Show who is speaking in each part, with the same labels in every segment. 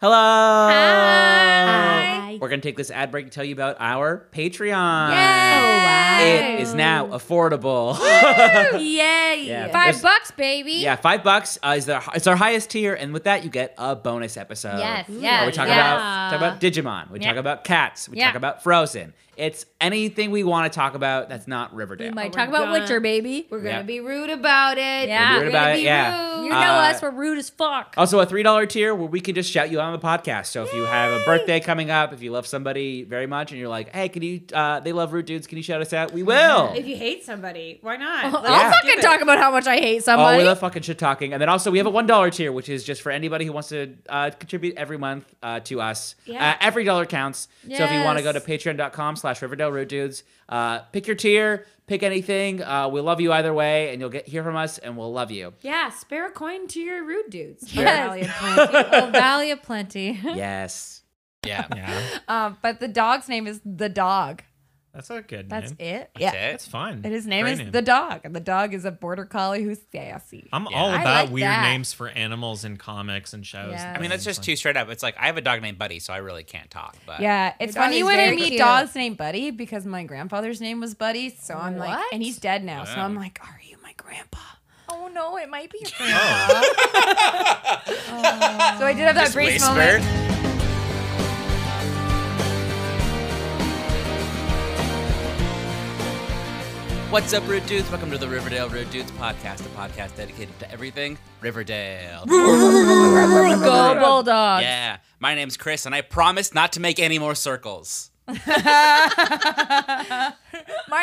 Speaker 1: Hello.
Speaker 2: Hi.
Speaker 1: We're going to take this ad break to tell you about our Patreon.
Speaker 2: wow.
Speaker 1: It is now affordable.
Speaker 2: Yay.
Speaker 1: Yeah.
Speaker 2: Five
Speaker 1: There's-
Speaker 2: bucks, baby.
Speaker 1: yeah, five bucks uh, is the, it's our highest tier, and with that you get a bonus episode.
Speaker 2: Yes,
Speaker 1: Where
Speaker 2: yes,
Speaker 1: we talk
Speaker 2: yes.
Speaker 1: about talk about Digimon. We
Speaker 2: Yeah.
Speaker 1: talk about cats. We
Speaker 2: Yeah.
Speaker 1: talk about Frozen. It's anything we want to talk about that's not Riverdale.
Speaker 2: We might
Speaker 3: we're
Speaker 2: talk about
Speaker 3: gonna-
Speaker 2: Witcher, baby.
Speaker 3: We're gonna
Speaker 1: Yeah.
Speaker 3: be rude about it.
Speaker 2: Yeah.
Speaker 3: We're
Speaker 1: We're rude
Speaker 3: gonna
Speaker 1: about
Speaker 3: be
Speaker 1: it, yeah.
Speaker 3: rude.
Speaker 2: You know
Speaker 1: Uh,
Speaker 2: us. We're rude as fuck.
Speaker 1: Also, a three dollar tier where we can just shout you out on the podcast. So if you have a birthday coming up, if you love somebody very much, and you're like, "Hey, can you?" Uh, they love rude dudes. Can you shout us out? We will.
Speaker 3: If you hate somebody, why not?
Speaker 2: Oh, I'll
Speaker 3: Let's
Speaker 1: Yeah.
Speaker 3: just do
Speaker 2: fucking
Speaker 3: it.
Speaker 2: talk about how much I hate
Speaker 1: Oh,
Speaker 2: somebody.
Speaker 1: we love fucking shit talking. And then also, we have a $1 tier, which is just for anybody who wants to uh, contribute every month uh, to us.
Speaker 3: Yeah.
Speaker 1: Uh, every dollar counts. So if you want to go to
Speaker 2: Yes.
Speaker 1: patreon.com slash Riverdale Road Dudes, uh, pick your tier, pick anything. Uh, we love you either way, and you'll get hear from us, and we'll love you.
Speaker 3: Yeah, spare a coin to your rude dudes.
Speaker 2: Yes. oh, Valley of Plenty.
Speaker 1: Yes.
Speaker 4: Yeah.
Speaker 5: Yeah,
Speaker 2: Um, but the dog's name is the dog.
Speaker 5: that's a good
Speaker 2: That's
Speaker 5: name.
Speaker 2: it.
Speaker 4: That's
Speaker 2: yeah.
Speaker 4: it.
Speaker 5: That's fun.
Speaker 2: And his name
Speaker 5: Great
Speaker 2: is the dog. And the dog is a border collie who's sassy.
Speaker 5: I'm
Speaker 4: Yeah.
Speaker 5: all
Speaker 4: I
Speaker 5: about
Speaker 2: like
Speaker 5: weird
Speaker 2: that.
Speaker 5: names for animals in comics and shows.
Speaker 2: Yeah.
Speaker 4: I mean, that's just too straight up. It's like I have a dog named Buddy, so I really can't talk. But
Speaker 2: yeah, it's
Speaker 3: dog
Speaker 2: funny
Speaker 3: is
Speaker 2: when I
Speaker 3: very
Speaker 2: meet
Speaker 3: cute.
Speaker 2: dogs named Buddy because my grandfather's name was Buddy. So I'm like,
Speaker 3: What?
Speaker 2: and he's dead now. So
Speaker 4: Wow.
Speaker 2: I'm like, are you my grandpa? Oh no, it might be your Oh. grandpa.
Speaker 5: Oh,
Speaker 2: so I did have that
Speaker 4: Just
Speaker 2: brief
Speaker 4: whisper.
Speaker 2: moment.
Speaker 4: What's up, Root Dudes? Welcome to the Riverdale Root Dudes podcast, a podcast dedicated to everything Riverdale.
Speaker 2: Go Bulldogs.
Speaker 4: Yeah. My name's Chris, and I promise not to make any more circles.
Speaker 2: My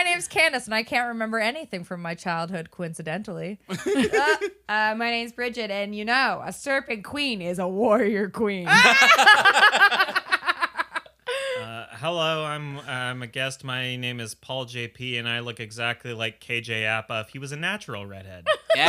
Speaker 2: name's Candace, and I can't remember anything from my childhood, coincidentally. uh, uh, my name's Bridget, and you know, a serpent queen is a warrior queen.
Speaker 5: uh, hello, I'm I'm a guest. My name is Paul JP, and I look exactly like KJ Appa if he was a natural redhead.
Speaker 4: Yeah.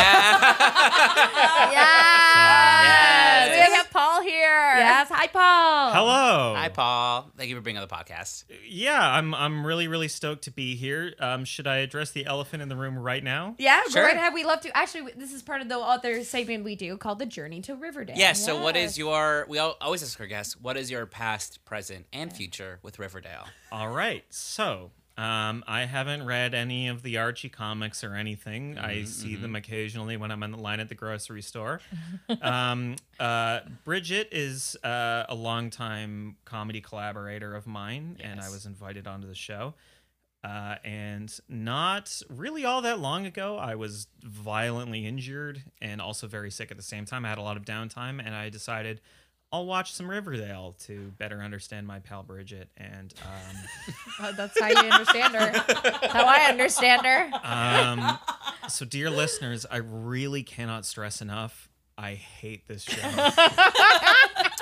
Speaker 2: yes.
Speaker 4: Yes.
Speaker 2: Ah! We have Paul here. Yes. Hi, Paul.
Speaker 5: hello.
Speaker 4: Hi, Paul. Thank you for being on the podcast.
Speaker 5: Yeah, I'm I'm really really stoked to be here. Um, should I address the elephant in the room right now?
Speaker 2: Yeah,
Speaker 4: Sure.
Speaker 2: go right ahead. We love to. Actually, this is part of the other segment we do called The Journey to Riverdale.
Speaker 4: Yeah, so what
Speaker 2: Yes.
Speaker 4: is your, we al- always ask our guests, what is your past, present, and future with Riverdale?
Speaker 5: All right. So, um, I haven't read any of the Archie comics or anything. I see them occasionally when I'm on the line at the grocery store. um, uh, Bridget is uh, a longtime comedy collaborator of mine, and I
Speaker 4: Yes.
Speaker 5: was invited onto the show. Uh, and not really all that long ago, I was violently injured and also very sick at the same time. I had a lot of downtime, and I decided I'll watch some Riverdale to better understand my pal Bridget. And um,
Speaker 2: Oh, that's how you understand her. That's how I understand her.
Speaker 5: um, um, so, dear listeners, I really cannot stress enough. I hate this show.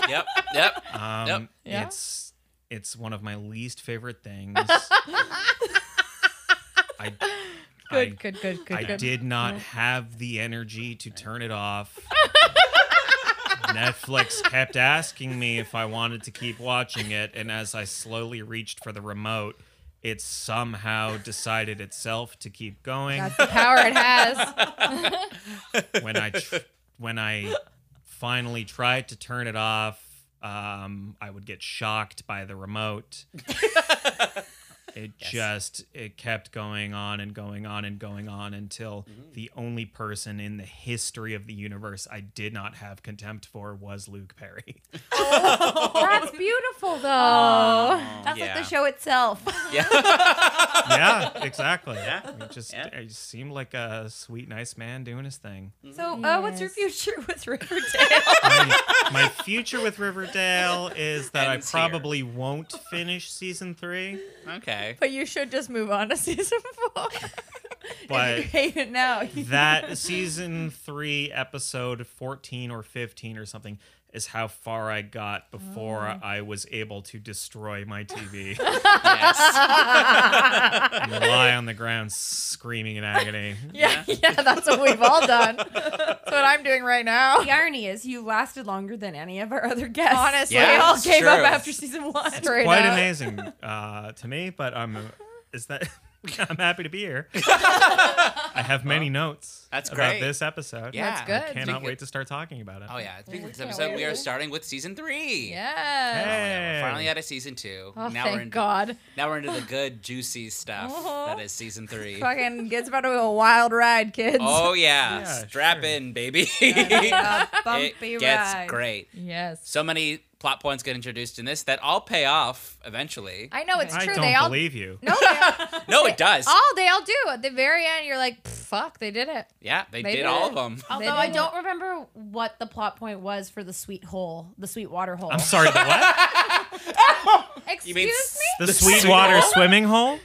Speaker 4: yep, yep.
Speaker 5: Um,
Speaker 4: Yep.
Speaker 2: Yeah.
Speaker 5: It's it's one of my least favorite things. I, I,
Speaker 2: Good, good, good, good,
Speaker 5: I
Speaker 2: good.
Speaker 5: did not have the energy to turn it off. Netflix kept asking me if I wanted to keep watching it, and as I slowly reached for the remote, it somehow decided itself to keep going.
Speaker 2: That's the power it has.
Speaker 5: when I tr- when I finally tried to turn it off, um, I would get shocked by the remote. it just it kept going on and going on and going on until
Speaker 4: Mm-hmm.
Speaker 5: the only person in the history of the universe I did not have contempt for was Luke Perry.
Speaker 2: That's beautiful, though. Oh, That's
Speaker 4: yeah.
Speaker 2: like the show itself.
Speaker 4: Um, Yeah.
Speaker 5: yeah, exactly. Yeah, it just
Speaker 4: Yeah.
Speaker 5: it just seemed like a sweet, nice man doing his thing.
Speaker 2: So, uh, what's your future with Riverdale?
Speaker 5: my, my future with Riverdale is that
Speaker 4: Ends
Speaker 5: I
Speaker 4: here.
Speaker 5: probably won't finish season three.
Speaker 4: okay.
Speaker 2: but you should just move on to season four. if
Speaker 5: But-
Speaker 2: you hate it now.
Speaker 5: That season three, episode 14 or 15 or something, is how far I got before
Speaker 2: Oh.
Speaker 5: I was able to destroy my TV
Speaker 4: Yes.
Speaker 5: and lie on the ground screaming in agony.
Speaker 2: yeah, yeah, that's what we've all done. That's what I'm doing right now. The irony is, you lasted longer than any of our other guests. Honestly,
Speaker 4: Yeah,
Speaker 2: we all
Speaker 4: it's
Speaker 2: gave up
Speaker 4: true.
Speaker 2: after season one. Straight
Speaker 5: Quite
Speaker 2: up.
Speaker 5: amazing uh, to me, but I'm. uh, Is that. I'm happy to be here. I have many notes
Speaker 4: That's
Speaker 5: about
Speaker 4: great.
Speaker 5: this episode.
Speaker 4: Yeah.
Speaker 2: That's good.
Speaker 5: I cannot wait to start talking about it.
Speaker 4: Oh yeah, speaking
Speaker 2: we
Speaker 4: of this
Speaker 2: can't
Speaker 4: episode,
Speaker 2: wait.
Speaker 4: we are starting with season three. Oh,
Speaker 2: Yes.
Speaker 4: yeah,
Speaker 5: Hey.
Speaker 4: we're finally out of season two.
Speaker 2: Oh,
Speaker 4: now
Speaker 2: thank
Speaker 4: we're into,
Speaker 2: God.
Speaker 4: Now we're into the good juicy stuff
Speaker 2: Uh-huh.
Speaker 4: that is season three.
Speaker 2: Fucking gets about to be a wild ride, kids.
Speaker 4: Oh yeah,
Speaker 5: Yeah,
Speaker 4: strap
Speaker 5: sure.
Speaker 4: in, baby.
Speaker 2: A bumpy
Speaker 4: it gets
Speaker 2: ride.
Speaker 4: great.
Speaker 2: Yes.
Speaker 4: So many plot points get introduced in this that all pay off eventually.
Speaker 2: I know it's
Speaker 5: I
Speaker 2: true.
Speaker 5: don't
Speaker 2: they all
Speaker 5: believe you.
Speaker 2: no, they all,
Speaker 4: No, it does.
Speaker 2: all they all do at the very end. You're like, "Pff, fuck, they did it.
Speaker 4: Yeah, they,
Speaker 2: They
Speaker 4: did
Speaker 2: did.
Speaker 4: all of them.
Speaker 2: They
Speaker 3: Although I
Speaker 2: did.
Speaker 3: don't remember what the plot point was for the sweet hole, the sweet water hole.
Speaker 5: I'm sorry, the what?
Speaker 2: Excuse
Speaker 4: You mean
Speaker 2: me.
Speaker 5: The Sweetwater
Speaker 4: hole?
Speaker 5: swimming hole?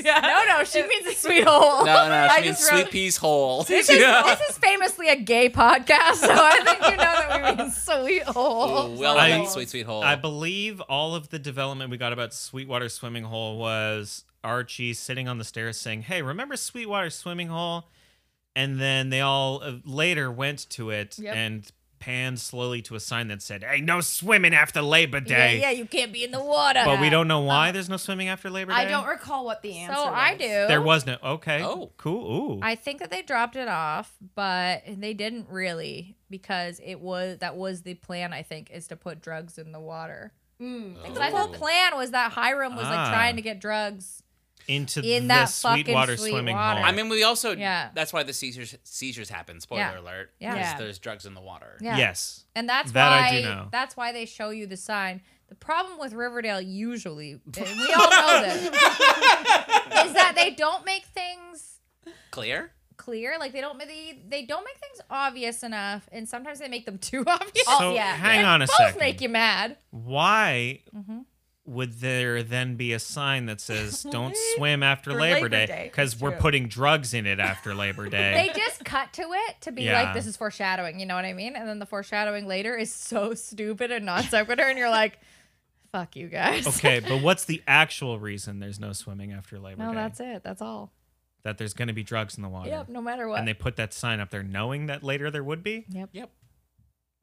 Speaker 2: No, no, she means a sweet hole.
Speaker 4: No, no,
Speaker 2: I
Speaker 4: she means
Speaker 2: just
Speaker 4: sweet
Speaker 2: wrote-
Speaker 4: peas hole.
Speaker 2: This is,
Speaker 4: Yeah.
Speaker 2: this is famously a gay podcast, so I think you know that we mean sweet hole.
Speaker 4: Ooh, well,
Speaker 5: I-
Speaker 4: I, sweet sweet hole.
Speaker 5: I believe all of the development we got about Sweetwater Swimming Hole was Archie sitting on the stairs saying, "Hey, remember Sweetwater Swimming Hole?" And then they all uh, later went to it
Speaker 2: Yep.
Speaker 5: and panned slowly to a sign that said, "Hey, no swimming after Labor
Speaker 2: yeah,
Speaker 5: Day."
Speaker 2: yeah, Uh-huh. you can't be in the water.
Speaker 5: But we don't know why there's no swimming after Labor Day.
Speaker 3: I don't recall what the
Speaker 2: So
Speaker 3: answer.
Speaker 2: I
Speaker 3: was.
Speaker 2: do.
Speaker 5: There was no. Okay.
Speaker 4: Oh.
Speaker 5: Cool. Ooh.
Speaker 2: I think that they dropped it off, but they didn't really because it was that was the plan. I think is to put drugs in the water.
Speaker 3: Mm,
Speaker 4: Oh.
Speaker 2: The whole plan was that Hiram was like
Speaker 5: Ah.
Speaker 2: trying to get drugs.
Speaker 5: Into
Speaker 2: in
Speaker 5: the
Speaker 2: that fucking
Speaker 5: Sweetwater
Speaker 2: sweet
Speaker 5: Swimming
Speaker 2: water.
Speaker 5: Hole.
Speaker 4: I mean, we also.
Speaker 2: Yeah.
Speaker 4: That's why the seizures seizures happen. Spoiler
Speaker 2: Yeah.
Speaker 4: alert.
Speaker 2: Yeah.
Speaker 4: Because
Speaker 3: Yeah.
Speaker 4: there's drugs in the water.
Speaker 2: Yeah.
Speaker 5: Yes.
Speaker 2: And that's
Speaker 5: That
Speaker 2: why
Speaker 5: I do know.
Speaker 2: that's why they show you the sign. The problem with Riverdale usually, and we all know this, is that they don't make things
Speaker 4: Clear.
Speaker 2: clear. Like they don't they they don't make things obvious enough, and sometimes they make them too obvious.
Speaker 5: so
Speaker 3: yeah.
Speaker 5: hang on a
Speaker 2: Both
Speaker 5: second.
Speaker 2: make you mad.
Speaker 5: why
Speaker 2: Mhm.
Speaker 5: would there then be a sign that says don't swim after
Speaker 2: For
Speaker 5: labor
Speaker 2: Labor
Speaker 5: day
Speaker 2: Day.
Speaker 5: because we're putting drugs in it after labor
Speaker 2: They
Speaker 5: day
Speaker 2: just cut to it to be
Speaker 5: Yeah.
Speaker 2: like, this is foreshadowing. You know what I mean? And then the foreshadowing later is so stupid and non sequitur, and you're like, fuck you guys.
Speaker 5: okay but what's the actual reason there's no swimming after labor
Speaker 2: No,
Speaker 5: day
Speaker 2: that's it. That's all.
Speaker 5: that there's going to be drugs in the water
Speaker 2: Yep. No matter what.
Speaker 5: and they put that sign up there knowing that later there would be
Speaker 2: yep.
Speaker 4: Yep.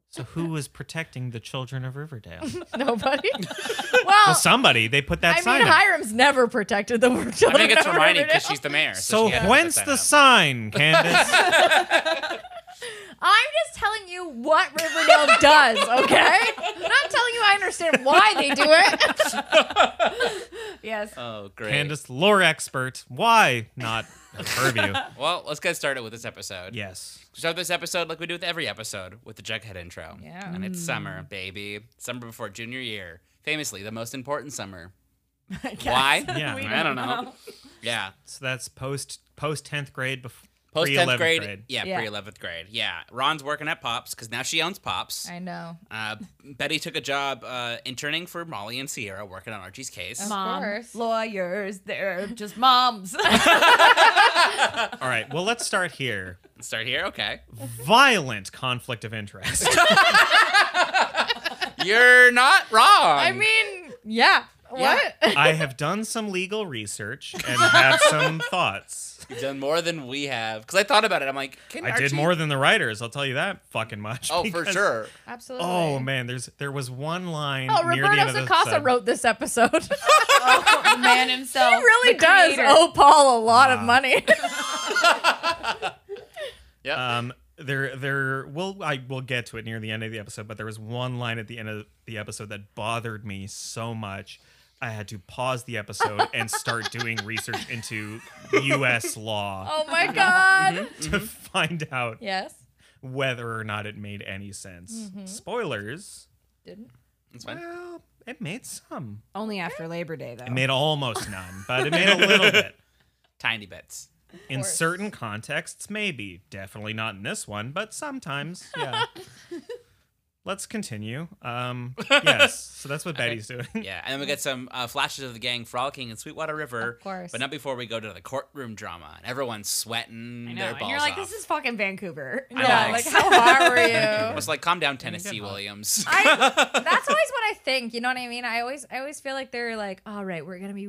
Speaker 5: so who was protecting the children of riverdale
Speaker 2: Nobody.
Speaker 5: well
Speaker 2: well,
Speaker 5: somebody they put that
Speaker 2: I
Speaker 5: sign
Speaker 2: mean,
Speaker 5: up
Speaker 2: Hiram's never protected the word
Speaker 4: I
Speaker 2: children.
Speaker 4: think it's
Speaker 2: over
Speaker 4: Hermione because
Speaker 2: Riverdale.
Speaker 4: she's the mayor.
Speaker 5: so
Speaker 4: she had to put
Speaker 5: whence
Speaker 4: that
Speaker 5: the
Speaker 4: up.
Speaker 5: sign candace
Speaker 2: I'm just telling you what Riverdale does, okay? I'm not telling you I understand why they do it.
Speaker 3: Yes.
Speaker 4: Oh, great.
Speaker 5: candace lore expert why not her purview
Speaker 4: Well, let's get started with this episode.
Speaker 5: yes
Speaker 4: Start this episode like we do with every episode with the Jughead intro.
Speaker 2: Yeah. Mm.
Speaker 4: And it's summer, baby. Summer before junior year. Famously, the most important summer. Why?
Speaker 5: Yeah,
Speaker 3: We
Speaker 5: I
Speaker 4: don't know. Yeah.
Speaker 5: So that's post post tenth grade before
Speaker 4: Post 10th grade, Yeah,
Speaker 2: Yeah.
Speaker 4: pre 11th grade. Yeah. Ron's working at Pops because now she owns Pops.
Speaker 2: I know.
Speaker 4: Uh, Betty took a job uh, interning for Molly and Sierra working on Archie's case.
Speaker 2: Of
Speaker 3: Mom,
Speaker 2: course.
Speaker 3: lawyers, they're just moms.
Speaker 5: All right. Well, let's start here.
Speaker 4: Start here? Okay.
Speaker 5: Violent conflict of interest.
Speaker 4: You're not wrong.
Speaker 2: I mean, yeah. What?
Speaker 5: I have done some legal research and have some thoughts.
Speaker 4: You've done more than we have. Because I thought about it. I'm like, can
Speaker 5: I
Speaker 4: Archie...
Speaker 5: did more than the writers. I'll tell you that fucking much.
Speaker 4: Oh, for
Speaker 5: because-
Speaker 4: sure.
Speaker 2: Absolutely.
Speaker 5: Oh man, there's there was one line.
Speaker 2: Oh,
Speaker 5: near the
Speaker 2: Roberto
Speaker 5: end of the
Speaker 2: Sacasa
Speaker 5: episode-
Speaker 2: wrote this episode. he
Speaker 3: Oh, the man himself.
Speaker 2: really
Speaker 3: the
Speaker 2: does
Speaker 3: creator.
Speaker 2: owe Paul a lot
Speaker 5: Wow.
Speaker 2: of money.
Speaker 4: Yep.
Speaker 5: Um, there, there. We'll, I will get to it near the end of the episode, but there was one line at the end of the episode that bothered me so much. I had to pause the episode and start doing research into U.S. law
Speaker 2: oh my god.
Speaker 5: to find out
Speaker 2: Yes.
Speaker 5: whether or not it made any sense. Spoilers.
Speaker 2: Didn't.
Speaker 4: That's fine.
Speaker 5: Well, it made some.
Speaker 3: Only after Labor Day, though.
Speaker 5: It made almost none, but it made a little bit.
Speaker 4: Tiny bits.
Speaker 5: In
Speaker 2: course.
Speaker 5: certain contexts, maybe. Definitely not in this one, but sometimes, yeah. Let's continue. Um, yes, so that's what Betty's doing.
Speaker 4: Yeah, and then we get some uh, flashes of the gang frolicking in Sweetwater River.
Speaker 2: Of course.
Speaker 4: But not before we go to the courtroom drama. And everyone's sweating
Speaker 3: I know.
Speaker 4: their balls
Speaker 3: And you're like,
Speaker 4: off.
Speaker 3: this is fucking Vancouver.
Speaker 4: I
Speaker 2: Yeah,
Speaker 4: know.
Speaker 2: like how hard were you?
Speaker 4: It's like, calm down, Tennessee Williams.
Speaker 2: I, that's always what I think. You know what I mean? I always, I always feel like they're like, all right, we're gonna be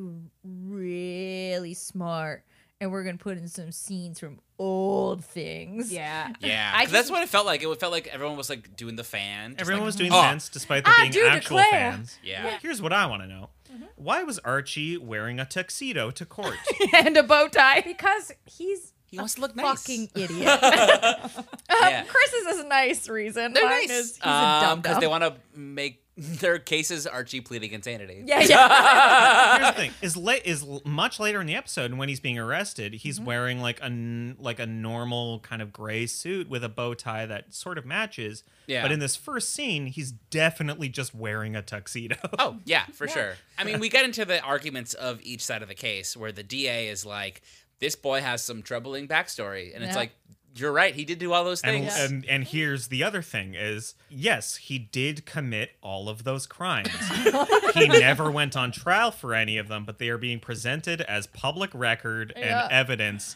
Speaker 2: really smart, and we're gonna put in some scenes from old things.
Speaker 3: Yeah.
Speaker 4: yeah,
Speaker 3: I
Speaker 4: 'cause that's
Speaker 3: just-
Speaker 4: what it felt like. It felt like everyone was like doing the fan. just
Speaker 5: Everyone
Speaker 4: like,
Speaker 5: was doing
Speaker 4: "Oh,
Speaker 5: sense despite there
Speaker 2: I
Speaker 5: being
Speaker 2: do
Speaker 5: actual
Speaker 2: declare.
Speaker 5: fans.
Speaker 4: Yeah. Mm-hmm.
Speaker 5: Here's what I want to know Why was Archie wearing a tuxedo to court?
Speaker 2: and a bow tie because he's
Speaker 4: He wants to look nice.
Speaker 2: fucking idiot.
Speaker 4: yeah.
Speaker 2: Chris's Um, is a nice reason.
Speaker 4: They're
Speaker 2: Mine
Speaker 4: nice.
Speaker 2: is he's a
Speaker 4: Um,
Speaker 2: dumb dumb.
Speaker 4: they want to make their cases Archie pleading insanity.
Speaker 2: yeah, yeah.
Speaker 5: Here's the thing: is late is l- much later in the episode when he's being arrested. He's
Speaker 4: Mm-hmm.
Speaker 5: wearing like a n- like a normal kind of gray suit with a bow tie that sort of matches.
Speaker 4: Yeah.
Speaker 5: But in this first scene, he's definitely just wearing a tuxedo.
Speaker 4: Oh, yeah, for sure. I mean, we get into the arguments of each side of the case where the DA is like, this boy has some troubling backstory. And it's
Speaker 2: Yeah.
Speaker 4: like, you're right. He did do all those
Speaker 5: And,
Speaker 4: things.
Speaker 5: and and here's the other thing is yes, he did commit all of those crimes. he never went on trial for any of them, but they are being presented as public record
Speaker 2: Yeah.
Speaker 5: and evidence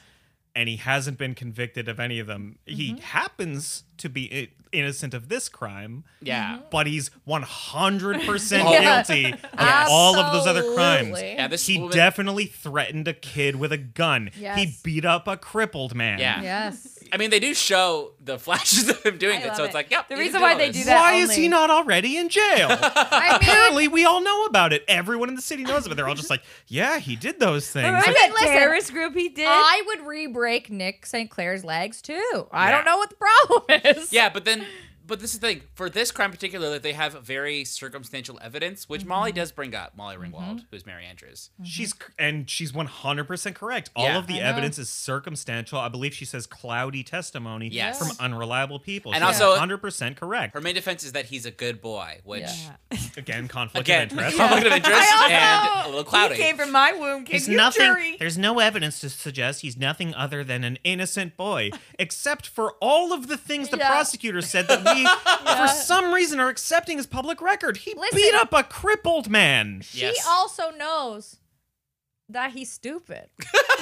Speaker 5: and he hasn't been convicted of any of them.
Speaker 2: Mm-hmm.
Speaker 5: He happens to be i- innocent of this crime,
Speaker 4: yeah.
Speaker 5: but he's 100%
Speaker 2: Mm-hmm. Yeah.
Speaker 5: guilty of all of those other crimes.
Speaker 2: Absolutely.
Speaker 4: Yeah, this
Speaker 5: He
Speaker 4: woman-
Speaker 5: definitely threatened a kid with a gun. He
Speaker 2: Yes.
Speaker 5: beat up a crippled man.
Speaker 4: Yeah.
Speaker 2: Yes.
Speaker 4: I mean, they do show the flashes of him doing
Speaker 3: I
Speaker 4: it.
Speaker 3: love
Speaker 4: So it's
Speaker 3: it.
Speaker 4: like, yep.
Speaker 2: The
Speaker 4: he did
Speaker 2: reason
Speaker 4: do
Speaker 2: why
Speaker 4: all
Speaker 2: they
Speaker 4: this.
Speaker 2: do that-
Speaker 5: Why is
Speaker 2: only.
Speaker 5: he not already in jail?
Speaker 2: I mean,
Speaker 5: Apparently, we all know about it. Everyone in the city knows about it. They're all just like, yeah, he did those things.
Speaker 2: Remember
Speaker 3: I mean,
Speaker 2: that
Speaker 3: listen,
Speaker 2: terrorist group he did? I would re-break Nick St. Clair's legs too. I don't know what the problem is.
Speaker 4: Yeah, but then, but this is the thing. For this crime particularly, they have very circumstantial evidence,
Speaker 3: Mm-hmm.
Speaker 4: which Molly does bring up. Molly Ringwald, who's Mary Andrews.
Speaker 5: She's and she's 100% correct. All
Speaker 4: Yeah.
Speaker 5: of the evidence is circumstantial. I believe she says cloudy testimony
Speaker 4: Yes.
Speaker 5: from unreliable people.
Speaker 4: And
Speaker 5: She's
Speaker 4: also-
Speaker 5: 100% correct.
Speaker 4: Her main defense is that he's a good boy, which
Speaker 2: Yeah.
Speaker 5: Again, conflict
Speaker 4: again,
Speaker 5: of interest.
Speaker 4: conflict of interest and a little cloudy.
Speaker 3: He came from my womb. Can
Speaker 5: He's
Speaker 3: you
Speaker 5: nothing.
Speaker 3: jury?
Speaker 5: There's no evidence to suggest he's nothing other than an innocent boy, except for all of the things the
Speaker 2: Yeah.
Speaker 5: prosecutor said that we, for some reason, are accepting as public record. He
Speaker 2: Listen.
Speaker 5: beat up a crippled man.
Speaker 2: She
Speaker 4: Yes.
Speaker 2: also knows that he's stupid.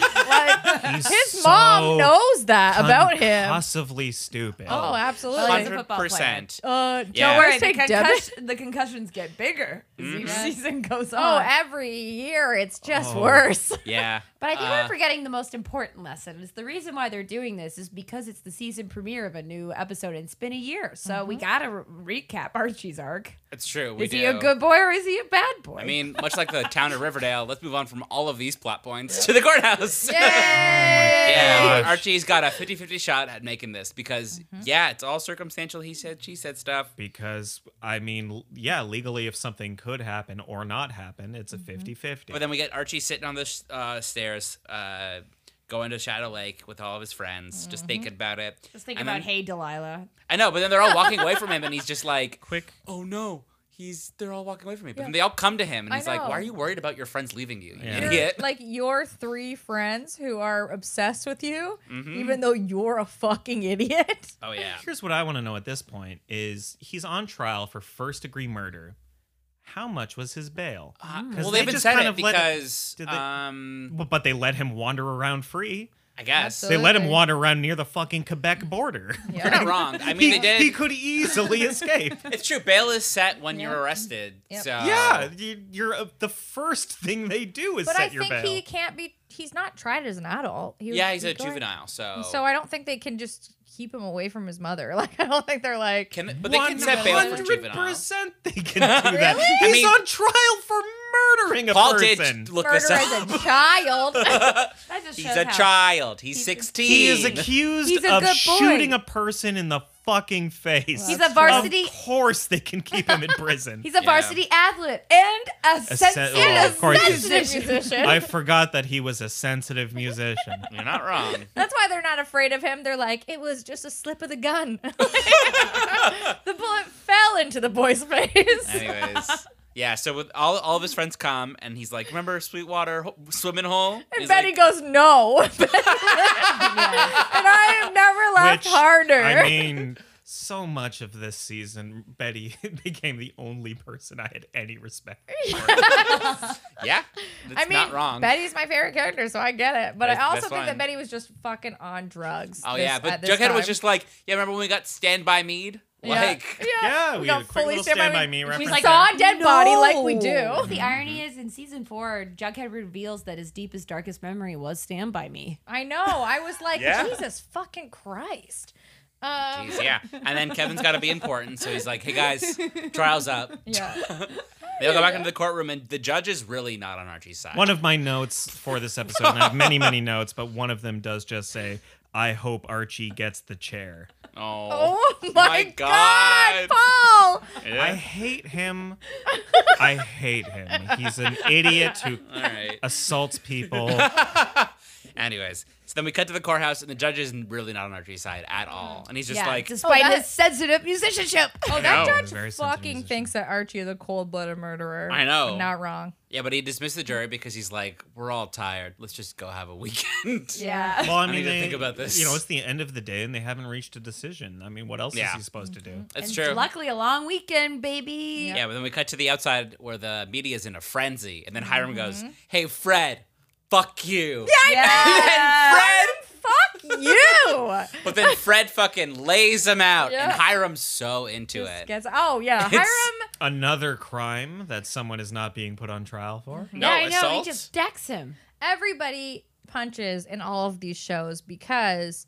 Speaker 2: like
Speaker 5: He's
Speaker 2: his
Speaker 5: so
Speaker 2: mom knows that about him.
Speaker 5: concussively stupid.
Speaker 2: Oh,
Speaker 3: Well, he's
Speaker 2: absolutely.
Speaker 3: a
Speaker 4: Hundred
Speaker 3: football player.
Speaker 4: percent.
Speaker 2: Uh, don't
Speaker 4: Yeah.
Speaker 2: worry,
Speaker 3: Right, the,
Speaker 2: take Devin.
Speaker 3: concussion, the concussions get bigger as each
Speaker 2: Mhm.
Speaker 3: season goes on.
Speaker 2: Oh, every year it's just
Speaker 5: Oh.
Speaker 2: worse.
Speaker 4: Yeah.
Speaker 3: But I think
Speaker 4: Uh,
Speaker 3: we're forgetting the most important lesson. Is the reason why they're doing this is because it's the season premiere of a new episode and it's been a year, so we gotta re- recap Archie's arc.
Speaker 4: It's true. We
Speaker 3: is
Speaker 4: do.
Speaker 3: he a good boy or is he a bad boy?
Speaker 4: I mean, much like the town of Riverdale, let's move on from all of these plot points to the courthouse.
Speaker 2: Yay!
Speaker 4: Yeah,
Speaker 5: Gosh.
Speaker 4: Archie's got a 50 50 shot at making this because,
Speaker 3: Mm-hmm.
Speaker 4: yeah, it's all circumstantial. He said, she said stuff.
Speaker 5: Because, I mean, l- yeah, legally, if something could happen or not happen, it's a
Speaker 2: Mm-hmm.
Speaker 5: 50 50.
Speaker 4: But then we get Archie sitting on the sh- uh, stairs, uh, going to Shadow Lake with all of his friends,
Speaker 2: Mm-hmm.
Speaker 4: just thinking about it.
Speaker 3: just think
Speaker 4: And
Speaker 3: about
Speaker 4: then-
Speaker 3: Hey Delilah.
Speaker 4: I know, but then they're all walking away from him, and he's just like,
Speaker 5: Quick.
Speaker 4: oh no. He's. They're all walking away from me, but then they all come to him, and
Speaker 2: I
Speaker 4: he's like,
Speaker 2: know.
Speaker 4: "Why are you worried about your friends leaving you, you
Speaker 5: Yeah.
Speaker 2: Your-
Speaker 4: idiot?"
Speaker 2: like your three friends who are obsessed with you,
Speaker 4: Hmm?
Speaker 2: even though you're a fucking idiot.
Speaker 4: Mm-hmm. oh yeah,
Speaker 5: Here's what I want to know at this point is he's on trial for first degree murder. How much was his bail?
Speaker 4: Uh,
Speaker 5: Mm. 'Cause
Speaker 4: well, they
Speaker 5: they
Speaker 4: haven't
Speaker 5: just
Speaker 4: said
Speaker 5: kind
Speaker 4: it
Speaker 5: of let it-
Speaker 4: because,
Speaker 5: did they-
Speaker 4: um,
Speaker 5: Well, But they let him wander around free.
Speaker 4: I guess
Speaker 5: They let him
Speaker 2: Absolutely.
Speaker 5: wander around near the fucking Quebec border.
Speaker 4: you're not wrong. I mean,
Speaker 5: he,
Speaker 4: they did.
Speaker 5: he could easily escape.
Speaker 4: It's true. Bail is set when you're
Speaker 2: Yeah.
Speaker 4: arrested.
Speaker 2: Yep.
Speaker 4: So
Speaker 5: yeah, you, you're uh, the first thing they do is
Speaker 2: But
Speaker 5: set
Speaker 2: I
Speaker 5: your
Speaker 2: think
Speaker 5: bail.
Speaker 2: he can't be. He's not tried as an adult. He was-
Speaker 4: yeah, he's a
Speaker 2: going-
Speaker 4: juvenile. So
Speaker 2: So I don't think they can just keep him away from his mother. Like I don't think they're like.
Speaker 4: can, but they can set bail for juveniles.
Speaker 5: percent they can do that.
Speaker 2: Really?
Speaker 5: He's
Speaker 4: I mean-
Speaker 5: on trial for murdering a
Speaker 4: Paul
Speaker 5: person.
Speaker 4: did look
Speaker 2: murder
Speaker 4: this
Speaker 2: as
Speaker 4: up.
Speaker 2: a child.
Speaker 3: That just
Speaker 4: He's
Speaker 3: shows
Speaker 4: a
Speaker 3: how-
Speaker 4: child. He's
Speaker 3: He's-
Speaker 4: 16.
Speaker 5: he is accused
Speaker 3: He's a
Speaker 5: of
Speaker 3: good boy.
Speaker 5: shooting a person in the fucking face.
Speaker 3: He's a varsity.
Speaker 5: Of course, they can keep him in prison.
Speaker 3: He's a
Speaker 4: Yeah.
Speaker 3: varsity athlete and a,
Speaker 5: A
Speaker 3: sen-
Speaker 5: sen-
Speaker 3: and
Speaker 5: oh,
Speaker 3: a
Speaker 5: of course.
Speaker 3: sensitive
Speaker 2: Sensitive
Speaker 3: musician.
Speaker 5: I forgot that he was a sensitive musician.
Speaker 4: You're not wrong.
Speaker 2: That's why they're not afraid of him. They're like, it was just a slip of the gun. the bullet fell into the boy's face.
Speaker 4: Anyways. Yeah, so with all, all of his friends come, and he's like, "Remember Sweetwater ho- swimming hole?" And
Speaker 2: And
Speaker 4: he's
Speaker 2: Betty
Speaker 4: like,
Speaker 2: goes, no. and I have never laughed
Speaker 5: Which,
Speaker 2: harder.
Speaker 5: I mean, so much of this season, Betty became the only person I had any respect for.
Speaker 4: "Yeah, that's
Speaker 2: I mean,
Speaker 4: not wrong."
Speaker 2: Betty's my favorite character, so I get it. But
Speaker 4: That's-
Speaker 2: I also
Speaker 4: that's
Speaker 2: think
Speaker 4: fine.
Speaker 2: that Betty was just fucking on drugs.
Speaker 4: oh
Speaker 2: this-
Speaker 4: yeah, but
Speaker 2: at this
Speaker 4: Jughead was
Speaker 2: time.
Speaker 4: just like, "Yeah, remember when we got Stand by Mead?"
Speaker 2: Yeah.
Speaker 4: Like,
Speaker 5: yeah, we, had a quick little stand by
Speaker 2: by
Speaker 5: me
Speaker 3: She's
Speaker 5: reference.
Speaker 3: like,
Speaker 2: saw a dead body like we
Speaker 3: No.
Speaker 2: do.
Speaker 3: The irony
Speaker 4: Mm-hmm.
Speaker 3: is, in season four, Jughead reveals that his deepest, darkest memory was "Stand by Me."
Speaker 2: I know. I was like,
Speaker 4: Yeah.
Speaker 2: Jesus fucking Christ. Um,
Speaker 4: Jeez, yeah. And then Kevin's got to be important, so he's like, "Hey guys, trials up."
Speaker 2: Yeah.
Speaker 4: They all go back into the courtroom, and the judge is really not on Archie's side.
Speaker 5: One of my notes for this episode, and I have many, many notes, but one of them does just say, I hope Archie gets the chair.
Speaker 4: oh,
Speaker 2: Oh my, God, Paul!
Speaker 4: Yeah.
Speaker 5: I hate him. I hate him. He's an idiot who
Speaker 4: all right.
Speaker 5: assaults people.
Speaker 4: Anyways, so then we cut to the courthouse, and the judge is really not on Archie's side at all, and he's just
Speaker 3: yeah,
Speaker 4: like,
Speaker 3: despite
Speaker 2: Oh, that-
Speaker 3: his sensitive musicianship.
Speaker 2: Oh,
Speaker 4: know.
Speaker 2: that
Speaker 5: It's
Speaker 2: judge
Speaker 5: very sensitive
Speaker 2: fucking
Speaker 5: decision.
Speaker 2: thinks that Archie is a cold-blooded murderer.
Speaker 4: I know.
Speaker 2: I'm not wrong.
Speaker 4: yeah, but he dismissed the jury because he's like, we're all tired. Let's just go have a weekend.
Speaker 3: Yeah.
Speaker 5: Well, I
Speaker 4: need
Speaker 5: mean,
Speaker 4: to
Speaker 5: they-
Speaker 4: think about this.
Speaker 5: You know, it's the end of the day, and they haven't reached a decision. I mean, what else
Speaker 4: Yeah. Mm-hmm.
Speaker 5: is he supposed to do?
Speaker 4: That's
Speaker 3: And
Speaker 4: true.
Speaker 3: Luckily, a long weekend, baby.
Speaker 4: Yeah, but then we cut to the outside where the media's in a frenzy, and then Hiram goes, "Hey, Fred, fuck you."
Speaker 2: Fred, fuck you.
Speaker 4: But then Fred fucking lays him out, and
Speaker 2: Yeah.
Speaker 4: Hiram's so into it.
Speaker 2: Gets, oh yeah,
Speaker 4: It's-
Speaker 2: Hiram.
Speaker 5: Another crime that someone is not being put on trial for.
Speaker 4: No,
Speaker 3: yeah, I know.
Speaker 4: assault?
Speaker 3: He just decks him.
Speaker 2: Everybody punches in all of these shows because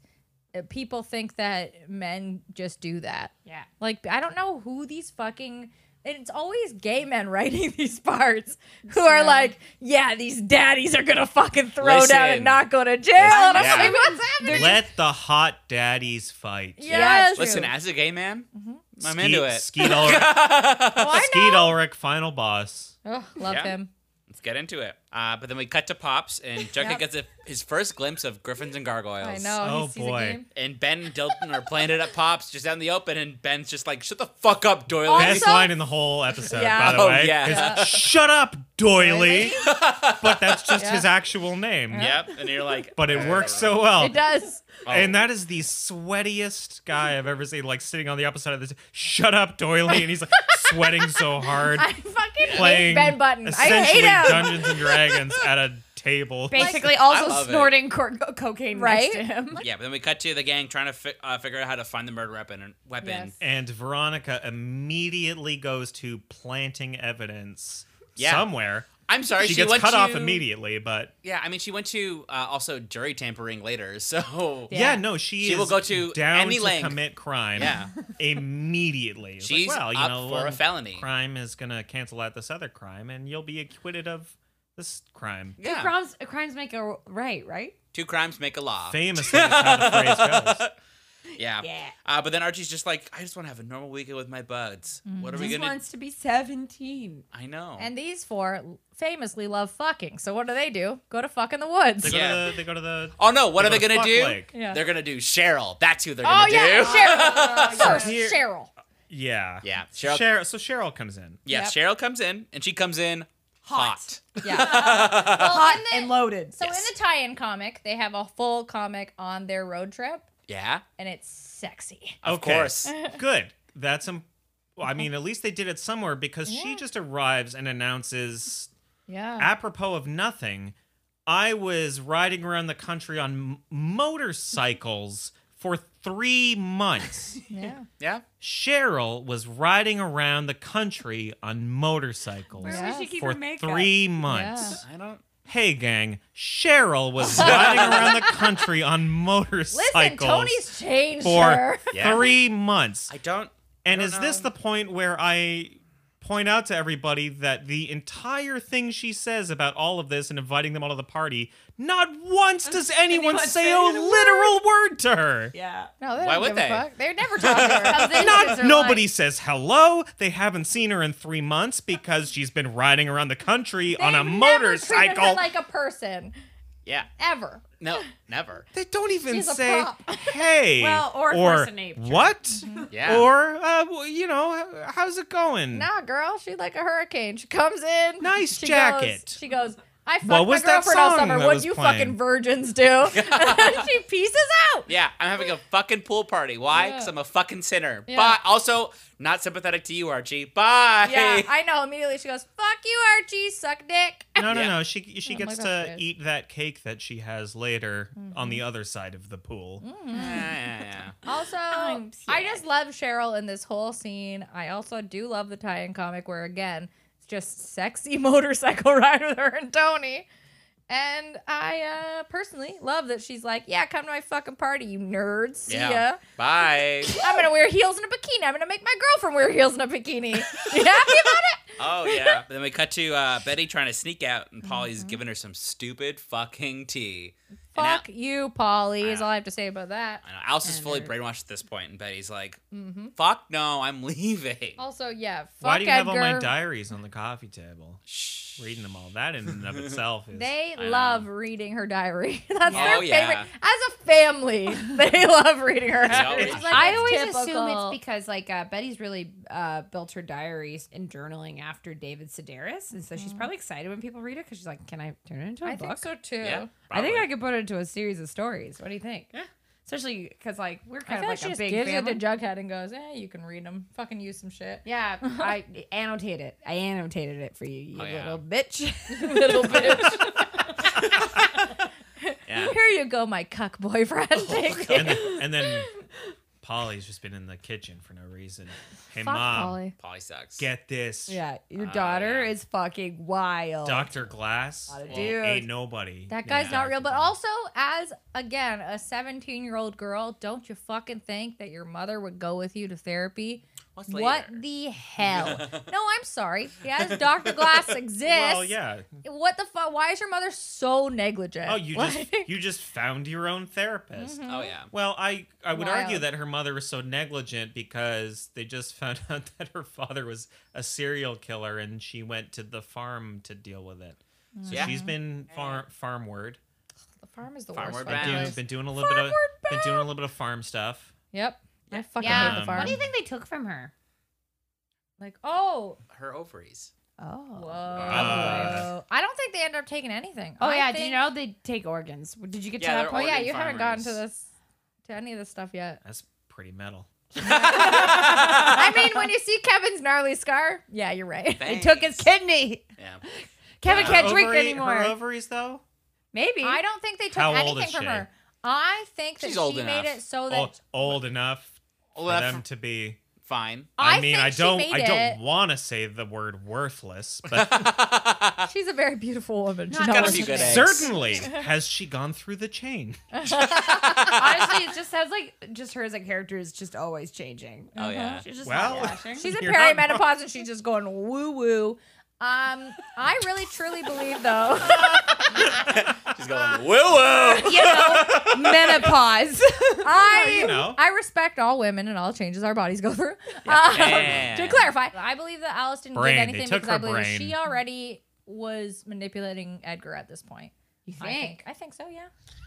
Speaker 2: uh, people think that men just do that.
Speaker 3: Yeah.
Speaker 2: Like I don't know who these fucking and it's always gay men writing these parts who are like, yeah, these daddies are gonna fucking throw down
Speaker 4: Listen.
Speaker 2: and not go to jail. And I'm
Speaker 4: Yeah.
Speaker 2: like, what's happening?
Speaker 5: Let the hot daddies fight.
Speaker 2: Yeah, it's
Speaker 4: Listen,
Speaker 2: true.
Speaker 4: as a gay man, I'm
Speaker 5: Skeet-
Speaker 4: into it.
Speaker 5: Skeet Ulrich,
Speaker 2: Why
Speaker 5: Skeet Ulrich, final boss.
Speaker 2: Ugh, love
Speaker 4: Yeah.
Speaker 2: him.
Speaker 4: Let's get into it. Uh, but then we cut to Pops, and Jughead
Speaker 2: Yep.
Speaker 4: gets a, his first glimpse of Griffins and Gargoyles.
Speaker 2: I know.
Speaker 5: Oh,
Speaker 2: he sees
Speaker 5: boy.
Speaker 2: A game.
Speaker 4: And Ben and Dilton are playing it at Pops just out in the open, and Ben's just like, "Shut the fuck up, Doyle."
Speaker 5: Best
Speaker 2: Also-
Speaker 5: line in the whole episode,
Speaker 2: Yeah.
Speaker 5: by the
Speaker 4: Oh,
Speaker 5: way.
Speaker 4: yeah.
Speaker 5: is,
Speaker 4: Yeah.
Speaker 5: Shut up, Doily. but that's just
Speaker 2: Yeah.
Speaker 5: his actual name.
Speaker 4: Yep. And you're like,
Speaker 5: But it works so well.
Speaker 2: It does.
Speaker 4: Oh.
Speaker 5: And that is the sweatiest guy I've ever seen, like sitting on the opposite side of this. Shut up, Doily. And he's like sweating so hard,
Speaker 2: I fucking hate
Speaker 5: playing
Speaker 2: Ben Button. I hate
Speaker 5: essentially
Speaker 2: him.
Speaker 5: Dungeons and Dragons at a table.
Speaker 3: Basically,
Speaker 4: I love
Speaker 3: also
Speaker 4: it.
Speaker 3: snorting cor- co- cocaine
Speaker 2: Right?
Speaker 3: next to him.
Speaker 4: Yeah, but then we cut to the gang trying to fi- uh, figure out how to find the murder weapon. Weapon.
Speaker 5: And Veronica immediately goes to planting evidence
Speaker 4: Yeah.
Speaker 5: somewhere.
Speaker 4: I'm sorry,
Speaker 5: She,
Speaker 4: she,
Speaker 5: gets
Speaker 4: went
Speaker 5: cut
Speaker 4: to,
Speaker 5: off immediately, but
Speaker 4: Yeah, I mean, she went to uh, also jury tampering later, so
Speaker 5: yeah,
Speaker 3: Yeah.
Speaker 5: no, she,
Speaker 4: She
Speaker 5: is
Speaker 4: will go to
Speaker 5: down
Speaker 4: any
Speaker 5: to
Speaker 4: length.
Speaker 5: commit crime.
Speaker 4: Yeah.
Speaker 5: immediately. It's like,
Speaker 4: She's
Speaker 5: well, you
Speaker 4: up
Speaker 5: know,
Speaker 4: for a
Speaker 5: one
Speaker 4: felony.
Speaker 5: Crime is gonna cancel out this other crime, and you'll be acquitted of this crime.
Speaker 4: Yeah.
Speaker 3: Two crimes, crimes make a right, right?
Speaker 4: Two crimes make a law.
Speaker 5: Famously, is how the phrase goes.
Speaker 4: Yeah.
Speaker 3: Yeah.
Speaker 4: Uh, but then Archie's just like, I just want to have a normal weekend with my buds. What are we
Speaker 3: Just
Speaker 4: gonna?
Speaker 3: wants to be 17.
Speaker 4: I know.
Speaker 2: And these four famously love fucking. So what do they do? Go to fuck in the woods.
Speaker 5: They go,
Speaker 4: Yeah.
Speaker 5: to, the, they go to the.
Speaker 4: oh no, what
Speaker 5: They
Speaker 4: are they
Speaker 5: go to
Speaker 4: gonna
Speaker 5: Fuck
Speaker 4: do?
Speaker 5: Lake.
Speaker 2: Yeah.
Speaker 4: They're gonna do Cheryl. That's who they're
Speaker 2: oh
Speaker 4: gonna
Speaker 2: yeah,
Speaker 4: do.
Speaker 2: Cheryl. First,
Speaker 5: Here-
Speaker 2: Cheryl.
Speaker 5: Yeah.
Speaker 4: Yeah,
Speaker 5: Cheryl.
Speaker 4: Cheryl-
Speaker 5: so Cheryl comes in.
Speaker 4: yeah,
Speaker 2: Yep.
Speaker 4: Cheryl comes in, and she comes in hot.
Speaker 2: Yeah. Well,
Speaker 3: Hot
Speaker 2: in the-
Speaker 3: and loaded.
Speaker 2: So
Speaker 4: Yes.
Speaker 2: in the tie-in comic, they have a full comic on their road trip,
Speaker 4: Yeah,
Speaker 2: and it's sexy.
Speaker 4: of
Speaker 5: Okay.
Speaker 4: course.
Speaker 5: Good. That's um. well, I mean, at least they did it somewhere because she just arrives and announces,
Speaker 2: Yeah.
Speaker 5: apropos of nothing, I was riding around the country on m- motorcycles for three months.
Speaker 2: Yeah.
Speaker 4: Yeah,
Speaker 5: Cheryl was riding around the country on motorcycles
Speaker 3: Where
Speaker 2: Yes.
Speaker 3: would she keep
Speaker 5: for
Speaker 3: her makeup?
Speaker 5: three months.
Speaker 4: I don't.
Speaker 5: Hey, gang, Cheryl was riding around the country on motorcycles
Speaker 2: Listen, Tony's changed
Speaker 5: for
Speaker 2: her.
Speaker 4: Yeah.
Speaker 5: three months.
Speaker 4: I don't.
Speaker 5: And
Speaker 4: don't
Speaker 5: is this
Speaker 4: know.
Speaker 5: the point where I point out to everybody that the entire thing she says about all of this and inviting them all to the party, not once does anyone
Speaker 3: anyone
Speaker 5: say
Speaker 3: say
Speaker 5: a
Speaker 3: a
Speaker 5: literal word to her.
Speaker 3: Yeah.
Speaker 2: No, they
Speaker 4: Why
Speaker 2: don't
Speaker 4: would
Speaker 2: give
Speaker 4: they?
Speaker 2: A fuck. They're never talking to her.
Speaker 3: Something is
Speaker 5: Not
Speaker 3: her
Speaker 5: nobody
Speaker 3: life.
Speaker 5: says hello. They haven't seen her in three months because she's been riding around the country on a
Speaker 2: They've never treated her
Speaker 5: motorcycle.
Speaker 2: like a person
Speaker 4: Yeah,
Speaker 2: ever.
Speaker 4: no, never.
Speaker 5: they don't even
Speaker 2: She's a
Speaker 5: say
Speaker 2: prop.
Speaker 5: hey
Speaker 3: Well, or
Speaker 5: or
Speaker 3: Force of Nature.
Speaker 5: what
Speaker 4: Yeah.
Speaker 5: or uh, well, you know h- how's it going?
Speaker 2: Nah, girl, she like a hurricane. She comes in.
Speaker 5: Mm. Nice
Speaker 2: she
Speaker 5: jacket.
Speaker 2: Goes, she goes, I fucked
Speaker 5: What was
Speaker 2: my
Speaker 5: that
Speaker 2: girlfriend all
Speaker 5: song
Speaker 2: summer.
Speaker 5: that
Speaker 2: What
Speaker 5: was
Speaker 2: you
Speaker 5: playing?
Speaker 2: fucking virgins do? And then she pieces out.
Speaker 4: Yeah, I'm having a fucking pool party. Why? Because I'm a fucking sinner.
Speaker 2: Yeah.
Speaker 4: Bye. Also, not sympathetic to you, Archie. Bye.
Speaker 2: Yeah, I know. Immediately she goes, fuck you, Archie, suck dick.
Speaker 5: No, no,
Speaker 4: Yeah.
Speaker 5: no. She
Speaker 2: Oh
Speaker 5: she
Speaker 2: my
Speaker 5: gets
Speaker 2: gosh,
Speaker 5: to
Speaker 2: guys.
Speaker 5: eat that cake that she has later on
Speaker 2: Mm-hmm.
Speaker 5: the other side of the pool.
Speaker 2: Mm,
Speaker 4: Yeah,
Speaker 2: Also,
Speaker 3: I'm
Speaker 2: I
Speaker 3: sad.
Speaker 2: just love Cheryl in this whole scene. I also do love the tie-in comic where again it's just sexy motorcycle ride with her and Tony. And I uh, personally love that she's like, "Yeah, come to my fucking party, you nerds. See
Speaker 4: yeah, yeah.
Speaker 2: ya.
Speaker 4: Bye.
Speaker 2: I'm gonna wear heels and a bikini. I'm gonna make my girlfriend wear heels and a bikini. You happy about it?
Speaker 4: Oh yeah. Then we cut to uh, Betty trying to sneak out, and Polly's giving her some stupid fucking tea. And Al-
Speaker 2: Mm-hmm. Fuck you, Polly, is
Speaker 4: I-
Speaker 2: all I have to say about that.
Speaker 4: I know, Alice is
Speaker 2: And
Speaker 4: fully
Speaker 2: they're-
Speaker 4: brainwashed at this point, and Betty's like,
Speaker 2: Mm-hmm.
Speaker 4: "Fuck no, I'm leaving."
Speaker 2: Also, yeah, fuck
Speaker 5: Why do you have
Speaker 2: Edgar.
Speaker 5: all my diaries on the coffee table?
Speaker 4: Shh.
Speaker 5: Reading them all. That in and of itself is.
Speaker 2: They
Speaker 4: I
Speaker 2: love
Speaker 4: know.
Speaker 2: reading her diary. That's
Speaker 4: Yeah.
Speaker 2: their
Speaker 4: Oh, yeah.
Speaker 2: favorite. As a family, they love reading her
Speaker 4: They
Speaker 2: diary.
Speaker 4: always-
Speaker 3: I always assume
Speaker 2: typical.
Speaker 3: it's because like uh, Betty's really uh, built her diaries and journaling after David Sedaris, and so she's probably excited when people read it because she's like, "Can Mm. I turn it into a
Speaker 2: I
Speaker 3: book?"
Speaker 2: think so too.
Speaker 4: Yeah,
Speaker 3: I think
Speaker 4: probably.
Speaker 3: I could put it into a series of stories. What do you think?
Speaker 4: Yeah.
Speaker 3: Especially because like we're
Speaker 2: I
Speaker 3: kind
Speaker 2: feel like
Speaker 3: of like
Speaker 2: she
Speaker 3: a
Speaker 2: just
Speaker 3: big
Speaker 2: gives it
Speaker 3: family.
Speaker 2: to Jughead and goes, "Yeah, you can read them. Fucking use some shit."
Speaker 3: yeah, I annotate it. I annotated it for you, you
Speaker 4: Oh, yeah.
Speaker 3: little bitch.
Speaker 2: Little bitch.
Speaker 4: Yeah.
Speaker 2: Here you go, my cuck boyfriend.
Speaker 4: Oh,
Speaker 2: Take
Speaker 5: and,
Speaker 2: it.
Speaker 5: then, and then Polly's just been in the kitchen for no reason. Hey,
Speaker 2: Fuck
Speaker 5: mom,
Speaker 2: Polly.
Speaker 4: Polly sucks.
Speaker 5: get this.
Speaker 3: yeah, your
Speaker 4: Oh,
Speaker 3: daughter
Speaker 4: yeah.
Speaker 3: is fucking wild.
Speaker 5: Dr. Glass
Speaker 3: What a
Speaker 5: well,
Speaker 3: dude.
Speaker 5: ain't nobody.
Speaker 2: That
Speaker 5: named
Speaker 2: guy's not
Speaker 5: Dr.
Speaker 2: real. But
Speaker 5: Glass.
Speaker 2: also, as again, a 17 year old girl, don't you fucking think that your mother would go with you to therapy?
Speaker 4: What's
Speaker 2: What
Speaker 4: later?
Speaker 2: the hell? no, I'm sorry. Yes, Dr. Glass exists.
Speaker 5: Well, yeah.
Speaker 2: What the fuck? Why is your mother so negligent?
Speaker 5: Oh, you
Speaker 2: Like- Mm-hmm.
Speaker 5: just you just found your own therapist.
Speaker 4: Oh yeah.
Speaker 5: Well, I I would argue
Speaker 2: Wild.
Speaker 5: that her mother was so negligent because they just found out that her father was a serial killer and she went to the farm to deal with it. So
Speaker 2: Mm.
Speaker 4: Yeah.
Speaker 5: she's been farm farmward.
Speaker 2: the farm is the
Speaker 4: Farm
Speaker 2: worst.
Speaker 4: word
Speaker 5: Been
Speaker 2: fucking
Speaker 4: bad.
Speaker 5: doing,
Speaker 2: place.
Speaker 5: been doing a little bit of been doing a little bit of farm stuff.
Speaker 2: Yep. I fucking
Speaker 3: Yeah.
Speaker 2: hate the
Speaker 5: Um,
Speaker 2: farm.
Speaker 3: What do you think they took from her?
Speaker 2: Like, oh,
Speaker 4: Her ovaries.
Speaker 3: Oh.
Speaker 2: whoa.
Speaker 5: Uh.
Speaker 2: I don't think they end up taking anything.
Speaker 3: Oh
Speaker 2: I
Speaker 3: yeah, do you
Speaker 2: think-
Speaker 3: know they take organs? Did you get
Speaker 4: Yeah,
Speaker 3: to that
Speaker 4: they're
Speaker 2: Oh
Speaker 3: point?
Speaker 2: yeah,
Speaker 4: Oregon
Speaker 2: you haven't gotten to
Speaker 4: farmers.
Speaker 2: this, to any of this stuff yet.
Speaker 5: That's pretty metal.
Speaker 2: I mean, when you see Kevin's gnarly scar, yeah, you're right.
Speaker 3: They took his
Speaker 4: Thanks.
Speaker 3: kidney.
Speaker 4: Yeah.
Speaker 3: Kevin
Speaker 4: Uh,
Speaker 3: can't drink
Speaker 5: Ovary-
Speaker 3: anymore.
Speaker 5: Her ovaries though?
Speaker 3: Maybe.
Speaker 2: I don't think they took
Speaker 5: How old
Speaker 2: anything
Speaker 5: is
Speaker 2: from
Speaker 5: she?
Speaker 2: her. I think that
Speaker 4: She's
Speaker 2: she
Speaker 4: old
Speaker 2: made
Speaker 4: enough.
Speaker 2: it so that
Speaker 5: Old, old enough
Speaker 4: Well,
Speaker 5: for
Speaker 4: that's
Speaker 5: them to be
Speaker 4: fine.
Speaker 5: I,
Speaker 2: I
Speaker 5: mean,
Speaker 2: think
Speaker 5: I
Speaker 2: she
Speaker 5: don't
Speaker 2: made
Speaker 5: I
Speaker 2: it-
Speaker 5: don't want to say the word worthless, but
Speaker 2: she's a very beautiful woman.
Speaker 3: She's
Speaker 2: not
Speaker 4: got a few
Speaker 2: worth
Speaker 4: good
Speaker 2: it.
Speaker 4: eggs.
Speaker 5: certainly has she gone through the chain.
Speaker 3: Honestly, it just sounds like just her as a character is just always changing. Uh-huh.
Speaker 4: oh yeah.
Speaker 3: She's just
Speaker 5: Well,
Speaker 3: whitewashing.
Speaker 2: She's in
Speaker 5: You're not
Speaker 2: perimenopause and she's just going woo woo. Um, I really truly believe though.
Speaker 4: She's going
Speaker 5: Oh,
Speaker 4: woo woo.
Speaker 3: you know, menopause.
Speaker 2: I
Speaker 5: you know.
Speaker 2: I respect all women and all changes our bodies go through. Um,
Speaker 4: Yeah.
Speaker 2: To clarify, I believe that Alice didn't
Speaker 5: Brain.
Speaker 2: give
Speaker 5: They
Speaker 2: anything
Speaker 5: took
Speaker 2: because I
Speaker 5: her
Speaker 2: believe
Speaker 5: brain.
Speaker 2: she already was manipulating Edgar at this point.
Speaker 3: you
Speaker 2: I think. I think so. Yeah.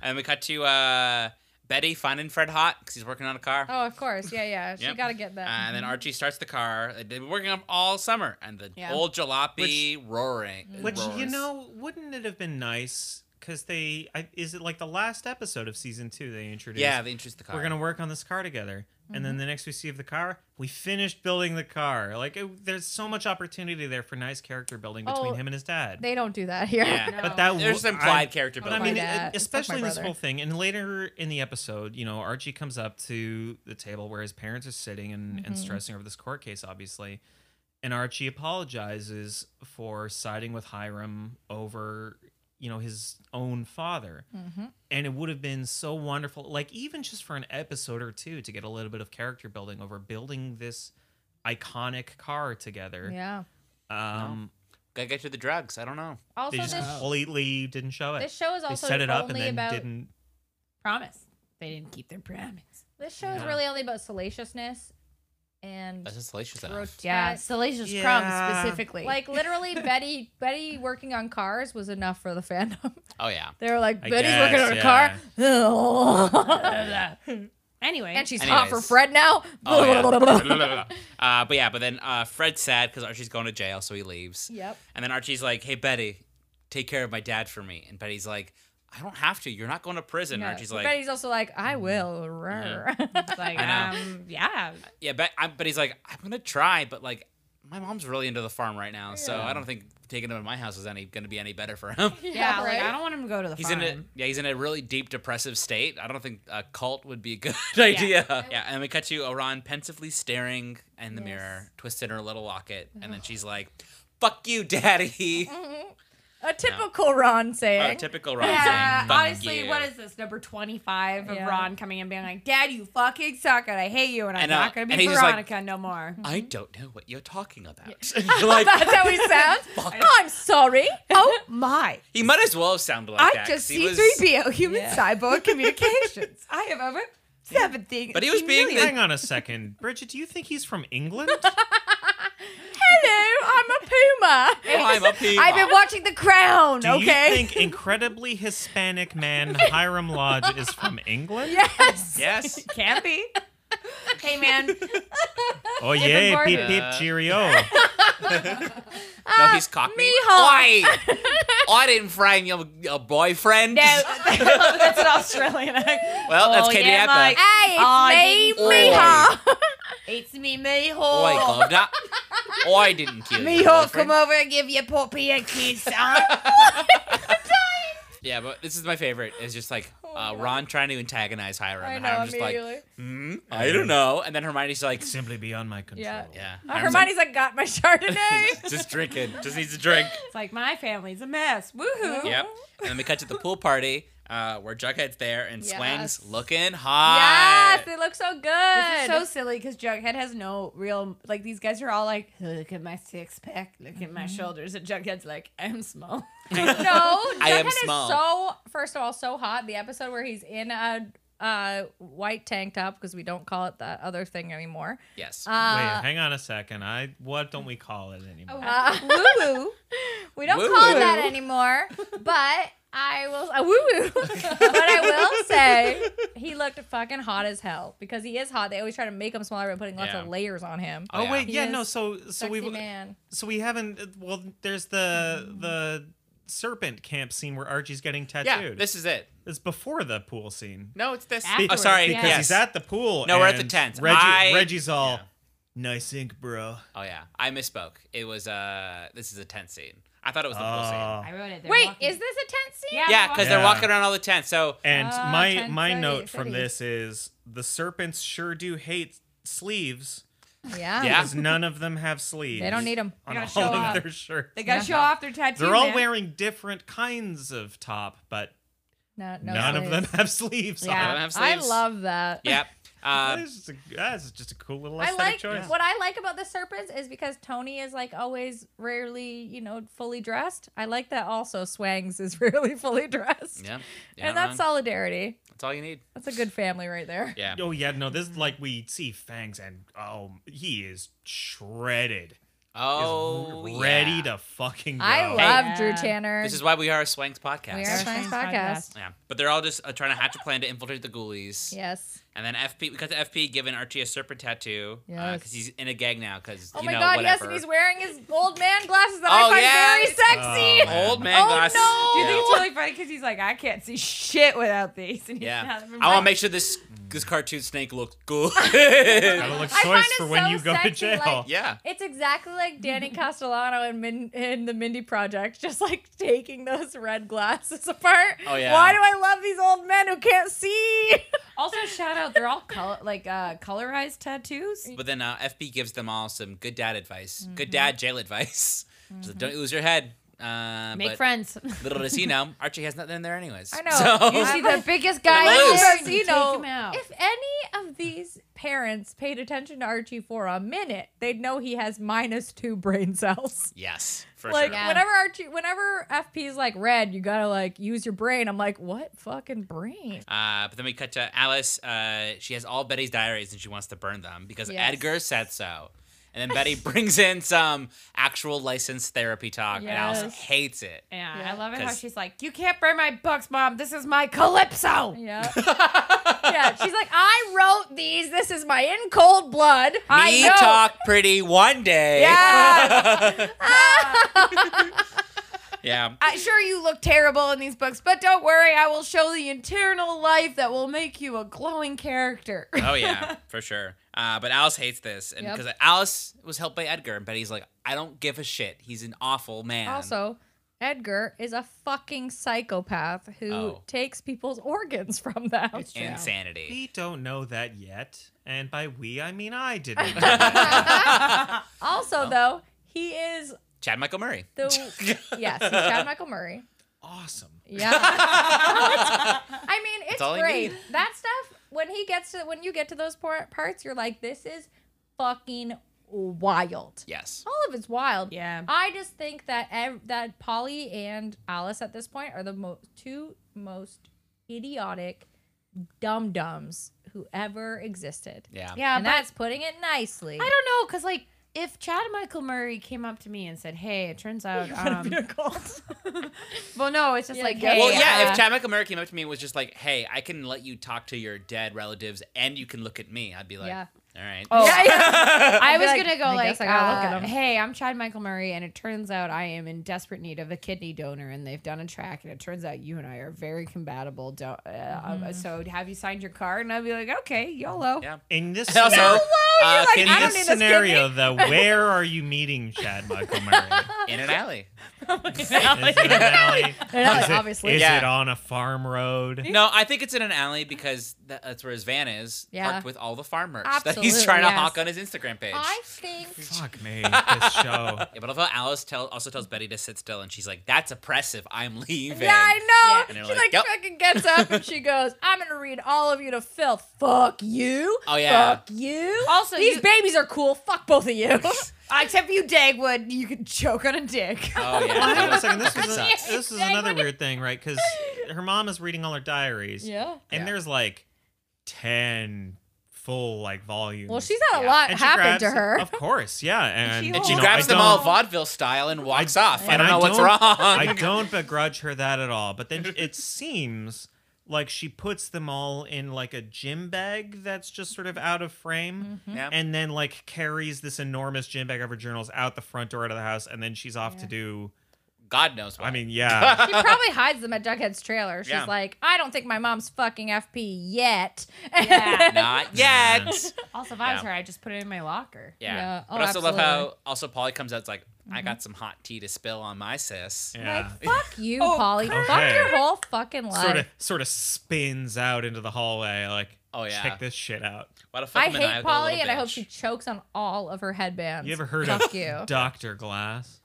Speaker 4: And we cut to uh, Betty finding Fred hot because he's working on a car.
Speaker 2: Oh, of course. Yeah, yeah. She
Speaker 4: Yep.
Speaker 2: got to get that. Mm-hmm.
Speaker 4: And
Speaker 5: Mm-hmm.
Speaker 4: then Archie starts the car. They've been working up all summer, and the
Speaker 3: Yeah.
Speaker 4: old jalopy roaring.
Speaker 5: Which you
Speaker 4: roars.
Speaker 5: know, wouldn't it have been nice? Because they I, is it like the last episode of season two they introduced?
Speaker 4: Yeah, they introduced the car.
Speaker 5: we're gonna work on this car together, and
Speaker 2: Mm-hmm.
Speaker 5: then the next we see of the car, we finished building the car. Like it, there's so much opportunity there for nice character building between
Speaker 2: Oh,
Speaker 5: him and his dad.
Speaker 2: They don't do that here.
Speaker 4: Yeah.
Speaker 5: but that
Speaker 4: There's
Speaker 5: w-
Speaker 4: implied
Speaker 5: I-
Speaker 4: character
Speaker 2: But
Speaker 5: But
Speaker 4: building.
Speaker 5: I mean,
Speaker 2: Like
Speaker 5: it-
Speaker 2: that. It's like
Speaker 5: especially
Speaker 2: my
Speaker 5: this
Speaker 2: brother.
Speaker 5: whole thing, and later in the episode, you know, Archie comes up to the table where his parents are sitting and,
Speaker 2: Mm-hmm.
Speaker 5: and stressing over this court case, obviously. And Archie apologizes for siding with Hiram over, you know, his own father.
Speaker 2: Mm-hmm.
Speaker 5: And it would have been so wonderful, like even just for an episode or two, to get a little bit of character building over building this iconic car together.
Speaker 2: Yeah.
Speaker 5: Um,
Speaker 4: gotta get to the drugs. I don't know.
Speaker 2: Also,
Speaker 5: They
Speaker 2: this,
Speaker 5: just completely didn't show it.
Speaker 2: this show is
Speaker 5: they
Speaker 2: also
Speaker 5: set it
Speaker 2: only
Speaker 5: up and then
Speaker 2: about
Speaker 5: didn't
Speaker 3: Promise. They didn't keep their promise.
Speaker 2: this show is
Speaker 5: Yeah.
Speaker 2: really only about salaciousness and
Speaker 4: That's just salacious. enough.
Speaker 2: grotesque.
Speaker 3: Yeah, Salacious
Speaker 5: Yeah.
Speaker 3: Crumbs specifically.
Speaker 2: Like literally, Betty Betty working on cars was enough for the fandom.
Speaker 4: Oh yeah.
Speaker 2: They were like,
Speaker 5: I
Speaker 2: Betty's
Speaker 5: guess,
Speaker 2: working on a
Speaker 5: yeah.
Speaker 2: car,
Speaker 3: anyway,
Speaker 2: and she's hot for
Speaker 4: Anyways.
Speaker 2: Fred now.
Speaker 4: Oh, yeah. uh, but yeah, but then uh, Fred's sad because Archie's going to jail, so he leaves.
Speaker 2: Yep.
Speaker 4: And then Archie's like, "Hey Betty, take care of my dad for me." And Betty's like, "I don't have to. You're not going to prison."
Speaker 2: Yeah.
Speaker 4: And Archie's
Speaker 2: But
Speaker 4: like,
Speaker 2: Betty's also like, I will. rrr."
Speaker 3: It's like,
Speaker 4: I know.
Speaker 3: um, yeah.
Speaker 4: "Yeah, but I'm, but he's like, I'm gonna try, but like, my mom's really into the farm right now, so
Speaker 2: Yeah.
Speaker 4: I don't think taking him to my house is any gonna be any better for him."
Speaker 3: Yeah, like I don't want him to go to the
Speaker 4: He's
Speaker 3: farm.
Speaker 4: in a yeah, he's in a really deep depressive state. I don't think a cult would be a good idea. Yeah, and we cut to Oran pensively staring in the mirror, twisting her little locket, and then she's like, "Fuck you, daddy."
Speaker 2: A typical Ron saying.
Speaker 4: Oh, typical Ron.
Speaker 3: Yeah,
Speaker 4: saying, "Fuck
Speaker 3: honestly,
Speaker 4: you."
Speaker 3: what is this number twenty five of
Speaker 2: Yeah.
Speaker 3: Ron coming and being like, "Dad, you fucking suck, and I hate you, and I'm
Speaker 4: And, uh,
Speaker 3: not gonna be
Speaker 4: and he's just like-
Speaker 3: Veronica no more."
Speaker 4: I don't know what you're talking about. like
Speaker 2: That's how he sounds. I'm sorry.
Speaker 3: oh my!
Speaker 4: he might as well sound like
Speaker 3: I
Speaker 4: that.
Speaker 3: just
Speaker 4: 'cause he
Speaker 3: see
Speaker 4: was-
Speaker 3: three PO human
Speaker 2: Yeah.
Speaker 3: cyborg communications. I have over seventeen.
Speaker 4: But he was being the-
Speaker 5: Hang on a second, Bridget. Do you think he's from England?
Speaker 2: Hello, I'm a puma.
Speaker 4: Oh, I'm a puma.
Speaker 3: I've been watching The Crown.
Speaker 5: Do
Speaker 3: okay.
Speaker 5: you think incredibly Hispanic man Hiram Lodge is from England?
Speaker 3: yes.
Speaker 4: Yes.
Speaker 3: Can be. hey man,
Speaker 5: Oh yeah,
Speaker 2: Different
Speaker 5: peep
Speaker 2: part.
Speaker 5: peep cheerio.
Speaker 3: Ah,
Speaker 4: no, he's cockney.
Speaker 2: Mihawk.
Speaker 4: Oi! I didn't frame your, your boyfriend.
Speaker 3: no, that's an Australian accent.
Speaker 4: Well, that's
Speaker 3: Oh,
Speaker 4: Katie
Speaker 3: yeah,
Speaker 4: Apper.
Speaker 3: Mike.
Speaker 2: Hey, it's
Speaker 3: I
Speaker 2: me,
Speaker 4: Oh
Speaker 3: didn't-
Speaker 2: Mihawk.
Speaker 3: It's me, Miho.
Speaker 4: Oi, governor. Oh, I didn't kill your
Speaker 3: Miho,
Speaker 4: Oh, boyfriend.
Speaker 3: come over and give your poppy a kiss, huh?
Speaker 4: Yeah, but this is my favorite. It's just like uh, Ron trying to antagonize Hiram.
Speaker 2: Oh I
Speaker 4: and
Speaker 2: know
Speaker 4: Hiram's just like,
Speaker 2: immediately.
Speaker 4: hmm, I don't know. And then Hermione's like,
Speaker 5: Simply beyond my control.
Speaker 2: Yeah.
Speaker 4: yeah.
Speaker 2: Uh,
Speaker 4: Hiram's
Speaker 2: Hermione's like, got my Chardonnay.
Speaker 4: like, just drink it. Just needs a drink.
Speaker 3: It's like my family's a mess. Woohoo.
Speaker 4: Yep. And then we cut to the pool party uh, where Jughead's there and
Speaker 2: Yes.
Speaker 4: Swang's looking hot.
Speaker 2: yes, they look so good.
Speaker 3: This is so silly because Jughead has no real like these guys are all like look at my six pack, look at my shoulders, and Jughead's like I'm small.
Speaker 2: no,
Speaker 4: I am
Speaker 2: Jughead is
Speaker 4: small.
Speaker 2: so first of all so hot. The episode where he's in a uh, white tank top because we don't call it that other thing anymore.
Speaker 4: Yes.
Speaker 5: Wait,
Speaker 2: Uh,
Speaker 5: hang on a second. I what don't we call it
Speaker 3: Oh,
Speaker 5: anymore?
Speaker 2: uh,
Speaker 3: Woo woo.
Speaker 2: we don't call it
Speaker 4: Woo-woo.
Speaker 2: that anymore. But I will uh, woo woo. but I will say he looked fucking hot as hell because he is hot. They always try to make him smaller by putting lots
Speaker 4: Yeah.
Speaker 2: of layers on him.
Speaker 5: Oh
Speaker 4: Yeah.
Speaker 5: wait, yeah,
Speaker 2: He
Speaker 5: no.
Speaker 2: is
Speaker 5: So so
Speaker 2: Sexy
Speaker 5: we
Speaker 2: man.
Speaker 5: so we haven't. Well, there's the the serpent camp scene where Archie's getting
Speaker 4: yeah,
Speaker 5: tattooed.
Speaker 4: this is it.
Speaker 5: it's before the pool scene.
Speaker 4: No, it's this. Oh,
Speaker 3: Afterwards,
Speaker 4: sorry.
Speaker 5: because
Speaker 4: yes.
Speaker 5: he's at the pool.
Speaker 4: No, we're at the
Speaker 5: and
Speaker 4: tent.
Speaker 5: Reggie,
Speaker 4: I-
Speaker 5: Reggie's all
Speaker 4: Yeah.
Speaker 5: nice ink, bro.
Speaker 4: Oh yeah, I misspoke. It was uh, this is a tent scene. I thought it was the pool
Speaker 5: Oh.
Speaker 4: scene.
Speaker 3: I wrote it. They're
Speaker 2: Wait,
Speaker 3: walking-
Speaker 2: is this a tent scene?
Speaker 3: Yeah.
Speaker 4: Yeah, because they're
Speaker 5: Yeah.
Speaker 4: walking around all the tents. So
Speaker 5: And
Speaker 2: Ah,
Speaker 5: my
Speaker 2: tent
Speaker 5: my
Speaker 2: city,
Speaker 5: note from
Speaker 2: city.
Speaker 5: this is the serpents sure do hate sleeves
Speaker 4: Yeah.
Speaker 2: Yeah.
Speaker 5: because none of them have sleeves.
Speaker 2: They don't need them.
Speaker 5: on all
Speaker 3: gotta
Speaker 5: of
Speaker 3: show off.
Speaker 5: their shirts.
Speaker 3: They gotta
Speaker 2: Yeah.
Speaker 3: show off their tattoos.
Speaker 5: They're all
Speaker 3: man.
Speaker 5: wearing different kinds of top, but
Speaker 2: No, no
Speaker 5: none of
Speaker 2: sleeves.
Speaker 5: them have sleeves.
Speaker 4: I
Speaker 3: Yeah.
Speaker 5: on.
Speaker 4: don't have
Speaker 2: I
Speaker 4: sleeves.
Speaker 2: love that.
Speaker 4: Yep.
Speaker 5: That
Speaker 4: Uh,
Speaker 5: is just a, that's just a cool little
Speaker 2: I
Speaker 5: aesthetic
Speaker 2: like
Speaker 5: choice.
Speaker 2: what I like about the serpents is because Tony is like always rarely, you know, fully dressed. I like that also Swangs is rarely fully dressed.
Speaker 4: yeah. yeah
Speaker 2: and that's
Speaker 4: all.
Speaker 2: solidarity.
Speaker 4: That's all you need.
Speaker 2: That's a good family right there.
Speaker 4: Yeah.
Speaker 5: Oh yeah, no, this like we see Fangs and oh, he is shredded. He's
Speaker 4: Oh,
Speaker 5: ready
Speaker 4: yeah.
Speaker 5: to fucking go.
Speaker 2: I love Drew
Speaker 3: Yeah.
Speaker 2: Tanner.
Speaker 4: This is why we are a Swanks podcast.
Speaker 2: we are
Speaker 3: Our
Speaker 2: Swangs
Speaker 3: Swangs
Speaker 2: podcast.
Speaker 3: podcast.
Speaker 4: Yeah, but they're all just uh, trying to hatch a plan to infiltrate the ghoulies.
Speaker 2: Yes.
Speaker 4: And then FP, we got to FP giving Archie a serpent tattoo. Because
Speaker 2: Yes.
Speaker 4: he's in a gang now, because,
Speaker 2: Oh
Speaker 4: you
Speaker 2: my
Speaker 4: know,
Speaker 2: god, yes,
Speaker 4: whatever.
Speaker 2: and he's wearing his old man glasses that
Speaker 4: Oh,
Speaker 2: I find
Speaker 4: yeah.
Speaker 2: very sexy.
Speaker 5: Oh.
Speaker 4: Old man
Speaker 2: Oh,
Speaker 4: glasses.
Speaker 2: no.
Speaker 3: Do you
Speaker 4: Yeah.
Speaker 3: think it's really funny because he's like I can't see shit without these? And he's
Speaker 4: Yeah.
Speaker 3: not even
Speaker 4: I want to
Speaker 3: right.
Speaker 4: make sure this this cartoon snake looks good.
Speaker 5: Gotta look
Speaker 2: I find
Speaker 5: choice
Speaker 2: it
Speaker 5: for when
Speaker 2: so
Speaker 5: you go to
Speaker 2: sexy,
Speaker 5: jail.
Speaker 2: like-
Speaker 4: yeah.
Speaker 2: It's exactly like Danny Castellano in, Min- in the Mindy Project, just like taking those red glasses apart.
Speaker 4: Oh, yeah.
Speaker 2: Why do I love these old men who can't see?
Speaker 3: Also, shout out. They're all color like uh, colorized tattoos.
Speaker 4: But then uh, FP gives them all some good dad advice,
Speaker 2: Mm-hmm.
Speaker 4: good dad jail advice. Just don't lose your head. Uh,
Speaker 3: Make
Speaker 4: but
Speaker 3: friends.
Speaker 4: Little does he know, Archie has nothing in there anyways.
Speaker 2: I know.
Speaker 4: So-
Speaker 2: You see the
Speaker 3: biggest
Speaker 4: guy Let him loose.
Speaker 2: Because,
Speaker 4: Take
Speaker 2: you know,
Speaker 3: him out.
Speaker 2: if any of these parents paid attention to Archie for a minute, they'd know he has minus two brain cells.
Speaker 4: yes, for sure.
Speaker 2: Like whatever whenever Archie, whenever FP is like red, you gotta like use your brain. I'm like, what fucking brain?
Speaker 4: Uh, but then we cut to Alice. Uh, she has all Betty's diaries and she wants to burn them because
Speaker 2: Yes.
Speaker 4: Edgar said so. And then Betty brings in some actual licensed therapy talk, and Alice
Speaker 2: Yes.
Speaker 4: hates it.
Speaker 3: Yeah,
Speaker 2: Yeah.
Speaker 3: I love it how
Speaker 4: 'Cause-
Speaker 3: she's like, "You can't burn my books, mom. This is my calypso.
Speaker 2: Yeah. yeah. She's like, I wrote these. This is my in cold blood. I
Speaker 4: Me
Speaker 2: know.
Speaker 4: talk pretty one day.
Speaker 2: Yes.
Speaker 4: yeah.
Speaker 3: I, sure, you look terrible in these books, but don't worry. I will show the internal life that will make you a glowing character."
Speaker 4: Oh yeah, for sure. Uh, but Alice hates this, and
Speaker 2: Yep.
Speaker 4: because Alice was helped by Edgar, and Betty's like, I don't give a shit. He's an awful man.
Speaker 2: Also, Edgar is a fucking psychopath who
Speaker 4: Oh.
Speaker 2: takes people's organs from them.
Speaker 4: insanity.
Speaker 5: We don't know that yet, and by we I mean I didn't. know that.
Speaker 4: Oh.
Speaker 2: Also, though, he is
Speaker 4: Chad Michael Murray.
Speaker 2: The, yes, he's Chad Michael Murray.
Speaker 5: Awesome.
Speaker 2: Yeah. I mean, it's
Speaker 4: all I
Speaker 2: great.
Speaker 4: need.
Speaker 2: That stuff when he gets to when you get to those por- parts, you're like, this is fucking wild.
Speaker 4: Yes.
Speaker 2: All of it's wild.
Speaker 3: Yeah.
Speaker 2: I just think that ev- that Polly and Alice at this point are the mo- two most idiotic dum dums who ever existed.
Speaker 4: Yeah.
Speaker 3: Yeah,
Speaker 2: And
Speaker 3: but
Speaker 2: that's putting it nicely.
Speaker 3: I don't know, cause like if Chad Michael Murray came up to me and said, "Hey, it turns out," um, well, no, it's just
Speaker 2: Yeah,
Speaker 3: like,
Speaker 2: yeah.
Speaker 3: "Hey,
Speaker 4: Well, yeah,
Speaker 3: uh,
Speaker 4: if Chad Michael Murray came up to me and was just like, hey, I can let you talk to your dead relatives and you can look at me, I'd be like,
Speaker 2: Yeah.
Speaker 4: all right.
Speaker 3: Oh,
Speaker 2: Yeah,
Speaker 3: I
Speaker 2: I'd be
Speaker 3: was
Speaker 2: like,
Speaker 3: gonna go
Speaker 2: I
Speaker 3: like,
Speaker 2: guess I gotta look at
Speaker 3: uh,
Speaker 2: 'em.
Speaker 3: hey, I'm Chad Michael Murray, and it turns out I am in desperate need of a kidney donor, and they've done a track, and it turns out you and I are very compatible. do uh, uh, so have you signed your card? And I'd be like, okay, YOLO.
Speaker 4: Yeah.
Speaker 5: In this
Speaker 4: And also,
Speaker 5: scenario,
Speaker 4: uh,
Speaker 5: in
Speaker 4: can-
Speaker 3: don't
Speaker 5: this
Speaker 3: need this
Speaker 5: scenario though, where are you meeting Chad Michael Murray?
Speaker 4: in an alley.
Speaker 5: Is it an alley?
Speaker 2: alley,
Speaker 5: Is it-
Speaker 2: obviously.
Speaker 5: Is
Speaker 4: Yeah.
Speaker 5: it on a farm road?
Speaker 4: No, I think it's in an alley because tha- that's where his van is
Speaker 2: Yeah.
Speaker 4: parked with all the farm merch that
Speaker 2: Absolutely,
Speaker 4: he's trying to
Speaker 2: yes.
Speaker 4: hawk on his Instagram page.
Speaker 2: I think
Speaker 5: Fuck me, this show.
Speaker 4: Yeah, but I love how Alice tell, also tells Betty to sit still, and she's like, "That's oppressive. I'm leaving."
Speaker 2: Yeah, I know.
Speaker 4: Yeah. And
Speaker 2: She
Speaker 4: they're like,
Speaker 2: like,
Speaker 4: "Yep."
Speaker 2: fucking gets up and she goes, "I'm gonna read all of you to filth. Fuck you.
Speaker 4: Oh, yeah.
Speaker 2: Fuck you.
Speaker 3: Also,
Speaker 2: these
Speaker 3: you-
Speaker 2: babies are cool. Fuck both of you.
Speaker 3: Except you, Dagwood, you could choke on a dick.
Speaker 4: Oh
Speaker 5: Well, hang on a
Speaker 4: yeah.
Speaker 5: second. This is, a-
Speaker 4: Sucks.
Speaker 5: this is another weird thing, right? Because her mom is reading all her diaries.
Speaker 2: yeah.
Speaker 5: And
Speaker 4: Yeah.
Speaker 5: there's like 10 full like volumes.
Speaker 2: Well, she's had a
Speaker 4: Yeah.
Speaker 2: lot
Speaker 5: And she
Speaker 2: happen to
Speaker 5: grabs-
Speaker 2: her.
Speaker 5: Of course, yeah. And,
Speaker 3: she
Speaker 5: you
Speaker 4: and
Speaker 3: holds-
Speaker 4: she
Speaker 5: know, I
Speaker 4: grabs them all
Speaker 5: don't-
Speaker 4: vaudeville style and walks off. I
Speaker 5: and
Speaker 4: don't know what's wrong.
Speaker 5: don't- I don't begrudge her that at all. But then it seems like she puts them all in like a gym bag that's just sort of out of frame.
Speaker 4: Yeah.
Speaker 5: And then like carries this enormous gym bag of her journals out the front door out of the house. And then she's off to do,
Speaker 4: God knows. Why.
Speaker 5: I mean, yeah.
Speaker 2: she probably hides them at Jughead's trailer. She's
Speaker 4: Yeah.
Speaker 2: like, I don't think my mom's fucking FP yet.
Speaker 3: Yeah.
Speaker 4: not yet.
Speaker 3: Also, if I was
Speaker 4: Yeah.
Speaker 3: her, I'd just put it in my locker.
Speaker 4: Yeah.
Speaker 2: Yeah.
Speaker 4: but
Speaker 2: Oh,
Speaker 4: I also love how
Speaker 2: absolutely. Mm-hmm.
Speaker 4: also Polly comes out it's like, I got some hot tea to spill on my sis.
Speaker 5: yeah.
Speaker 2: Fuck you,
Speaker 3: Oh,
Speaker 2: Polly. Fuck
Speaker 5: Okay.
Speaker 2: your whole fucking life.
Speaker 5: sort of sort of spins out into the hallway like
Speaker 4: Oh, yeah.
Speaker 5: check this shit out
Speaker 4: Why the fuck
Speaker 2: I
Speaker 4: am I
Speaker 2: hate
Speaker 4: with a little
Speaker 2: Polly, and I hope
Speaker 4: bitch?
Speaker 2: she chokes on all of her headbands.
Speaker 5: you ever heard
Speaker 2: Fuck
Speaker 5: of
Speaker 2: you.
Speaker 5: dr glass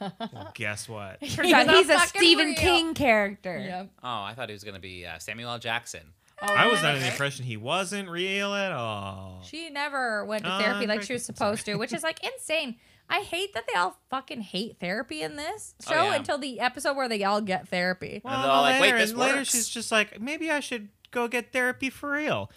Speaker 5: well guess what
Speaker 3: Turns out
Speaker 2: He's
Speaker 3: he's
Speaker 2: a
Speaker 3: a
Speaker 2: fucking
Speaker 3: Stephen
Speaker 2: real-
Speaker 3: King character.
Speaker 2: Yep.
Speaker 4: Oh, I thought he was gonna be uh, Samuel L. Jackson.
Speaker 5: i was under the impression he wasn't real at all
Speaker 2: She never went to
Speaker 5: Uh,
Speaker 2: therapy like she
Speaker 5: very
Speaker 2: was supposed to, which is like insane. I hate that they all fucking hate therapy in this
Speaker 4: Oh,
Speaker 2: show
Speaker 4: yeah.
Speaker 2: until the episode where they all get therapy.
Speaker 5: well,
Speaker 4: they're all like,
Speaker 5: later,
Speaker 4: wait, this
Speaker 5: and later
Speaker 4: works.
Speaker 5: she's just like maybe i should go get therapy for real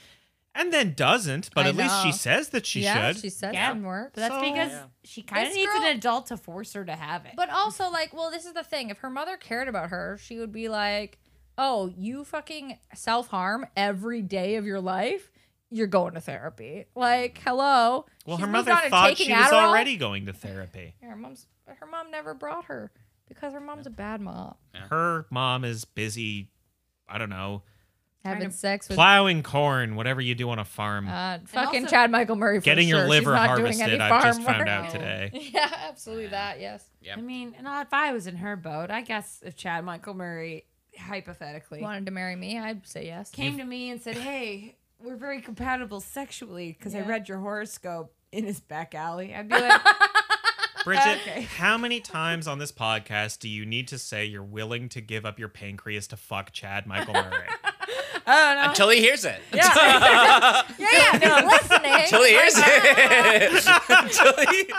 Speaker 5: and then doesn't but
Speaker 2: I
Speaker 5: at least
Speaker 2: know.
Speaker 5: she says that she
Speaker 2: yeah,
Speaker 5: should
Speaker 2: she said
Speaker 3: Yeah.
Speaker 2: some work.
Speaker 3: But that's
Speaker 5: So-
Speaker 3: because
Speaker 4: Yeah.
Speaker 3: she kind of
Speaker 2: This
Speaker 3: needs
Speaker 2: girl-
Speaker 3: an adult to force her to have it.
Speaker 2: But also, like, well, this is the thing. If her mother cared about her, she would be like, oh, you fucking self harm every day of your life. You're going to therapy. Like, hello.
Speaker 5: well
Speaker 2: She's
Speaker 5: her
Speaker 2: moved
Speaker 5: mother
Speaker 2: on and
Speaker 5: thought
Speaker 2: taking
Speaker 5: she was
Speaker 2: Adderall.
Speaker 5: already going to therapy
Speaker 2: Her mom's. Her mom never brought her because her mom's a bad mom.
Speaker 4: Yeah.
Speaker 5: her mom is busy i don't know
Speaker 2: Having
Speaker 3: to
Speaker 2: sex with
Speaker 5: plowing corn whatever you do on a farm
Speaker 2: Uh, fucking
Speaker 3: also-
Speaker 2: Chad Michael Murray. For
Speaker 5: getting
Speaker 2: sure.
Speaker 5: your
Speaker 2: She's
Speaker 5: liver
Speaker 2: not doing
Speaker 5: harvested
Speaker 2: any
Speaker 5: i've just
Speaker 2: farm
Speaker 5: found
Speaker 2: work.
Speaker 5: out today
Speaker 2: Yeah, absolutely that. Yes.
Speaker 4: Yep.
Speaker 3: I mean, and if I was in her boat, I guess if Chad Michael Murray, hypothetically,
Speaker 2: Wanted to marry me? I'd say yes.
Speaker 3: came to me and said, "Hey, we're very compatible sexually because I
Speaker 2: Yeah.
Speaker 3: read your horoscope in his back alley," I'd be like, "Oh,
Speaker 5: Bridget,
Speaker 3: Okay.
Speaker 5: how many times on this podcast do you need to say you're willing to give up your pancreas to fuck Chad Michael Murray?
Speaker 3: "I don't know."
Speaker 4: Until he hears it.
Speaker 2: Uh, yeah, yeah. No, listening.
Speaker 4: Until he hears it. Until he.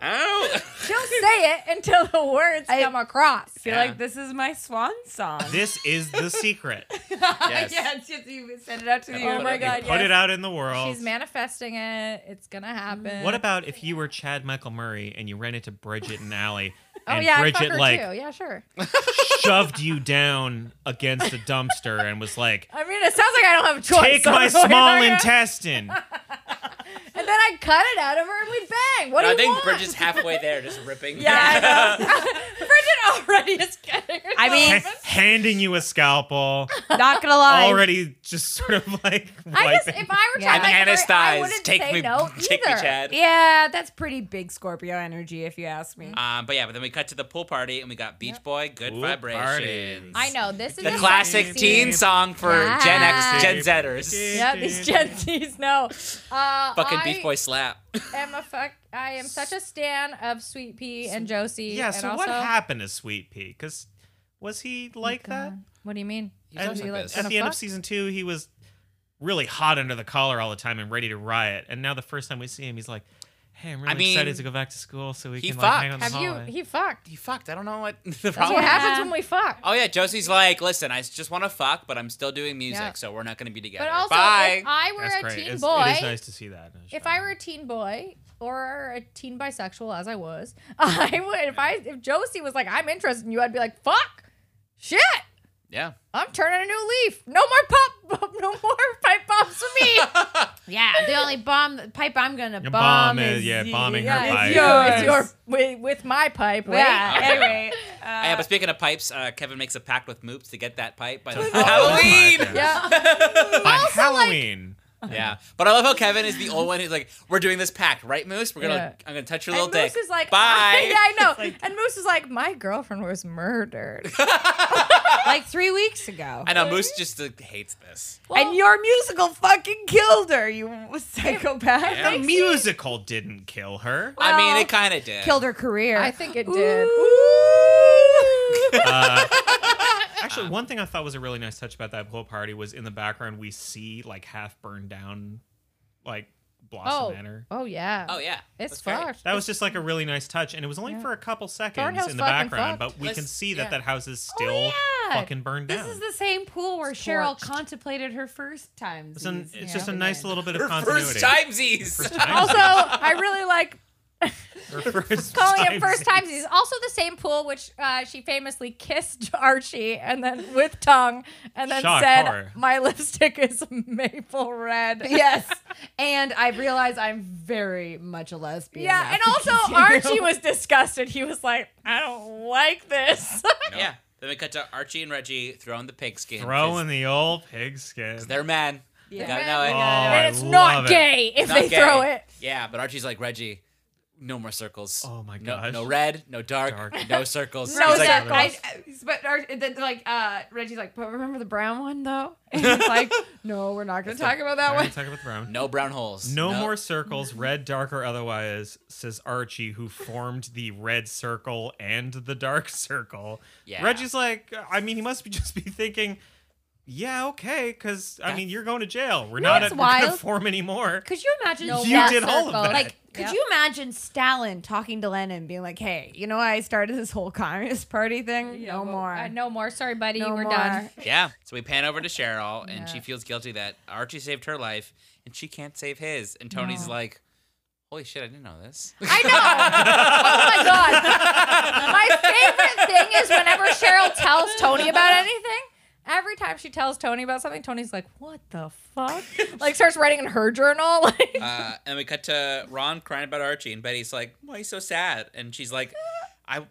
Speaker 4: Ow.
Speaker 2: She'll say it until the words
Speaker 3: I-
Speaker 2: come across.
Speaker 3: I feel
Speaker 4: Yeah.
Speaker 3: like this is my swan song.
Speaker 5: This is the secret.
Speaker 4: Yes.
Speaker 3: yeah, it's just you send it out to the
Speaker 4: Oh
Speaker 2: Oh
Speaker 3: universe.
Speaker 2: my
Speaker 4: You
Speaker 2: god!
Speaker 5: Put it
Speaker 2: Yes.
Speaker 5: out in the world.
Speaker 2: She's manifesting it. It's gonna happen.
Speaker 5: what about if you were Chad Michael Murray and you ran into Bridget and Allie
Speaker 2: Oh
Speaker 5: and
Speaker 2: yeah, I fuck
Speaker 5: Bridget
Speaker 2: her
Speaker 5: like
Speaker 2: too. Yeah, sure.
Speaker 5: shoved you down against a dumpster and was like,
Speaker 2: I mean, it sounds like I don't have a choice.
Speaker 5: Take
Speaker 2: so
Speaker 5: my
Speaker 2: I'm like,
Speaker 5: small
Speaker 2: okay.
Speaker 5: intestine.
Speaker 2: And then I cut it out of her and we bang. What
Speaker 4: No,
Speaker 2: do
Speaker 4: I
Speaker 2: you
Speaker 4: think
Speaker 2: want?
Speaker 4: Bridget's halfway there, just ripping.
Speaker 2: Yeah, I know. Bridget already is getting.
Speaker 3: I mean,
Speaker 5: Hey, handing you a scalpel,
Speaker 3: Not gonna lie.
Speaker 5: already just sort of like
Speaker 2: Um, I just,
Speaker 5: wiping.
Speaker 2: if I were
Speaker 3: Yeah.
Speaker 2: trying
Speaker 4: I'm
Speaker 2: to
Speaker 4: anesthetized. Take me,
Speaker 2: no
Speaker 4: take me,
Speaker 2: either.
Speaker 4: Chad.
Speaker 3: Yeah, that's pretty big Scorpio energy, if you ask me.
Speaker 5: Uh,
Speaker 4: Um, but yeah, but then we cut to the pool party and we got Beach Boy, Good
Speaker 5: Pool
Speaker 4: Vibrations.
Speaker 5: parties.
Speaker 2: I know this is
Speaker 4: The
Speaker 2: a
Speaker 4: classic
Speaker 2: sexy-
Speaker 4: teen song for Gen X, Gen
Speaker 5: Yeah.
Speaker 4: Zers.
Speaker 2: Yeah, these Gen Zs know. Uh,
Speaker 4: Fucking
Speaker 2: I
Speaker 4: Beach Boy slap.
Speaker 2: am a fuck. I am such a stan of Sweet Pea and Josie.
Speaker 5: yeah.
Speaker 2: and
Speaker 5: So
Speaker 2: also, Oh
Speaker 5: what happened to Sweet Pea? Because was he like that?
Speaker 2: God, What do you mean?
Speaker 4: He's always
Speaker 5: And-
Speaker 4: like this.
Speaker 5: At
Speaker 2: Gonna
Speaker 5: the end of
Speaker 2: fuck?
Speaker 5: season two, he was really hot under the collar all the time and ready to riot. And now the first time we see him, he's like, "Hey, I'm really
Speaker 4: mean,
Speaker 5: excited to go back to school, so we
Speaker 4: he
Speaker 5: can like, hang
Speaker 4: fucked.
Speaker 5: on the
Speaker 2: Have you?
Speaker 5: hallway."
Speaker 2: He fucked.
Speaker 4: He fucked. I don't know what the
Speaker 2: That's
Speaker 4: problem
Speaker 2: what
Speaker 3: Yeah.
Speaker 2: happens when we fuck.
Speaker 4: Oh yeah, Josie's like, listen, I just want to fuck, but I'm still doing music,
Speaker 2: Yeah.
Speaker 4: so we're not going to be together.
Speaker 2: But also, uh,
Speaker 4: Bye.
Speaker 2: if I were
Speaker 5: That's
Speaker 2: a
Speaker 5: great.
Speaker 2: teen
Speaker 5: It's-
Speaker 2: boy,
Speaker 5: it is nice to see that. in a
Speaker 2: if
Speaker 5: show.
Speaker 2: I were a teen boy or a teen bisexual, as I was, I would. If I, if Josie was like, I'm interested in you, I'd be like, fuck, shit.
Speaker 4: yeah.
Speaker 2: I'm turning a new leaf. No more pop, no more pipe bombs for me.
Speaker 3: Yeah, the only bomb pipe I'm gonna
Speaker 5: Your
Speaker 3: bomb,
Speaker 5: bomb is- yeah, bombing her
Speaker 3: it's
Speaker 5: pipe.
Speaker 3: yours.
Speaker 2: It's your with, with my pipe. Wait.
Speaker 3: Yeah. Anyway, uh,
Speaker 4: Oh, yeah, but speaking of pipes, uh, Kevin makes a pact with Moops to get that pipe by the
Speaker 5: Oh,
Speaker 4: Halloween.
Speaker 5: my God.
Speaker 2: Yeah.
Speaker 5: by
Speaker 2: also, like-
Speaker 5: Halloween.
Speaker 4: Yeah, but I love how Kevin is the old one who's like, "We're doing this pact, right, Moose? We're gonna,
Speaker 2: Yeah.
Speaker 4: I'm gonna touch your
Speaker 2: And
Speaker 4: little
Speaker 2: Moose
Speaker 4: dick.
Speaker 2: is like,
Speaker 4: Bye."
Speaker 2: yeah, I know. and Moose is like, my girlfriend was murdered.
Speaker 3: uh, like three weeks ago.
Speaker 4: I know Moose just uh, hates this.
Speaker 3: and your musical fucking killed her, you psychopath.
Speaker 4: Yeah.
Speaker 5: the musical didn't kill her.
Speaker 4: I mean,
Speaker 3: Well,
Speaker 4: it kind of did.
Speaker 3: Killed her career.
Speaker 2: I think it did.
Speaker 5: Uh, actually, one thing I thought was a really nice touch about that whole party was in the background we see like half burned down, like Blossom
Speaker 2: Oh.
Speaker 5: Manor.
Speaker 2: Oh yeah.
Speaker 4: Oh yeah,
Speaker 2: It's
Speaker 4: That's great.
Speaker 2: fucked.
Speaker 5: That was just like a really nice touch, and it was only for a couple seconds
Speaker 2: Thornhill's
Speaker 5: in the
Speaker 2: fucking
Speaker 5: background,
Speaker 2: fucked. Oh,
Speaker 5: but we
Speaker 4: Let's-
Speaker 5: can see that
Speaker 4: yeah.
Speaker 5: that house is still
Speaker 3: yeah.
Speaker 5: fucking burned
Speaker 3: This
Speaker 5: down.
Speaker 3: is the same pool where Cheryl
Speaker 2: Torched.
Speaker 3: contemplated her first time.
Speaker 5: it's an- it's
Speaker 2: Yeah.
Speaker 5: just a nice little bit of
Speaker 4: Her
Speaker 5: continuity.
Speaker 4: first timesies.
Speaker 5: First time.
Speaker 2: also, I really like
Speaker 5: Her first
Speaker 2: calling it
Speaker 5: time.
Speaker 2: first times. He's also the same pool which uh, she famously kissed Archie and then with tongue and then
Speaker 5: Shock,
Speaker 2: said,
Speaker 5: horror.
Speaker 2: "My lipstick is maple red."
Speaker 3: yes. And I realize I'm very much a lesbian.
Speaker 2: Yeah,
Speaker 3: now.
Speaker 2: and also Archie was disgusted. He was like, "I don't like this."
Speaker 5: Oh,
Speaker 4: yeah. Then we cut to Archie and Reggie throwing the pigskin. 'cause
Speaker 5: Throwing the old pigskin.
Speaker 4: They're men. You
Speaker 3: Yeah.
Speaker 4: gotta
Speaker 2: They're
Speaker 4: know it.
Speaker 2: men.
Speaker 5: Oh,
Speaker 2: and
Speaker 5: I
Speaker 2: it's not
Speaker 5: love it.
Speaker 2: gay if
Speaker 4: Not
Speaker 2: they
Speaker 4: gay.
Speaker 2: throw it.
Speaker 4: Yeah, but Archie's like Reggie. No more circles.
Speaker 5: Oh my
Speaker 4: No,
Speaker 5: gosh.
Speaker 4: no red, no dark,
Speaker 5: Dark.
Speaker 4: no circles.
Speaker 2: No
Speaker 4: He's like,
Speaker 2: circles.
Speaker 3: I, but our, then, like uh, Reggie's like, but remember the brown one though? And he's like, no, we're not gonna talk about that
Speaker 5: Sorry
Speaker 3: one.
Speaker 5: to talk about the brown.
Speaker 4: No brown holes.
Speaker 5: No, more circles, red, dark, or otherwise, says Archie, who formed the red circle and the dark circle.
Speaker 4: Yeah.
Speaker 5: Reggie's like, I mean, he must be just be thinking, yeah, okay, because I mean, you're going to jail. We're not
Speaker 3: it's
Speaker 5: at, we're gonna
Speaker 3: wild.
Speaker 5: form anymore.
Speaker 3: Could you imagine?
Speaker 2: No
Speaker 5: You
Speaker 2: black
Speaker 5: did all of
Speaker 2: circle.
Speaker 5: that.
Speaker 3: Like, could
Speaker 2: Yep.
Speaker 3: you imagine Stalin talking to Lenin, being like, "Hey, you know, why I started this whole communist party thing.
Speaker 2: Yeah,
Speaker 3: no
Speaker 2: well,
Speaker 3: more.
Speaker 2: uh, no more. Sorry, buddy.
Speaker 3: No
Speaker 2: we're
Speaker 3: more.
Speaker 2: done.
Speaker 4: Yeah. So we pan over to Cheryl, and she
Speaker 2: Yeah.
Speaker 4: feels guilty that Archie saved her life, and she can't save his. And Tony's like, "Holy shit, I didn't know this."
Speaker 2: I know. oh my god. Oh My favorite thing is whenever Cheryl tells Tony about anything. Every time she tells Tony about something, Tony's like, "What the fuck?" Like starts writing in her journal. Like,
Speaker 4: uh, and we cut to Ron crying about Archie, and Betty's like, "Why are you so sad?" And she's like, "I."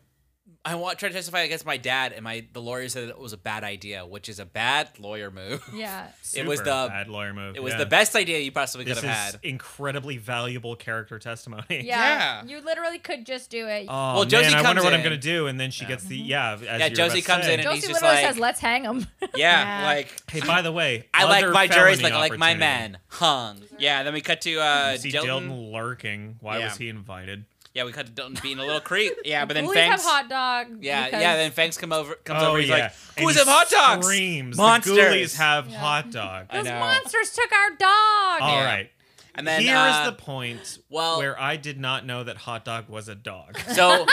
Speaker 4: I want try to testify against my dad, and my the lawyer said it was a bad idea, which is a bad lawyer move.
Speaker 2: yeah.
Speaker 4: It was
Speaker 5: Super
Speaker 4: the-
Speaker 5: bad lawyer move.
Speaker 4: It was
Speaker 5: yeah.
Speaker 4: the best idea you possibly could
Speaker 5: This is
Speaker 4: have had.
Speaker 5: incredibly valuable character testimony.
Speaker 2: yeah,
Speaker 4: Yeah.
Speaker 2: You literally could just do it.
Speaker 5: Oh,
Speaker 4: Well, Josie
Speaker 5: man, I wonder
Speaker 4: comes
Speaker 5: what
Speaker 4: in.
Speaker 5: I'm gonna do, and then she gets the
Speaker 2: Mm-hmm.
Speaker 5: yeah. As you were
Speaker 4: Josie
Speaker 5: about to
Speaker 4: comes
Speaker 5: say.
Speaker 4: in and- he's
Speaker 2: Josie
Speaker 4: just
Speaker 2: literally
Speaker 4: like-
Speaker 2: says, "Let's hang him."
Speaker 4: Yeah,
Speaker 3: Yeah.
Speaker 4: like
Speaker 5: Hey, by the way,
Speaker 4: I like
Speaker 5: other
Speaker 4: my jury's like
Speaker 5: felony
Speaker 4: like my
Speaker 5: opportunity.
Speaker 4: man hung. Yeah, then we cut to uh
Speaker 5: See
Speaker 4: Dilton.
Speaker 5: Dilton lurking. Why
Speaker 4: Yeah.
Speaker 5: was he invited?
Speaker 4: Yeah, we cut to Dilton being a little creep. Yeah, but then
Speaker 2: Police
Speaker 4: Fangs.
Speaker 2: have hot dog.
Speaker 4: yeah,
Speaker 2: because-
Speaker 4: yeah, then Fangs come over comes over. He's like,
Speaker 5: Oh, And
Speaker 4: "Who's
Speaker 5: he
Speaker 4: have hot dogs?
Speaker 5: Screams.
Speaker 4: Monsters."
Speaker 5: The ghoulies have hot dogs.
Speaker 4: I
Speaker 2: Those
Speaker 4: know.
Speaker 2: monsters took our dog.
Speaker 5: All
Speaker 4: Yeah.
Speaker 5: right.
Speaker 4: And then
Speaker 5: Here is
Speaker 4: uh,
Speaker 5: the point
Speaker 4: well-
Speaker 5: where I did not know that hot dog was a dog.
Speaker 4: so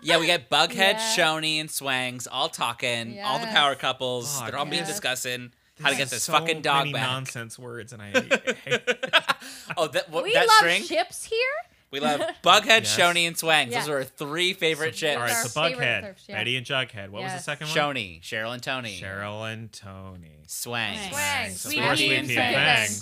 Speaker 4: yeah, we get Bughead,
Speaker 2: Yeah.
Speaker 4: Shoney, and Swangs all talking, all the power couples.
Speaker 5: Fuck,
Speaker 4: They're all being
Speaker 2: yes.
Speaker 4: discussing how to get
Speaker 5: There's
Speaker 4: this
Speaker 5: so
Speaker 4: fucking dog
Speaker 5: many
Speaker 4: back.
Speaker 5: nonsense words, and I hate, I hate-
Speaker 4: oh, that what,
Speaker 2: we
Speaker 4: that
Speaker 2: love
Speaker 4: string.
Speaker 2: chips here.
Speaker 4: We love Bughead,
Speaker 5: Yes.
Speaker 4: Shoney, and Swangs. Those
Speaker 2: Yeah.
Speaker 4: are our three favorite
Speaker 5: So-
Speaker 4: ships.
Speaker 5: All right,
Speaker 2: Our
Speaker 5: so
Speaker 2: favorite
Speaker 5: Bughead,
Speaker 2: thrift shop.
Speaker 5: Betty and Jughead. What was the
Speaker 2: Yes.
Speaker 5: second one?
Speaker 4: Shoney, Cheryl, and Tony.
Speaker 5: Cheryl and Tony.
Speaker 4: Swangs.
Speaker 2: Swangs.
Speaker 5: Of
Speaker 2: Sweet
Speaker 5: course,
Speaker 2: Pea
Speaker 5: Sweet
Speaker 2: and
Speaker 5: Pea
Speaker 2: Fangs.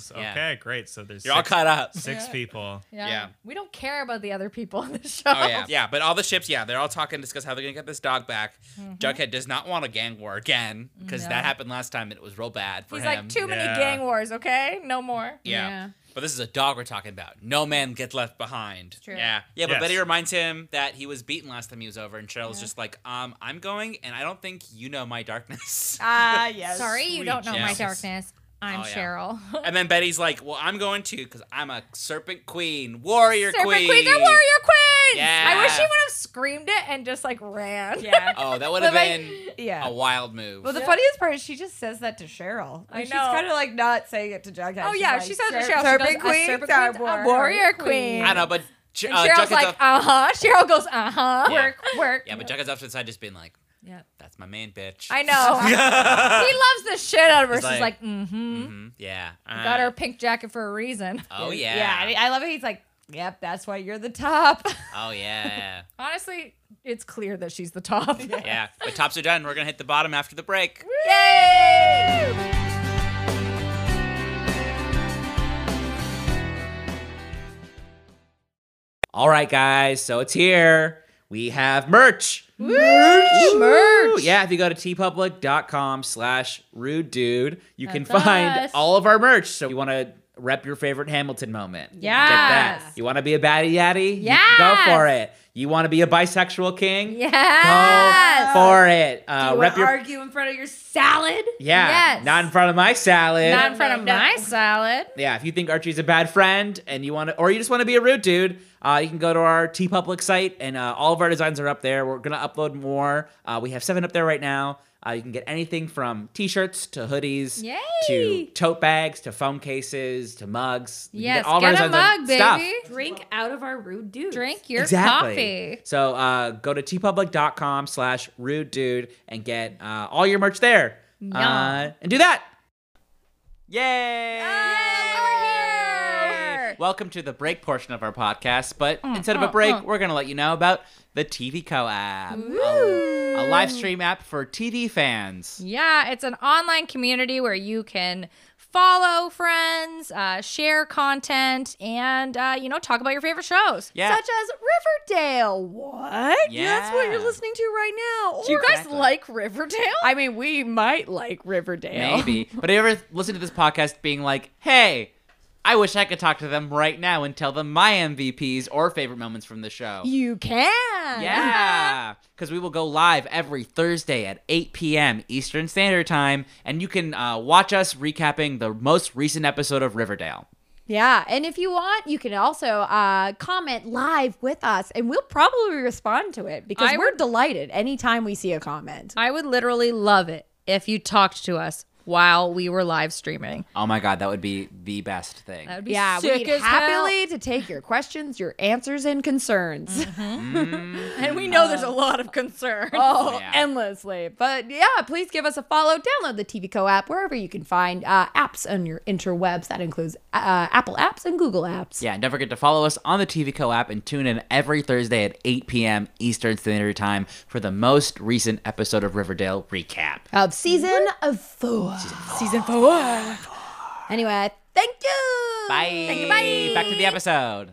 Speaker 5: Fangs.
Speaker 4: Yeah.
Speaker 5: Okay, great. So there's
Speaker 4: You're all
Speaker 5: six,
Speaker 4: caught up.
Speaker 5: six people.
Speaker 2: Yeah.
Speaker 4: Yeah.
Speaker 2: We don't care about the other people on the show.
Speaker 4: Oh yeah, yeah. But all the ships, yeah, they're all talking, discuss how they're gonna get this dog back. Jughead does not want a gang war again because
Speaker 2: Mm-hmm. No.
Speaker 4: that happened last time and it was real bad for
Speaker 2: He's
Speaker 4: him.
Speaker 2: like, too many
Speaker 5: Yeah.
Speaker 2: gang wars, okay? No more.
Speaker 4: Yeah.
Speaker 3: Yeah.
Speaker 4: But this is a dog we're talking about. No man gets left behind.
Speaker 2: true.
Speaker 4: Yeah. Yeah, but
Speaker 5: Yes.
Speaker 4: Betty reminds him that he was beaten last time he was over, and Cheryl's
Speaker 2: Yeah.
Speaker 4: just like, um, I'm going, and I don't think you know my darkness.
Speaker 3: Ah, yes.
Speaker 2: Sorry, you don't know my
Speaker 4: Jesus.
Speaker 2: darkness. I'm
Speaker 4: Oh, yeah.
Speaker 2: Cheryl.
Speaker 4: and then Betty's like, Well, I'm going too, because I'm a serpent queen, warrior
Speaker 2: Serpent
Speaker 4: queen.
Speaker 2: Queen. they're warrior queens. I wish
Speaker 4: Yeah.
Speaker 2: she would have screamed it and just like ran.
Speaker 3: Yeah.
Speaker 4: Oh, that would have
Speaker 3: But I-
Speaker 4: been
Speaker 3: yeah.
Speaker 4: a wild move.
Speaker 3: Well, the
Speaker 2: Yeah.
Speaker 3: funniest part is she just says that to Cheryl.
Speaker 2: I
Speaker 3: Like,
Speaker 2: know.
Speaker 3: She's kind of like not saying it to Jughead.
Speaker 2: Oh
Speaker 3: She's
Speaker 2: yeah,
Speaker 3: like,
Speaker 2: she says to
Speaker 3: "Ser-
Speaker 2: Cheryl,
Speaker 3: Serpent
Speaker 2: she goes,
Speaker 3: queen,
Speaker 2: a serpent
Speaker 3: to
Speaker 2: queen's a warrior queen.
Speaker 4: I know, but Ch-
Speaker 2: And
Speaker 4: uh,
Speaker 2: Cheryl's
Speaker 4: Jughead's
Speaker 2: like,
Speaker 4: off-
Speaker 2: uh huh. Cheryl goes, uh huh.
Speaker 4: Yeah.
Speaker 2: Work, work.
Speaker 4: yeah, but Jughead's off to the side just being like,
Speaker 2: Yeah.
Speaker 4: That's my man, bitch.
Speaker 2: I know. he loves the shit out of her.
Speaker 4: He's
Speaker 2: She's like,
Speaker 4: like,
Speaker 2: mm hmm.
Speaker 1: Mm-hmm.
Speaker 4: Mhm, Yeah. Uh,
Speaker 2: Got her pink jacket for a reason.
Speaker 1: Uh,
Speaker 4: Oh yeah.
Speaker 3: Yeah, I, mean, I love it. He's like, yep, that's why you're the top.
Speaker 4: oh yeah.
Speaker 2: Honestly, it's clear that she's the top.
Speaker 4: yeah. But tops are done. We're gonna hit the bottom after the break.
Speaker 2: Yay!
Speaker 1: All right, guys. So it's here. We have merch.
Speaker 2: Merch!
Speaker 1: Woo!
Speaker 2: Merch!
Speaker 1: Yeah, if you go to tpublic.com slash rude dude, you can
Speaker 2: That's
Speaker 1: find
Speaker 2: us.
Speaker 1: all of our merch. So you want to rep your favorite Hamilton moment. Get
Speaker 2: Yes.
Speaker 1: that. You want to be a baddie yaddy? You- Go
Speaker 2: Yes.
Speaker 1: for it. You want to be a bisexual king? Go
Speaker 2: Yes!
Speaker 1: for it. Uh,
Speaker 3: you
Speaker 1: rep
Speaker 3: wanna
Speaker 1: your,
Speaker 3: argue in front of your salad?
Speaker 1: yeah.
Speaker 2: Yes.
Speaker 1: Not in front of my salad.
Speaker 2: Not in front of
Speaker 3: No, no.
Speaker 2: my salad.
Speaker 1: yeah, if you think Archie's a bad friend and you want to, or you just want to be a rude dude, uh, you can go to our T Public site and uh, all of our designs are up there. We're gonna upload more. Uh, we have seven up there right now. Uh, you can get anything from T-shirts to hoodies
Speaker 2: Yay!
Speaker 1: to tote bags to phone cases to mugs. You can
Speaker 2: Yes, get a
Speaker 1: designs on
Speaker 2: mug,
Speaker 1: stuff.
Speaker 2: baby.
Speaker 6: Drink out of our rude dude.
Speaker 2: Drink your coffee.
Speaker 1: So uh, go to tpublic.com slash rude dude and get uh, all your merch there. Uh, and do that. Yay!
Speaker 2: Oh, Yay!
Speaker 1: Welcome to the break portion of our podcast, but instead of a
Speaker 2: mm,
Speaker 1: break,
Speaker 2: mm.
Speaker 1: we're going to let you know about the TVCo app, a, a live stream app for TV fans.
Speaker 2: Yeah, it's an online community where you can follow friends, uh, share content, and uh, you know talk about your favorite shows.
Speaker 1: Yeah.
Speaker 2: such as Riverdale. What?
Speaker 4: Yeah. That's what you're
Speaker 3: Listening to right now.
Speaker 2: Do you guys
Speaker 4: Exactly.
Speaker 2: like Riverdale?
Speaker 3: I mean, we might like Riverdale.
Speaker 1: Maybe. but have you ever listened to this podcast being like, hey, I wish I could talk to them right now and tell them my MVPs or favorite moments from the show.
Speaker 2: you can.
Speaker 1: Yeah, because we will go live every Thursday at 8 p.m. Eastern Standard Time, and you can uh, watch us recapping the most recent episode of Riverdale.
Speaker 6: Yeah, and if you want, you can also uh, comment live with us, and we'll probably respond to it because
Speaker 2: I
Speaker 6: we're
Speaker 2: would-
Speaker 6: delighted anytime we see a comment.
Speaker 2: I would literally love it if you talked to us while we were live streaming.
Speaker 1: Oh my God, that would be the best thing.
Speaker 2: That would be
Speaker 6: Yeah,
Speaker 2: sick
Speaker 6: we'd
Speaker 2: as hell.
Speaker 6: happily to take your questions, your answers, and concerns.
Speaker 2: And we know there's a lot of concern.
Speaker 6: Oh,
Speaker 1: Yeah.
Speaker 6: endlessly. But yeah, please give us a follow. Download the TVCo app wherever you can find uh, apps on your interwebs. That includes uh, Apple apps and Google apps.
Speaker 1: Yeah, don't forget to follow us on the TVCo app and tune in every Thursday at 8 p.m. Eastern Standard Time for the most recent episode of Riverdale recap.
Speaker 6: Of season of four.
Speaker 2: Season four.
Speaker 6: Anyway, thank you.
Speaker 1: Bye. bye. Back to the episode.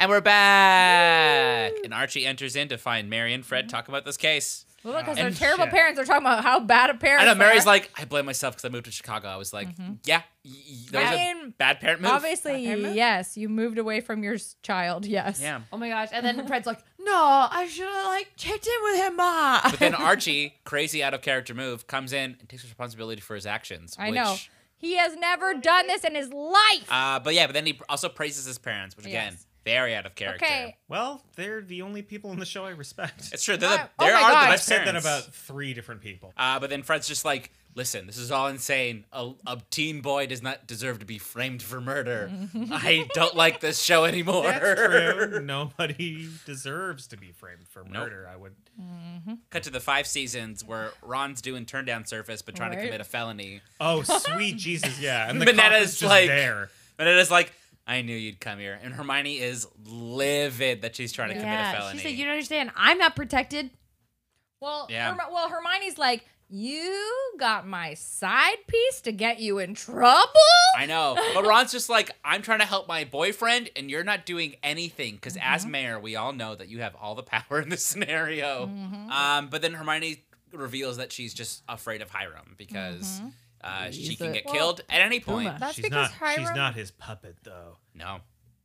Speaker 4: And we're back. And Archie enters in to find Mary and Fred talk about this case.
Speaker 2: Well, because they're
Speaker 4: And
Speaker 2: terrible
Speaker 5: shit.
Speaker 2: parents. They're talking about how bad a parent.
Speaker 4: I know Mary's like, I blame myself because I moved to Chicago. I was like,
Speaker 2: Mm-hmm.
Speaker 4: yeah, y- y- that was
Speaker 2: I
Speaker 4: a
Speaker 2: mean,
Speaker 4: bad parent move.
Speaker 2: obviously, yes, you moved away from your s- child. Yes.
Speaker 4: Yeah.
Speaker 3: Oh my gosh. And then Fred's like, no, I should have like checked in with him, Ma.
Speaker 4: But then Archie, crazy out of character move, comes in and takes responsibility for his actions.
Speaker 2: I
Speaker 4: which,
Speaker 2: know. He has never done this in his life.
Speaker 4: Uh, but yeah, but then he also praises his parents, which again,
Speaker 2: Yes.
Speaker 4: very out of character.
Speaker 2: okay.
Speaker 5: Well, they're the only people in the show I respect.
Speaker 4: It's true. They're the,
Speaker 2: Uh, oh
Speaker 4: there are
Speaker 2: my God.
Speaker 4: the
Speaker 5: I've
Speaker 4: best
Speaker 5: said that
Speaker 4: parents.
Speaker 5: about three different people.
Speaker 4: Uh, but then Fred's just like, listen, this is all insane. A, a teen boy does not deserve to be framed for murder. I don't like this show anymore.
Speaker 5: That's true. Nobody deserves to be framed for murder. I would.
Speaker 4: Cut to the five seasons where Ron's doing turn down surface but trying
Speaker 2: Right.
Speaker 4: to commit a felony.
Speaker 5: Oh, sweet Jesus, yeah. And the
Speaker 4: But
Speaker 5: cop
Speaker 4: that
Speaker 5: is
Speaker 4: is
Speaker 5: just
Speaker 4: like-
Speaker 5: there.
Speaker 4: Minetta's like, I knew you'd come here. And Hermione is livid that she's trying to commit a
Speaker 3: Yeah,
Speaker 4: felony.
Speaker 3: she said, "You don't understand. I'm not protected."
Speaker 2: Well,
Speaker 4: Yeah.
Speaker 2: Herm- well, Hermione's like, you got my side piece to get you in trouble.
Speaker 4: I know. But Ron's just like, I'm trying to help my boyfriend, and you're not doing anything. Because as mayor, we all know that you have all the power in this scenario. Um, but then Hermione reveals that she's just afraid of Hiram because uh, she
Speaker 6: He's
Speaker 4: can
Speaker 6: a-
Speaker 4: get
Speaker 2: Well,
Speaker 4: killed at any point.
Speaker 2: That's
Speaker 5: she's
Speaker 2: because
Speaker 5: not. She's
Speaker 2: Hiram-
Speaker 5: not his puppet though.
Speaker 4: No,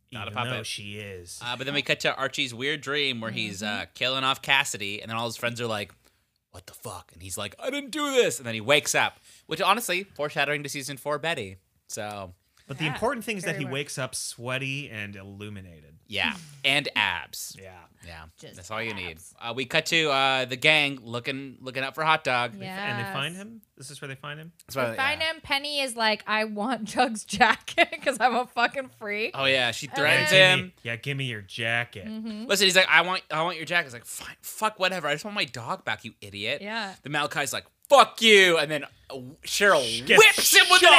Speaker 4: not
Speaker 5: even
Speaker 4: a
Speaker 5: Though
Speaker 4: puppet.
Speaker 5: she is.
Speaker 4: Uh, but then we cut to Archie's weird dream where he's uh, killing off Cassidy, and then all his friends are like, "What the fuck?" And he's like, "I didn't do this." And then he wakes up, which honestly foreshadowing to season four Betty. So
Speaker 5: but the important thing is that
Speaker 2: very
Speaker 5: he
Speaker 2: much.
Speaker 5: wakes up sweaty and illuminated.
Speaker 4: yeah, and abs.
Speaker 5: Yeah.
Speaker 4: Yeah,
Speaker 3: Just
Speaker 4: that's all you need.
Speaker 3: abs.
Speaker 4: Uh, we cut to uh, the gang looking looking up for hot dog.
Speaker 5: And they find him. This is where they find him.
Speaker 4: That's why-
Speaker 2: Find
Speaker 4: yeah.
Speaker 2: him. Penny is like, I want Jug's jacket because I'm a fucking freak.
Speaker 4: Oh yeah, she
Speaker 5: Yeah,
Speaker 4: threatens
Speaker 5: give me-
Speaker 4: him.
Speaker 5: yeah, give me your jacket.
Speaker 2: Mm-hmm.
Speaker 4: Listen, he's like, "I want, I want your jacket." He's like, Fine, "Fuck, whatever. I just want my dog back, you idiot."
Speaker 2: Yeah.
Speaker 4: The Malachi's like, "Fuck you," and then uh, Cheryl
Speaker 5: Gets
Speaker 4: whips him with an
Speaker 5: shot.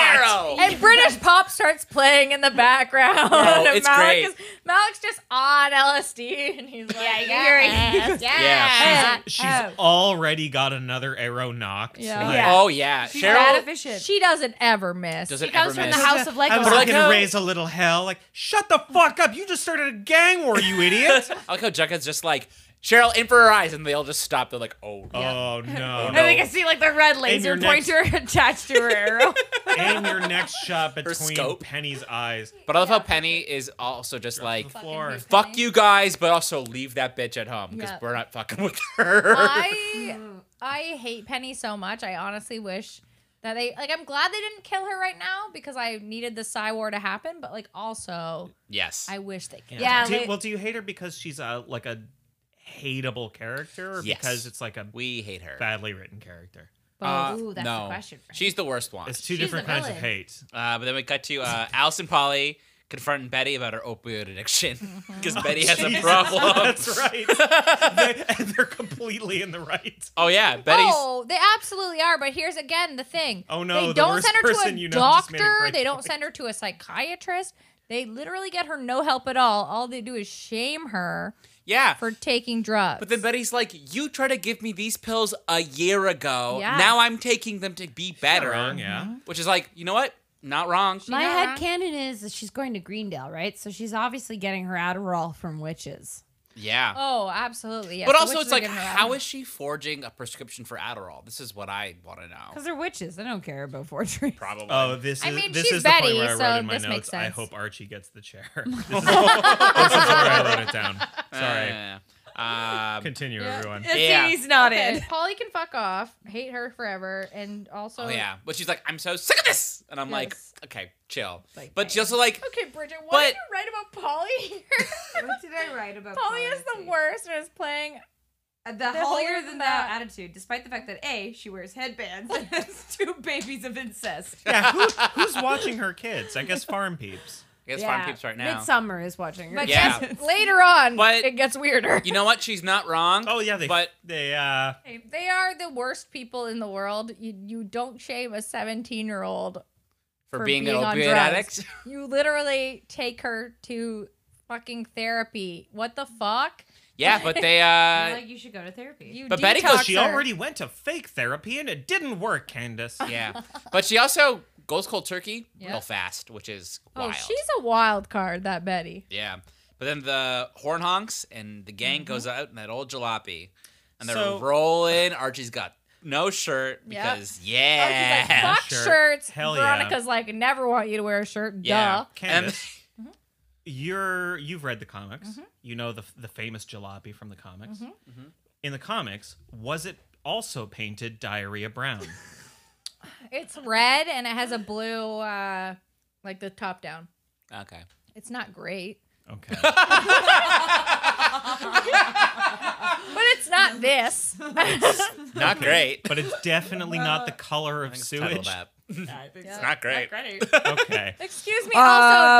Speaker 4: arrow.
Speaker 2: And British pop starts playing in the background.
Speaker 4: Bro,
Speaker 2: and
Speaker 4: it's
Speaker 2: Malik
Speaker 4: great.
Speaker 2: Is, Malik's just on LSD and he's like,
Speaker 3: yeah.
Speaker 2: yeah.
Speaker 4: Yeah.
Speaker 5: She's already got another arrow knocked.
Speaker 2: Yeah.
Speaker 5: Like,
Speaker 3: Yeah.
Speaker 4: Oh yeah,
Speaker 3: that
Speaker 4: Cheryl.
Speaker 3: efficient.
Speaker 2: She doesn't ever miss.
Speaker 4: Doesn't
Speaker 3: comes
Speaker 4: ever
Speaker 3: from
Speaker 4: miss.
Speaker 3: the house of
Speaker 5: I
Speaker 3: Legos.
Speaker 5: was
Speaker 4: But like
Speaker 5: gonna
Speaker 4: how-
Speaker 5: raise a little hell. Like, shut the fuck up! You just started a gang war, you idiot!
Speaker 4: I like how Jughead's just like Cheryl in for her eyes, and they all just stop. They're like, oh,
Speaker 5: Oh no!
Speaker 4: no.
Speaker 3: I think I see like the red laser
Speaker 5: your next-
Speaker 3: pointer attached to her arrow.
Speaker 5: Aim your next shot between
Speaker 4: scope.
Speaker 5: Penny's eyes.
Speaker 4: But I love how Penny is also just like,
Speaker 5: the floor.
Speaker 4: fuck you guys, but also leave that bitch at home because
Speaker 2: Yeah.
Speaker 4: we're not fucking with her.
Speaker 2: I I hate Penny so much. I honestly wish that they like. I'm glad they didn't kill her right now because I needed the Psy War to happen. But like, also,
Speaker 4: yes.
Speaker 2: I wish they killed.
Speaker 3: Yeah,
Speaker 2: her.
Speaker 5: Do
Speaker 3: like-
Speaker 5: you, well, do you hate her because she's a like a hateable character, or
Speaker 4: Yes.
Speaker 5: because it's like a
Speaker 4: we hate her.
Speaker 5: badly written character?
Speaker 2: Oh,
Speaker 4: Uh,
Speaker 3: Ooh, that's the
Speaker 4: no.
Speaker 3: question, right?
Speaker 4: She's the worst one.
Speaker 5: It's two
Speaker 3: She's
Speaker 5: different
Speaker 3: the
Speaker 5: kinds of
Speaker 3: villain.
Speaker 5: hate.
Speaker 4: Uh, but then we cut to uh, Alice and Polly confronting Betty about her opioid addiction because Betty has a
Speaker 5: Jesus.
Speaker 4: problem.
Speaker 5: That's right. they, and they're completely in the right.
Speaker 4: oh, yeah. Betty's.
Speaker 2: oh, they absolutely are. But here's again the thing.
Speaker 5: Oh, no,
Speaker 2: they
Speaker 5: the
Speaker 2: don't
Speaker 5: worst
Speaker 2: send her to a
Speaker 5: person you know just made a
Speaker 2: doctor.
Speaker 5: great
Speaker 2: They don't
Speaker 5: point.
Speaker 2: send her to a psychiatrist. They literally get her no help at all. All they do is shame her
Speaker 4: Yeah.
Speaker 2: for taking drugs.
Speaker 4: But then Betty's like, "You tried to give me these pills a year ago.
Speaker 2: Yeah.
Speaker 4: Now I'm taking them to be better."
Speaker 5: wrong, yeah.
Speaker 4: Which is like, you know what? Not wrong.
Speaker 3: My
Speaker 2: Yeah.
Speaker 3: head canon is that she's going to Greendale, right? So she's obviously getting her Adderall from witches.
Speaker 4: yeah.
Speaker 2: oh, absolutely. Yes.
Speaker 4: but
Speaker 2: The
Speaker 4: also,
Speaker 2: witches
Speaker 4: it's
Speaker 2: are
Speaker 4: like,
Speaker 2: giving her
Speaker 4: how
Speaker 2: Adderall.
Speaker 4: is she forging a prescription for Adderall? This is what I want to know.
Speaker 3: Because they're witches. They don't care about forgeries.
Speaker 4: Probably.
Speaker 5: Oh, this is
Speaker 2: I mean,
Speaker 5: this
Speaker 2: she's
Speaker 5: is the point
Speaker 2: Betty,
Speaker 5: where I wrote
Speaker 2: so
Speaker 5: in my
Speaker 2: this
Speaker 5: notes.
Speaker 2: makes
Speaker 5: I
Speaker 2: sense.
Speaker 5: hope Archie gets the chair. this, is, this is where I wrote it down. Sorry.
Speaker 4: Yeah. Um,
Speaker 5: Continue, everyone.
Speaker 4: Yeah.
Speaker 3: He's not
Speaker 2: Okay,
Speaker 3: in.
Speaker 2: Polly can fuck off. Hate her forever. And also,
Speaker 4: oh yeah, but she's like, I'm so sick of this, and I'm like,
Speaker 2: Yes.
Speaker 4: okay, chill.
Speaker 3: Like,
Speaker 4: but she also like,
Speaker 2: Okay, Bridget, what
Speaker 4: But-
Speaker 2: did you write about Polly here?
Speaker 3: What did I write about
Speaker 2: Polly is the worst and is playing.
Speaker 3: The
Speaker 2: holier than thou
Speaker 3: attitude, despite the fact that A, she wears headbands and has two babies of incest.
Speaker 5: Yeah, who, who's watching her kids? I guess farm peeps.
Speaker 4: I guess farm peeps right now.
Speaker 3: Midsummer is watching her.
Speaker 2: But
Speaker 4: Yeah.
Speaker 2: yes, later on,
Speaker 4: But-
Speaker 2: it gets weirder.
Speaker 4: you know what? She's not wrong.
Speaker 5: Oh yeah, they
Speaker 4: But
Speaker 5: they uh
Speaker 2: they are the worst people in the world. You, you don't shame a 17 year old
Speaker 4: for, being, an
Speaker 2: on
Speaker 4: opiate
Speaker 2: drugs.
Speaker 4: addict.
Speaker 2: You literally take her to fucking therapy. What the fuck?
Speaker 4: yeah, but they. uh
Speaker 3: you should go to therapy.
Speaker 2: You
Speaker 4: But Betty
Speaker 2: detox
Speaker 4: goes,
Speaker 5: she
Speaker 2: her.
Speaker 5: already went to fake therapy and it didn't work, Candace.
Speaker 4: Yeah, but she also goes cold turkey real
Speaker 2: Yeah.
Speaker 4: fast, which is
Speaker 2: Oh,
Speaker 4: wild.
Speaker 2: she's a wild card, that Betty.
Speaker 4: Yeah. But then the horn honks and the gang
Speaker 2: Mm-hmm.
Speaker 4: goes out in that old jalopy. And they're
Speaker 5: So-
Speaker 4: rolling. Archie's got no shirt
Speaker 2: Yeah.
Speaker 4: because
Speaker 2: Oh, she's
Speaker 4: yeah.
Speaker 2: like, fuck
Speaker 5: Shirt.
Speaker 2: shirts.
Speaker 5: Hell yeah.
Speaker 2: Veronica's like, never want you to wear a shirt.
Speaker 4: yeah.
Speaker 2: Duh.
Speaker 4: And-
Speaker 5: Candace,
Speaker 2: Mm-hmm.
Speaker 5: you're you've read the comics. You know the the famous jalopy from the comics.
Speaker 2: Mm-hmm.
Speaker 5: In the comics, was it also painted diarrhea brown?
Speaker 2: It's red and it has a blue, uh, like the top down.
Speaker 4: okay.
Speaker 2: It's not great,
Speaker 5: Okay.
Speaker 2: but it's not this.
Speaker 4: Not great.
Speaker 5: But it's definitely not the color of sewage.
Speaker 4: It's not great.
Speaker 5: Okay.
Speaker 2: Excuse me.
Speaker 3: Uh,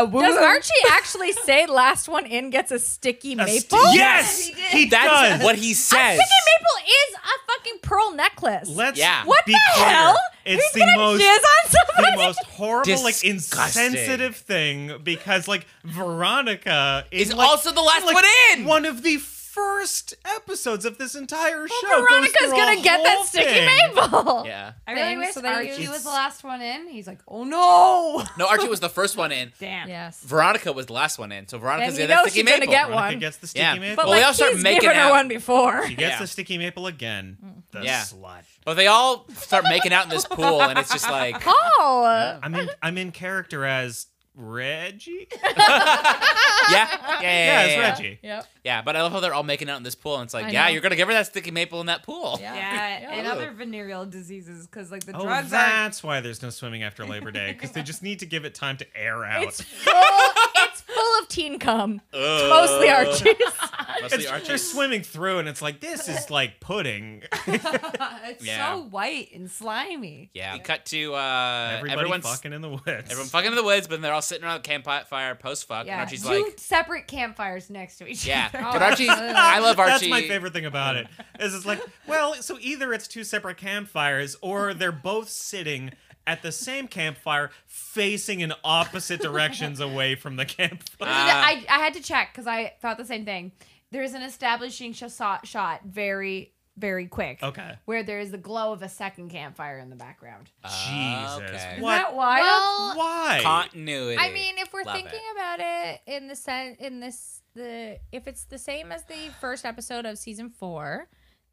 Speaker 2: Also,
Speaker 3: woo.
Speaker 2: does Archie actually say last one in gets a sticky maple?
Speaker 5: yes, he,
Speaker 4: That's
Speaker 5: does.
Speaker 4: what he says.
Speaker 2: Sticky maple is a fucking pearl necklace.
Speaker 5: Let's
Speaker 4: Yeah.
Speaker 2: What
Speaker 5: be
Speaker 2: the
Speaker 5: clear.
Speaker 2: hell?
Speaker 5: It's
Speaker 2: He's
Speaker 5: the
Speaker 2: gonna
Speaker 5: most
Speaker 2: jizz on
Speaker 5: the
Speaker 2: somebody.
Speaker 5: most horrible, like
Speaker 4: Disgusting.
Speaker 5: insensitive thing because like Veronica is,
Speaker 4: Is
Speaker 5: like-
Speaker 4: also the last
Speaker 5: like,
Speaker 4: one in!
Speaker 5: One of the first episodes of this entire show. goes
Speaker 2: Veronica's
Speaker 5: through a
Speaker 2: gonna get that
Speaker 5: whole
Speaker 2: sticky
Speaker 5: thing.
Speaker 2: maple.
Speaker 4: Yeah.
Speaker 3: I really
Speaker 2: thing
Speaker 3: wish
Speaker 2: so that you-
Speaker 3: Archie
Speaker 2: It's-
Speaker 3: was the last one in. He's like, oh no.
Speaker 4: No, Archie was the first one in.
Speaker 3: Damn.
Speaker 2: Yes.
Speaker 4: Veronica was the last one in, so Veronica's
Speaker 2: Then you
Speaker 4: gonna
Speaker 2: know
Speaker 4: sticky
Speaker 2: she's gonna
Speaker 4: maple.
Speaker 2: get
Speaker 5: Veronica
Speaker 2: one.
Speaker 5: gets the sticky
Speaker 4: Yeah.
Speaker 5: maple.
Speaker 2: But
Speaker 4: Well, they
Speaker 2: like
Speaker 4: all start
Speaker 2: he's
Speaker 4: making
Speaker 2: given her
Speaker 4: out.
Speaker 2: one before.
Speaker 5: she gets
Speaker 4: Yeah.
Speaker 5: the sticky maple again.
Speaker 2: Mm.
Speaker 5: The
Speaker 4: Yeah.
Speaker 5: slut.
Speaker 4: But they all start making out in this pool, and it's just like
Speaker 2: Oh,
Speaker 5: I'm in. I'm in character as Reggie.
Speaker 4: yeah, yeah, yeah,
Speaker 5: Yeah,
Speaker 4: yeah,
Speaker 5: it's
Speaker 4: yeah.
Speaker 5: Reggie.
Speaker 2: yep.
Speaker 4: Yeah, but I love how they're all making out in this pool, and it's like,
Speaker 2: I
Speaker 4: yeah,
Speaker 2: know.
Speaker 4: you're gonna give her that sticky maple in that pool.
Speaker 2: Yeah.
Speaker 3: Yeah,
Speaker 2: Yeah.
Speaker 3: and
Speaker 4: Ew.
Speaker 3: other venereal diseases because like the
Speaker 5: Oh,
Speaker 3: drugs aren't.
Speaker 5: that's why there's no swimming after Labor Day because they just need to give it time to air out.
Speaker 2: It's full. it's full of teen cum. Mostly Archie's.
Speaker 4: Mostly Archie.
Speaker 5: It's-
Speaker 4: Uh,
Speaker 5: they're swimming through, and it's like this is like pudding.
Speaker 3: it's
Speaker 4: Yeah.
Speaker 3: so white and slimy.
Speaker 4: Yeah, we cut to uh,
Speaker 5: Everybody
Speaker 4: everyone's
Speaker 5: fucking in the woods.
Speaker 4: everyone fucking in the woods, but they're all sitting around the campfire post fuck, and
Speaker 3: Yeah,
Speaker 4: Archie's
Speaker 3: two
Speaker 4: like,
Speaker 3: separate campfires next to each
Speaker 4: yeah,
Speaker 3: other. Oh,
Speaker 4: but Archie, I love Archie.
Speaker 5: That's my favorite thing about it. Is it's like, well, so either it's two separate campfires, or they're both sitting at the same campfire, facing in opposite directions away from the campfire.
Speaker 3: There's an- I, I had to check because I thought the same thing. There's an establishing sh- shot, shot very, very quick.
Speaker 5: Okay.
Speaker 3: Where there is the glow of a second campfire in the background.
Speaker 4: Ah,
Speaker 5: Jesus,
Speaker 4: okay.
Speaker 3: Isn't that
Speaker 5: what?
Speaker 3: wild?
Speaker 2: Well,
Speaker 5: Why?
Speaker 4: Continuity.
Speaker 2: I mean, if we're
Speaker 4: Love
Speaker 2: thinking about it in the sen- in this the if it's the same as the first episode of season four,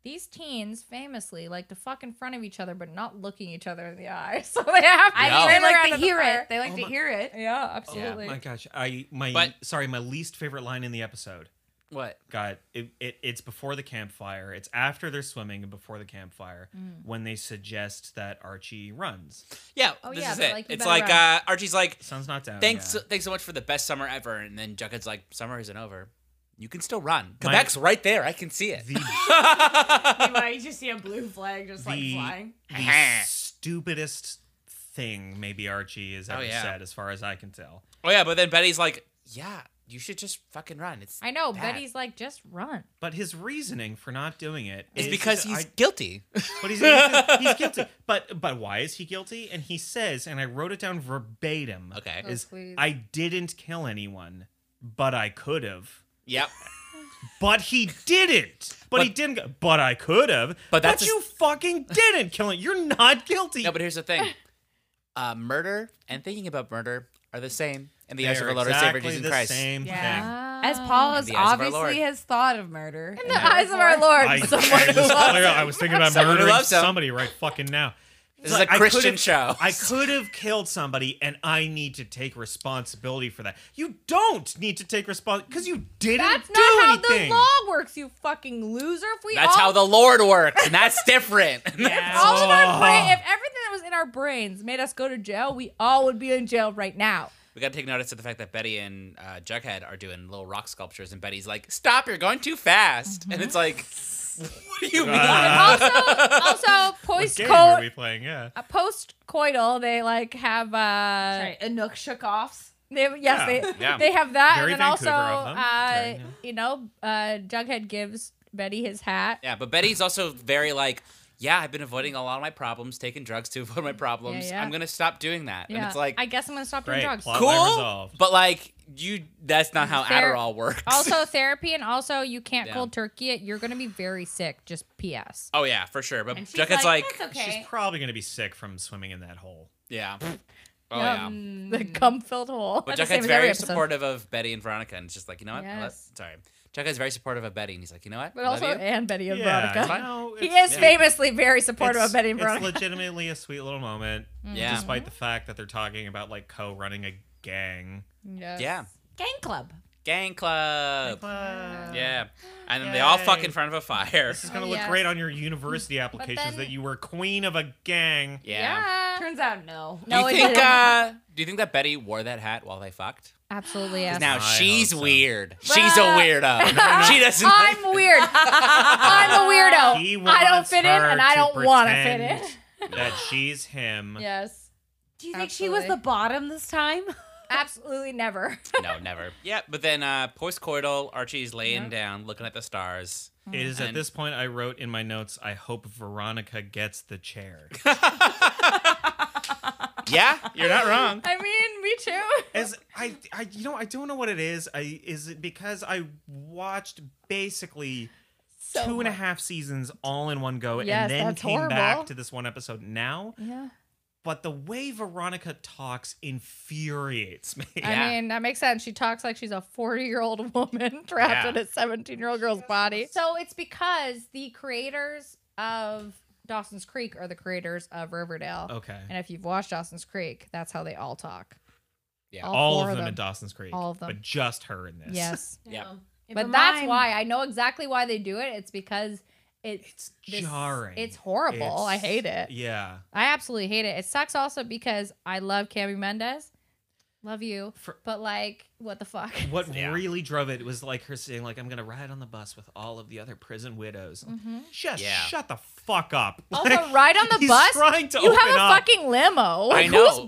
Speaker 2: these teens famously like to fuck in front of each other but not looking each other in the eye, so they have to
Speaker 4: Yeah.
Speaker 3: I
Speaker 4: Oh.
Speaker 3: mean,
Speaker 2: turn
Speaker 3: they
Speaker 2: around
Speaker 3: like to
Speaker 2: at the
Speaker 3: hear
Speaker 2: fire.
Speaker 3: it. They like to hear it.
Speaker 2: Yeah, absolutely.
Speaker 5: Oh, My gosh, I my
Speaker 4: But-
Speaker 5: sorry, my least favorite line in the episode
Speaker 4: what?
Speaker 5: got it, it. It's before the campfire. It's after they're swimming and before the campfire when they suggest that Archie runs.
Speaker 4: Yeah,
Speaker 2: Oh,
Speaker 4: this
Speaker 2: yeah,
Speaker 4: is
Speaker 2: they're
Speaker 4: it.
Speaker 2: like, you
Speaker 4: it's
Speaker 2: better
Speaker 4: like uh,
Speaker 2: run.
Speaker 4: Archie's like,
Speaker 5: Sun's not down.
Speaker 4: thanks,
Speaker 5: Oh, yeah.
Speaker 4: thanks so much for the best summer ever, and then Jughead's like, summer isn't over. You can still run.
Speaker 5: My-
Speaker 4: Quebec's right there. I can see it. Oh,
Speaker 5: The-
Speaker 3: Meanwhile, you just see a blue flag just
Speaker 5: The- the stupidest thing maybe Archie has
Speaker 4: Oh,
Speaker 5: ever
Speaker 4: yeah.
Speaker 5: said, as far as I can tell.
Speaker 4: oh yeah, but then Betty's like, yeah, you should just fucking run. It's
Speaker 2: I know.
Speaker 4: bad."
Speaker 2: Betty's like, just run.
Speaker 5: But his reasoning for not doing it
Speaker 4: It's
Speaker 5: is
Speaker 4: because he's
Speaker 5: I-
Speaker 4: guilty.
Speaker 5: but he's, he's, he's guilty. But but why is he guilty? And he says, and I wrote it down verbatim.
Speaker 4: Okay. Oh,
Speaker 5: is
Speaker 2: please.
Speaker 5: I didn't kill anyone, but I could have.
Speaker 4: yep.
Speaker 5: But he didn't. But, he didn't. go- But I could have.
Speaker 4: But that's a-
Speaker 5: you fucking didn't kill him. You're not guilty.
Speaker 4: No, but here's the thing: uh, murder and thinking about murder are the same in the eyes of
Speaker 5: They're
Speaker 4: our Lord
Speaker 5: exactly
Speaker 4: and Savior Jesus
Speaker 5: the
Speaker 4: Christ.
Speaker 5: Same thing.
Speaker 2: Uh,
Speaker 3: As Paul
Speaker 4: In
Speaker 3: has
Speaker 4: the eyes of our Lord.
Speaker 3: obviously has thought of murder.
Speaker 2: In the eyes of our Lord,
Speaker 5: I,
Speaker 2: someone
Speaker 5: I
Speaker 2: who
Speaker 5: was
Speaker 2: loves
Speaker 5: clear- I was thinking about
Speaker 4: Someone who
Speaker 5: murdering
Speaker 4: loves him.
Speaker 5: somebody right fucking now.
Speaker 4: This is a
Speaker 5: I could've-
Speaker 4: Christian show.
Speaker 5: I could have killed somebody, and I need to take responsibility for that. You don't need to take responsibility because you didn't
Speaker 2: That's
Speaker 5: do
Speaker 2: not how
Speaker 5: anything.
Speaker 2: the law works, you fucking loser. If we
Speaker 4: That's
Speaker 2: all,
Speaker 4: how the Lord works, and that's different.
Speaker 2: if all of our brain,
Speaker 5: Oh.
Speaker 2: if everything that was in our brains made us go to jail, we all would be in jail right now.
Speaker 4: we got to take notice of the fact that Betty and uh, Jughead are doing little rock sculptures, and Betty's like, "Stop! You're going too fast!" And it's like, "What do you mean?"
Speaker 5: Ah.
Speaker 2: Also, also
Speaker 5: What
Speaker 2: post
Speaker 5: game are we
Speaker 2: co-
Speaker 5: playing? Yeah.
Speaker 2: post coital, they like have uh,
Speaker 3: Sorry, Anook shook offs.
Speaker 2: They have, yes,
Speaker 5: Yeah.
Speaker 2: they
Speaker 4: Yeah.
Speaker 2: they have that,
Speaker 5: Very
Speaker 2: and then
Speaker 5: Vancouver of
Speaker 2: also,
Speaker 5: them.
Speaker 2: uh,
Speaker 5: Very, yeah.
Speaker 2: you know, uh, Jughead gives Betty his hat.
Speaker 4: Yeah, but Betty's also very like, "Yeah, I've been avoiding a lot of my problems, taking drugs to avoid my problems.
Speaker 2: yeah.
Speaker 4: I'm gonna stop doing that." And
Speaker 2: Yeah.
Speaker 4: it's like,
Speaker 2: I guess I'm gonna stop doing
Speaker 5: Great,
Speaker 2: drugs.
Speaker 5: plot line
Speaker 4: "Cool,"
Speaker 5: resolved.
Speaker 4: but like, you that's not how
Speaker 2: Mm, Fair.
Speaker 4: Adderall works.
Speaker 2: also therapy, and also you can't
Speaker 4: Yeah.
Speaker 2: cold turkey it. You're gonna be very sick. Just P.S.
Speaker 4: Oh yeah, for sure. But
Speaker 3: And she's
Speaker 4: Jughead's like,
Speaker 3: like, "That's okay."
Speaker 5: She's probably gonna be sick from swimming in that hole.
Speaker 4: yeah. Oh yeah.
Speaker 2: the cum filled hole.
Speaker 4: But
Speaker 2: That's the
Speaker 4: Jughead's
Speaker 2: same as every
Speaker 4: very
Speaker 2: episode.
Speaker 4: supportive of Betty and Veronica, and it's just like, you know what? Well,
Speaker 2: Yes.
Speaker 4: Sorry, Jughead's very supportive of Betty, and he's like, you know what?
Speaker 2: But
Speaker 4: Love
Speaker 2: also,
Speaker 4: you.
Speaker 2: and Betty and
Speaker 5: yeah,
Speaker 2: Veronica.
Speaker 5: you know,
Speaker 2: He
Speaker 5: it's-
Speaker 2: is famously very supportive of
Speaker 5: it's-
Speaker 2: Betty and
Speaker 5: It's
Speaker 2: Veronica. Mm.
Speaker 5: legitimately a sweet little moment,
Speaker 4: yeah,
Speaker 5: despite the fact that they're talking about like co-running a gang.
Speaker 4: yeah,
Speaker 3: Gang club.
Speaker 4: gang club.
Speaker 5: But
Speaker 4: Uh, Yeah, and then they all
Speaker 5: Yay.
Speaker 4: fuck in front of a fire.
Speaker 5: This is gonna
Speaker 2: Oh,
Speaker 5: look
Speaker 2: yes.
Speaker 5: great on your university applications
Speaker 2: then-
Speaker 5: that you were queen of a gang.
Speaker 4: Yeah.
Speaker 3: Turns out no.
Speaker 4: Do you
Speaker 2: No, it
Speaker 4: think?
Speaker 2: didn't.
Speaker 4: Uh, do you think that Betty wore that hat while they fucked?
Speaker 2: Absolutely, yes.
Speaker 4: Now
Speaker 5: I
Speaker 4: she's
Speaker 5: hope so.
Speaker 4: weird. She's a weirdo. she doesn't.
Speaker 2: I'm weird. I'm a weirdo.
Speaker 5: He
Speaker 2: Oh, I don't
Speaker 5: wants
Speaker 2: fit in, and
Speaker 5: her
Speaker 2: I
Speaker 5: to
Speaker 2: don't want to fit in.
Speaker 5: pretend That she's him.
Speaker 2: Yes.
Speaker 3: Do you
Speaker 2: Absolutely.
Speaker 3: bottom this time?
Speaker 2: Absolutely never.
Speaker 4: no, never. Yeah, but then uh, post coital, Archie's laying down, looking at the stars.
Speaker 5: It is at
Speaker 4: And-
Speaker 5: this point I wrote in my notes, I hope Veronica gets the chair.
Speaker 4: Yeah, you're not wrong.
Speaker 2: I mean, me too.
Speaker 5: As I, I you know, I don't know what it is. I is it because I watched basically two and a half seasons all in one go
Speaker 2: Yes,
Speaker 5: and then
Speaker 2: that's
Speaker 5: came back
Speaker 2: horrible.
Speaker 5: to this one episode now.
Speaker 2: Yeah.
Speaker 5: But the way Veronica talks infuriates me.
Speaker 4: Yeah.
Speaker 2: I mean, that makes sense. She talks like she's a 40 year old woman trapped
Speaker 5: Yeah.
Speaker 2: in a 17 year old girl's body. So it's because the creators of Dawson's Creek are the creators of Riverdale.
Speaker 5: Okay.
Speaker 2: And if you've watched Dawson's Creek, that's how they all talk.
Speaker 4: Yeah.
Speaker 5: all
Speaker 2: four
Speaker 5: of them, in Dawson's Creek.
Speaker 2: All of them.
Speaker 5: But just her in this.
Speaker 2: Yes.
Speaker 4: Yeah.
Speaker 2: but that's why I know exactly why they do it. It's because it's,
Speaker 5: It's
Speaker 2: this-
Speaker 5: jarring.
Speaker 2: It's horrible. I
Speaker 5: It's-
Speaker 2: hate it.
Speaker 5: Yeah.
Speaker 2: I absolutely hate it. It sucks also because I love Cami Mendez. Love you.
Speaker 5: For-
Speaker 2: but like, what the fuck?
Speaker 5: What
Speaker 4: Yeah.
Speaker 5: really drove it was like her saying, like, I'm gonna ride on the bus with all of the other prison widows. Just
Speaker 4: Yeah.
Speaker 5: shut the fuck up.
Speaker 2: Also,
Speaker 5: Like,
Speaker 2: ride on Mm-hmm. the
Speaker 5: he's
Speaker 2: bus.
Speaker 5: trying to
Speaker 2: you
Speaker 5: open
Speaker 2: have a
Speaker 5: up.
Speaker 2: fucking limo. Like,
Speaker 4: know.
Speaker 2: Whose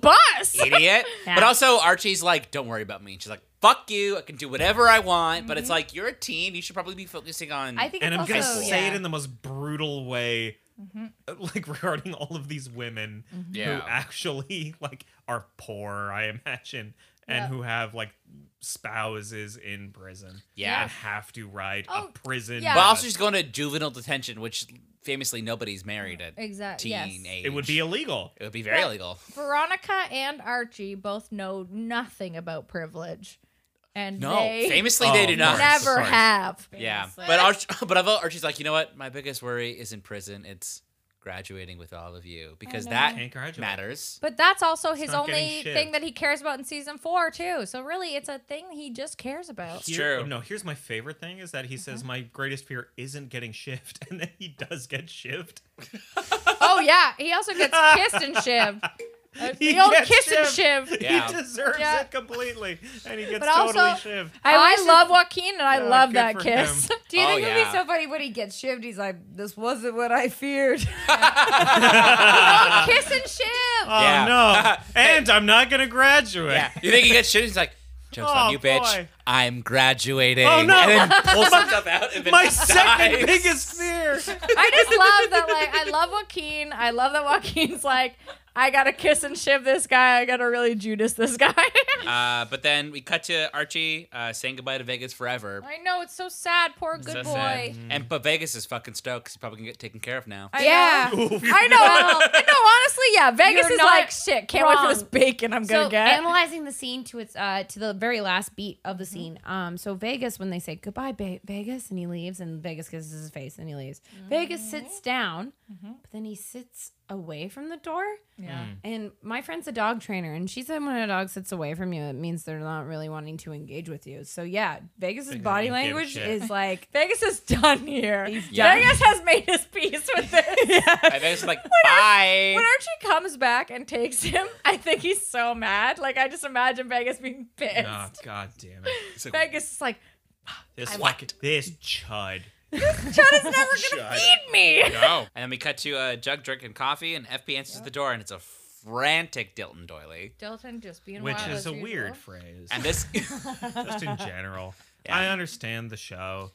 Speaker 2: bus?
Speaker 4: Idiot.
Speaker 2: Yeah.
Speaker 4: But also, Archie's like, don't worry about me. She's like, fuck you. I can do whatever I want. But it's like, you're a teen. You should probably be focusing on.
Speaker 2: Mm-hmm. I think
Speaker 5: and
Speaker 2: it's
Speaker 5: I'm
Speaker 2: also,
Speaker 5: gonna say
Speaker 2: yeah. Mm-hmm.
Speaker 5: it in the most brutal way, like regarding all of these women who
Speaker 4: yeah.
Speaker 5: actually like are poor, I imagine, and
Speaker 2: Yeah.
Speaker 5: who have like spouses in prison
Speaker 4: Yeah.
Speaker 5: and have to ride
Speaker 2: Oh,
Speaker 5: a prison.
Speaker 2: yeah.
Speaker 4: But
Speaker 5: bus.
Speaker 4: also, she's going to juvenile detention, which famously nobody's married at
Speaker 2: exactly.
Speaker 4: teen
Speaker 2: Yes.
Speaker 4: age.
Speaker 5: it would be illegal.
Speaker 4: It would be very illegal.
Speaker 2: Veronica and Archie both know nothing about privilege, and
Speaker 4: No,
Speaker 2: they
Speaker 4: famously
Speaker 5: Oh,
Speaker 4: they do
Speaker 5: of
Speaker 4: not.
Speaker 5: course.
Speaker 2: never
Speaker 5: Sorry.
Speaker 2: have.
Speaker 4: Yeah, but Arch, but I've, Archie's like, you know what? My biggest worry is in prison. It's graduating with all of you because that
Speaker 5: Can't graduate.
Speaker 4: matters.
Speaker 2: But that's also his
Speaker 5: not getting
Speaker 2: only
Speaker 5: shit.
Speaker 2: thing that he cares about in season four too. So really, it's a thing he just cares about.
Speaker 4: It's
Speaker 5: Here-
Speaker 4: true.
Speaker 5: No, here's my favorite thing is that he
Speaker 2: Mm-hmm.
Speaker 5: says my greatest fear isn't getting shift, and then he does get shift.
Speaker 2: oh yeah, he also gets kissed and shiv. Uh,
Speaker 5: He
Speaker 2: the old
Speaker 5: gets
Speaker 2: kiss and
Speaker 5: shivved.
Speaker 2: shiv.
Speaker 4: Yeah.
Speaker 5: He deserves
Speaker 2: Yeah.
Speaker 5: it completely, and he gets
Speaker 2: But also-
Speaker 5: totally shift.
Speaker 2: I,
Speaker 3: wish
Speaker 2: love Joaquin and I
Speaker 5: Yeah,
Speaker 2: love
Speaker 5: Oh, good
Speaker 2: that
Speaker 5: for
Speaker 2: kiss.
Speaker 5: him.
Speaker 3: Do you
Speaker 4: Oh,
Speaker 3: think it'd
Speaker 4: yeah.
Speaker 3: be so funny when he gets shivved? He's like, "This wasn't what I feared."
Speaker 2: oh, kiss and shiv.
Speaker 5: Oh
Speaker 4: Yeah.
Speaker 5: no! and I'm not gonna graduate.
Speaker 4: Yeah, you think he gets shit? He's like, jokes
Speaker 5: Oh,
Speaker 4: on you, bitch.
Speaker 5: boy.
Speaker 4: I'm graduating.
Speaker 5: Oh, no.
Speaker 4: And then pulls himself out and then
Speaker 5: My
Speaker 4: dies.
Speaker 5: second biggest fear.
Speaker 2: I
Speaker 5: Oh,
Speaker 2: just love that. Like I love Joaquin. I love that Joaquin's like, I gotta kiss and shiv this guy. I gotta really Judas this guy.
Speaker 4: Uh, but then we cut to Archie uh, saying goodbye to Vegas forever.
Speaker 2: I know it's so sad. Poor good
Speaker 4: So
Speaker 2: boy.
Speaker 4: sad. Mm-hmm. And but Vegas is fucking stoked because he's probably gonna get taken care of now.
Speaker 2: I
Speaker 3: Yeah.
Speaker 2: know. I know. I know. Honestly, yeah. Vegas
Speaker 3: You're
Speaker 2: is
Speaker 3: not
Speaker 2: like shit. Can't wait for this
Speaker 3: wrong.
Speaker 2: bacon I'm gonna
Speaker 3: so
Speaker 2: get.
Speaker 3: analyzing the scene to its uh to the very last beat of
Speaker 2: Mm-hmm.
Speaker 3: the scene um so vegas when they say goodbye ba- vegas and he leaves and vegas kisses his face and he leaves vegas
Speaker 2: Mm-hmm.
Speaker 3: sits down but then he sits away from the door
Speaker 2: yeah.
Speaker 5: Mm.
Speaker 3: and my friend's a dog trainer and she said when a dog sits away from you it means they're not really wanting to engage with you so yeah vegas's
Speaker 5: Vegas
Speaker 3: body
Speaker 5: don't give a
Speaker 3: language
Speaker 5: shit.
Speaker 3: is like
Speaker 2: Vegas is done here.
Speaker 4: Yeah.
Speaker 2: Vegas has made his peace with this.
Speaker 4: And Vegas is like, bye.
Speaker 2: When Archie comes back and takes him, I think he's so mad. Like I just imagine Vegas being pissed.
Speaker 5: Oh god damn it!
Speaker 4: It's like,
Speaker 2: Vegas is like,
Speaker 5: This fucking this chud.
Speaker 2: Chud is never gonna feed me.
Speaker 4: No. And then we cut to uh, Jug drinking coffee, and FP answers the door, and it's a frantic Dilton Doily.
Speaker 2: Dalton just being
Speaker 5: which
Speaker 2: wild
Speaker 5: is
Speaker 2: as
Speaker 5: a
Speaker 2: usual.
Speaker 5: weird phrase.
Speaker 4: And this,
Speaker 5: just in general,
Speaker 4: Yeah.
Speaker 5: I understand the show,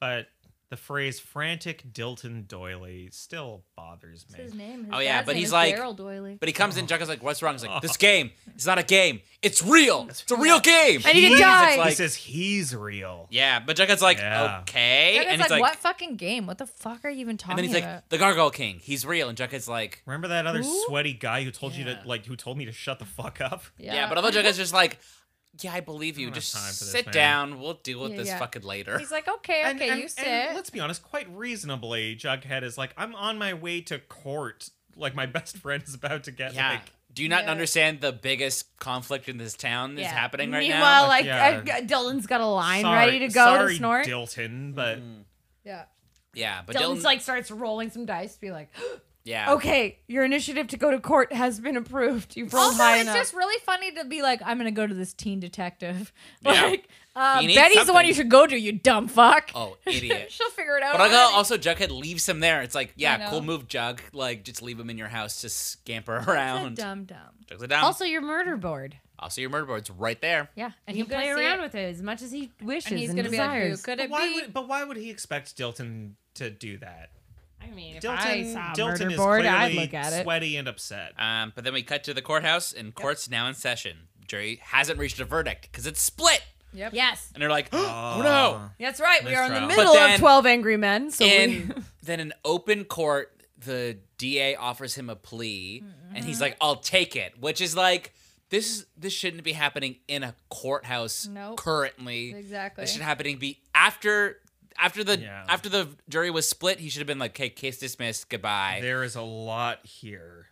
Speaker 5: but the phrase "frantic Dilton Doily" still bothers
Speaker 2: That's His
Speaker 5: me.
Speaker 2: name. His
Speaker 4: Oh, yeah,
Speaker 2: dad's
Speaker 4: but
Speaker 2: name
Speaker 4: he's
Speaker 2: is
Speaker 4: like-
Speaker 2: Daryl Doily.
Speaker 4: but he comes in, Jug is like, "What's wrong?" He's like, "This game, it's not a game. It's real. It's a real game."
Speaker 3: And you
Speaker 5: He's-
Speaker 3: die.
Speaker 5: He
Speaker 4: Like-
Speaker 5: says he's real.
Speaker 4: yeah, but Jughead's like,
Speaker 5: Yeah.
Speaker 4: "Okay,"
Speaker 2: Jughead's
Speaker 4: and
Speaker 2: like,
Speaker 4: he's like,
Speaker 2: what fucking game? What the fuck are you even talking
Speaker 4: and then he's like,
Speaker 2: about?
Speaker 4: "The Gargoyle King, he's real," and Jughead's like,
Speaker 5: Remember that other
Speaker 2: Who?
Speaker 5: sweaty guy who told you to
Speaker 2: Yeah.
Speaker 5: like who told me to shut the fuck up?
Speaker 4: "Yeah,", but although Jughead's just like, "Yeah, I believe you.
Speaker 5: don't have
Speaker 4: Just
Speaker 5: time for this,
Speaker 4: sit
Speaker 5: man."
Speaker 4: down. We'll deal with
Speaker 2: Yeah,
Speaker 4: this
Speaker 2: yeah.
Speaker 4: fucking later."
Speaker 2: He's like, okay, okay,
Speaker 5: And- and-
Speaker 2: you
Speaker 5: and
Speaker 2: sit.
Speaker 5: let's be honest, quite reasonably, Jughead is like, I'm on my way to court. Like my best friend is about to get
Speaker 4: yeah.
Speaker 5: like
Speaker 4: Do you not
Speaker 2: Yeah.
Speaker 4: understand the biggest conflict in this town is
Speaker 3: Yeah.
Speaker 4: happening right
Speaker 3: meanwhile
Speaker 4: now?
Speaker 3: like
Speaker 5: Yeah.
Speaker 3: uh, dylan's got a line
Speaker 5: sorry,
Speaker 3: ready to go
Speaker 5: sorry,
Speaker 3: to snort
Speaker 5: Dilton, but
Speaker 4: Mm-hmm.
Speaker 2: yeah.
Speaker 4: yeah, but
Speaker 3: dylan's
Speaker 4: Dilton,
Speaker 3: like starts rolling some dice to be like
Speaker 4: yeah,
Speaker 3: okay, your initiative to go to court has been approved. You've rolled
Speaker 2: Also,
Speaker 3: high
Speaker 2: it's
Speaker 3: enough.
Speaker 2: just really funny to be like, I'm gonna go to this teen detective.
Speaker 4: Yeah.
Speaker 2: Like, uh,
Speaker 4: You
Speaker 2: Betty's
Speaker 4: need
Speaker 2: the one
Speaker 4: something.
Speaker 2: you should go to, you dumb fuck.
Speaker 4: Oh, idiot.
Speaker 2: She'll figure it out.
Speaker 4: But I go,
Speaker 2: already.
Speaker 4: also Jughead leaves him there. It's like,
Speaker 2: Oh, I
Speaker 4: yeah,
Speaker 2: know.
Speaker 4: cool move, Jug. Like, just leave him in your house to scamper
Speaker 2: It's a
Speaker 4: around.
Speaker 2: dumb dumb.
Speaker 4: Jug's a dumb.
Speaker 3: also your murder board.
Speaker 4: Also, your murder board's right there.
Speaker 2: Yeah,
Speaker 3: and he'll
Speaker 2: you're gonna
Speaker 3: play
Speaker 2: see
Speaker 3: around
Speaker 2: it,
Speaker 3: with it as much as he wishes
Speaker 2: and
Speaker 3: and,
Speaker 2: he's gonna be like, who
Speaker 3: desires.
Speaker 2: could
Speaker 5: But
Speaker 2: it
Speaker 5: why,
Speaker 2: be?
Speaker 5: would, but why would he expect Dilton to do that?
Speaker 3: I mean, if I
Speaker 5: Dilton,
Speaker 3: saw a
Speaker 5: Dilton
Speaker 3: murder
Speaker 5: is
Speaker 3: board, I'd
Speaker 5: clearly
Speaker 3: look at it.
Speaker 5: sweaty and upset.
Speaker 4: Um, but then we cut to the courthouse, and court's now in session. Jury hasn't reached a verdict because it's split,
Speaker 2: yep.
Speaker 3: Yes,
Speaker 4: and they're like, "Oh
Speaker 5: Ah.
Speaker 4: no!"
Speaker 3: that's right. We are in the
Speaker 5: Mistrial.
Speaker 4: But
Speaker 3: middle
Speaker 4: then-
Speaker 3: of Twelve Angry Men. So we,
Speaker 4: And then in open court, the DA offers him a plea, and
Speaker 2: Mm-hmm.
Speaker 4: he's like, "I'll take it," which is like, this is this shouldn't be happening in a courthouse
Speaker 2: Nope.
Speaker 4: currently.
Speaker 2: Exactly.
Speaker 4: This should happening be after after the
Speaker 5: Yeah.
Speaker 4: after the jury was split. He should have been like, "Hey, case dismissed. Goodbye."
Speaker 5: There is a lot here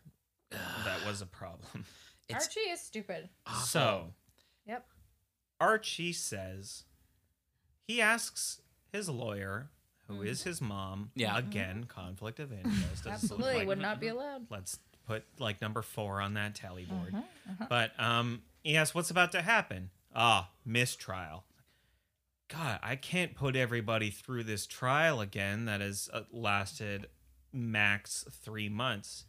Speaker 5: that was a problem.
Speaker 4: It's-
Speaker 2: Archie is stupid.
Speaker 5: So,
Speaker 2: Yep.
Speaker 5: Archie says he asks his lawyer, who is his mom,
Speaker 4: Hmm. Yeah. Mm-hmm.
Speaker 5: again, conflict of interest. doesn't look
Speaker 2: Absolutely
Speaker 5: like-
Speaker 2: would not be allowed.
Speaker 5: Let's put like number four on that tally board.
Speaker 4: Uh-huh,
Speaker 5: But um, he asks, what's about to happen? Ah, mistrial. God, I can't put everybody through this trial again that has uh, lasted max three months.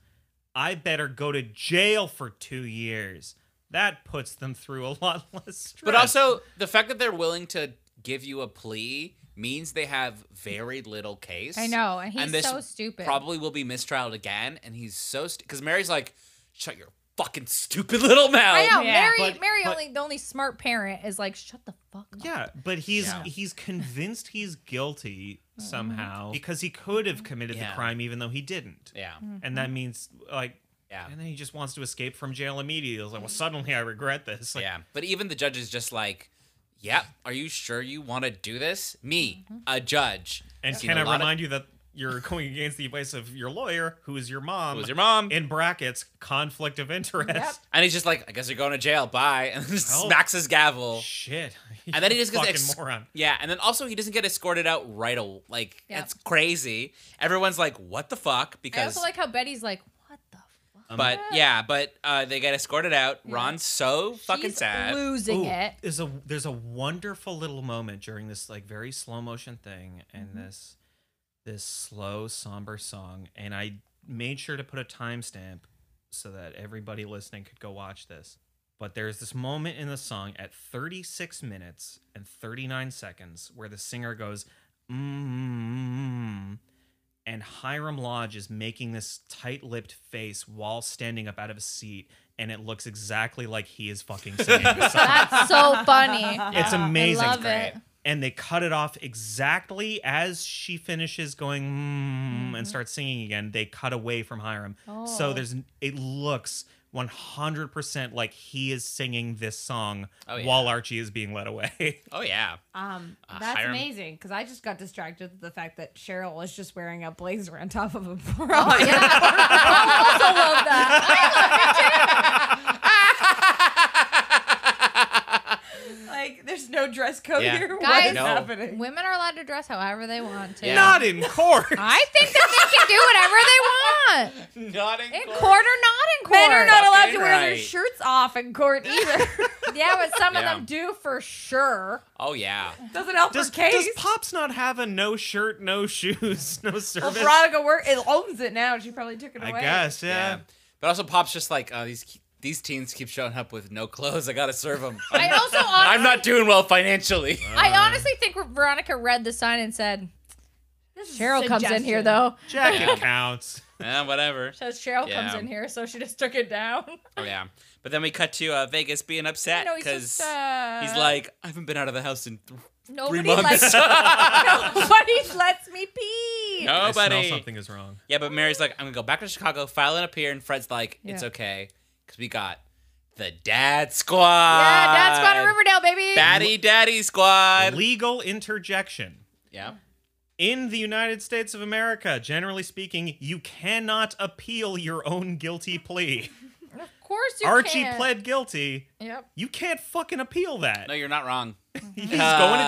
Speaker 5: I better go to jail for two years. That puts them through a lot less stress.
Speaker 4: But also, the fact that they're willing to give you a plea means they have very little case.
Speaker 2: I know, and he's
Speaker 4: this
Speaker 2: so stupid.
Speaker 4: Probably will be mistrialed again, and he's so because Mary's like, "Shut your fucking stupid little mouth."
Speaker 2: I know.
Speaker 3: Yeah.
Speaker 2: Mary,
Speaker 5: But-
Speaker 2: Mary,
Speaker 5: but-
Speaker 2: only the only smart parent is like, shut the fuck up.
Speaker 5: Yeah, but he's
Speaker 4: Yeah. Mm-hmm.
Speaker 5: he's convinced he's guilty somehow because he could have committed
Speaker 4: Yeah.
Speaker 5: the crime even though he didn't.
Speaker 4: Yeah,
Speaker 5: And that means like
Speaker 4: yeah,
Speaker 5: and then he just wants to escape from jail immediately. He's like, well, suddenly I regret this. Like,
Speaker 4: yeah. But even the judge is just like, "Yep, are you sure you want to do this? Me,
Speaker 2: Mm-hmm.
Speaker 4: a judge."
Speaker 5: And
Speaker 4: Seen
Speaker 5: can
Speaker 4: a
Speaker 5: I
Speaker 4: lot of-
Speaker 5: remind you that you're going against the advice of your lawyer, who is your mom?
Speaker 4: Who's your mom?
Speaker 5: In brackets, conflict of interest.
Speaker 4: And he's just like, "I guess you're going to jail. Bye," and then just
Speaker 5: Oh.
Speaker 4: smacks his gavel.
Speaker 5: Shit.
Speaker 4: And then he just gets
Speaker 5: fucking
Speaker 4: ex-
Speaker 5: moron.
Speaker 4: Yeah, and then also he doesn't get escorted out right away. Like
Speaker 2: Yeah.
Speaker 4: that's crazy. Everyone's like, "What the fuck?"
Speaker 2: I
Speaker 4: Because
Speaker 2: also like how Betty's like, what the fuck?
Speaker 4: But yeah, but uh, they get escorted out. Ron's so fucking
Speaker 2: She's
Speaker 4: sad.
Speaker 2: Losing
Speaker 5: Ooh,
Speaker 2: it.
Speaker 5: There's a there's a wonderful little moment during this like very slow motion thing and
Speaker 2: Mm-hmm.
Speaker 5: this this slow somber song and I made sure to put a timestamp so that everybody listening could go watch this. But there's this moment in the song at 36 minutes and 39 seconds where the singer goes mm and Hiram Lodge is making this tight-lipped face while standing up out of a seat and it looks exactly like he is fucking singing the song.
Speaker 2: That's so funny.
Speaker 5: It's amazing.
Speaker 2: Uh, I love it.
Speaker 5: And they cut it off exactly as she finishes going mm, and starts singing again. They cut away from Hiram.
Speaker 2: Mm-hmm. Oh.
Speaker 5: So there's it looks 100% like he is singing this song
Speaker 4: Oh, yeah.
Speaker 5: while Archie is being led away.
Speaker 4: Oh yeah,
Speaker 2: Ah.
Speaker 3: um,
Speaker 4: Uh,
Speaker 3: that's
Speaker 4: Hiram-
Speaker 3: amazing because I just got distracted with the fact that Cheryl was just wearing a blazer on top of a bra.
Speaker 2: Love that.
Speaker 3: like, there's no dress code
Speaker 4: Yeah.
Speaker 3: here. what
Speaker 2: Guys,
Speaker 3: is
Speaker 4: No.
Speaker 3: happening?
Speaker 2: Women are allowed to dress however they want to.
Speaker 4: Yeah.
Speaker 5: Not in court.
Speaker 2: I think that they can do whatever they want.
Speaker 4: not in
Speaker 2: In court or not in court.
Speaker 3: Men are not allowed
Speaker 4: Fucking
Speaker 3: to wear their
Speaker 4: right.
Speaker 3: shirts off in court either.
Speaker 2: Yeah, but some
Speaker 4: Yeah.
Speaker 2: of them do for sure.
Speaker 4: Oh yeah,
Speaker 3: Doesn't help
Speaker 5: Does,
Speaker 3: her case.
Speaker 5: does Pops not have a no shirt, no shoes, no
Speaker 3: Well,
Speaker 5: service?
Speaker 3: Veronica work it owns it now. She probably took it
Speaker 5: I
Speaker 3: away.
Speaker 5: guess, yeah.
Speaker 4: yeah. But also, Pop's just like oh, these these teens keep showing up with no clothes. I gotta serve them.
Speaker 2: I also
Speaker 4: I'm
Speaker 2: honestly,
Speaker 4: not doing well financially.
Speaker 2: I honestly think Veronica read the sign and said, Cheryl comes in here though.
Speaker 5: Jacket counts.
Speaker 4: yeah, whatever.
Speaker 2: Says Cheryl
Speaker 4: Yeah.
Speaker 2: comes in here, so she just took it down.
Speaker 4: Oh yeah. But then we cut to uh, Vegas being upset
Speaker 2: No, he's
Speaker 4: because
Speaker 2: just, uh,
Speaker 4: he's like, I haven't been out of the house in th- three
Speaker 2: nobody
Speaker 4: months.
Speaker 2: likes nobody lets me pee.
Speaker 5: I
Speaker 4: Nobody.
Speaker 5: smell something is wrong.
Speaker 4: Yeah, but Mary's like, I'm gonna go back to Chicago, file an appear, and Fred's like, it's
Speaker 2: Yeah.
Speaker 4: okay, because we got the Dad Squad.
Speaker 2: Yeah, Dad's gone to Riverdale, baby.
Speaker 4: Daddy, Daddy Squad.
Speaker 5: Legal interjection.
Speaker 4: yeah.
Speaker 5: In the United States of America, generally speaking, you cannot appeal your own guilty plea.
Speaker 2: Of course you
Speaker 5: Archie
Speaker 2: can't.
Speaker 5: pled guilty.
Speaker 2: Yep.
Speaker 5: You can't fucking appeal that.
Speaker 4: No, you're not wrong.
Speaker 5: He's going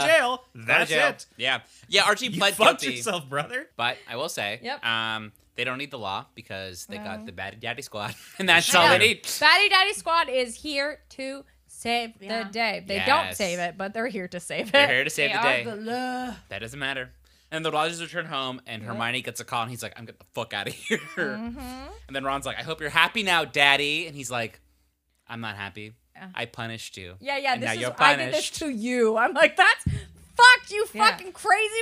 Speaker 5: to jail.
Speaker 4: Go uh, to
Speaker 5: That's
Speaker 4: jail.
Speaker 5: it.
Speaker 4: Yeah. Yeah, Archie
Speaker 5: You
Speaker 4: pled
Speaker 5: fucked
Speaker 4: guilty.
Speaker 5: yourself, brother.
Speaker 4: But I will say,
Speaker 2: Yep.
Speaker 4: um, they don't need the law because they got
Speaker 2: No.
Speaker 4: the Daddy Daddy Squad, and that's
Speaker 5: Sure.
Speaker 4: all they need.
Speaker 2: Batty Daddy Squad is here to save
Speaker 3: Yeah.
Speaker 2: the day. They don't
Speaker 4: Yes.
Speaker 2: save it, but they're here to save it.
Speaker 4: They're here to save
Speaker 3: They
Speaker 4: the
Speaker 3: are
Speaker 4: day.
Speaker 3: the love.
Speaker 4: that doesn't matter. And the Rogers return home, and Hermione gets a call, and he's like, "I'm getting the fuck out of here."
Speaker 2: Mm-hmm.
Speaker 4: And then Ron's like, "I hope you're happy now, Daddy," and he's like, "I'm not happy." I punished you.
Speaker 2: Yeah, yeah.
Speaker 4: And
Speaker 2: This
Speaker 4: now
Speaker 2: is
Speaker 4: you're
Speaker 2: I did this
Speaker 4: punished.
Speaker 2: to you. I'm like, that's fucked, you
Speaker 3: Yeah.
Speaker 2: fucking crazy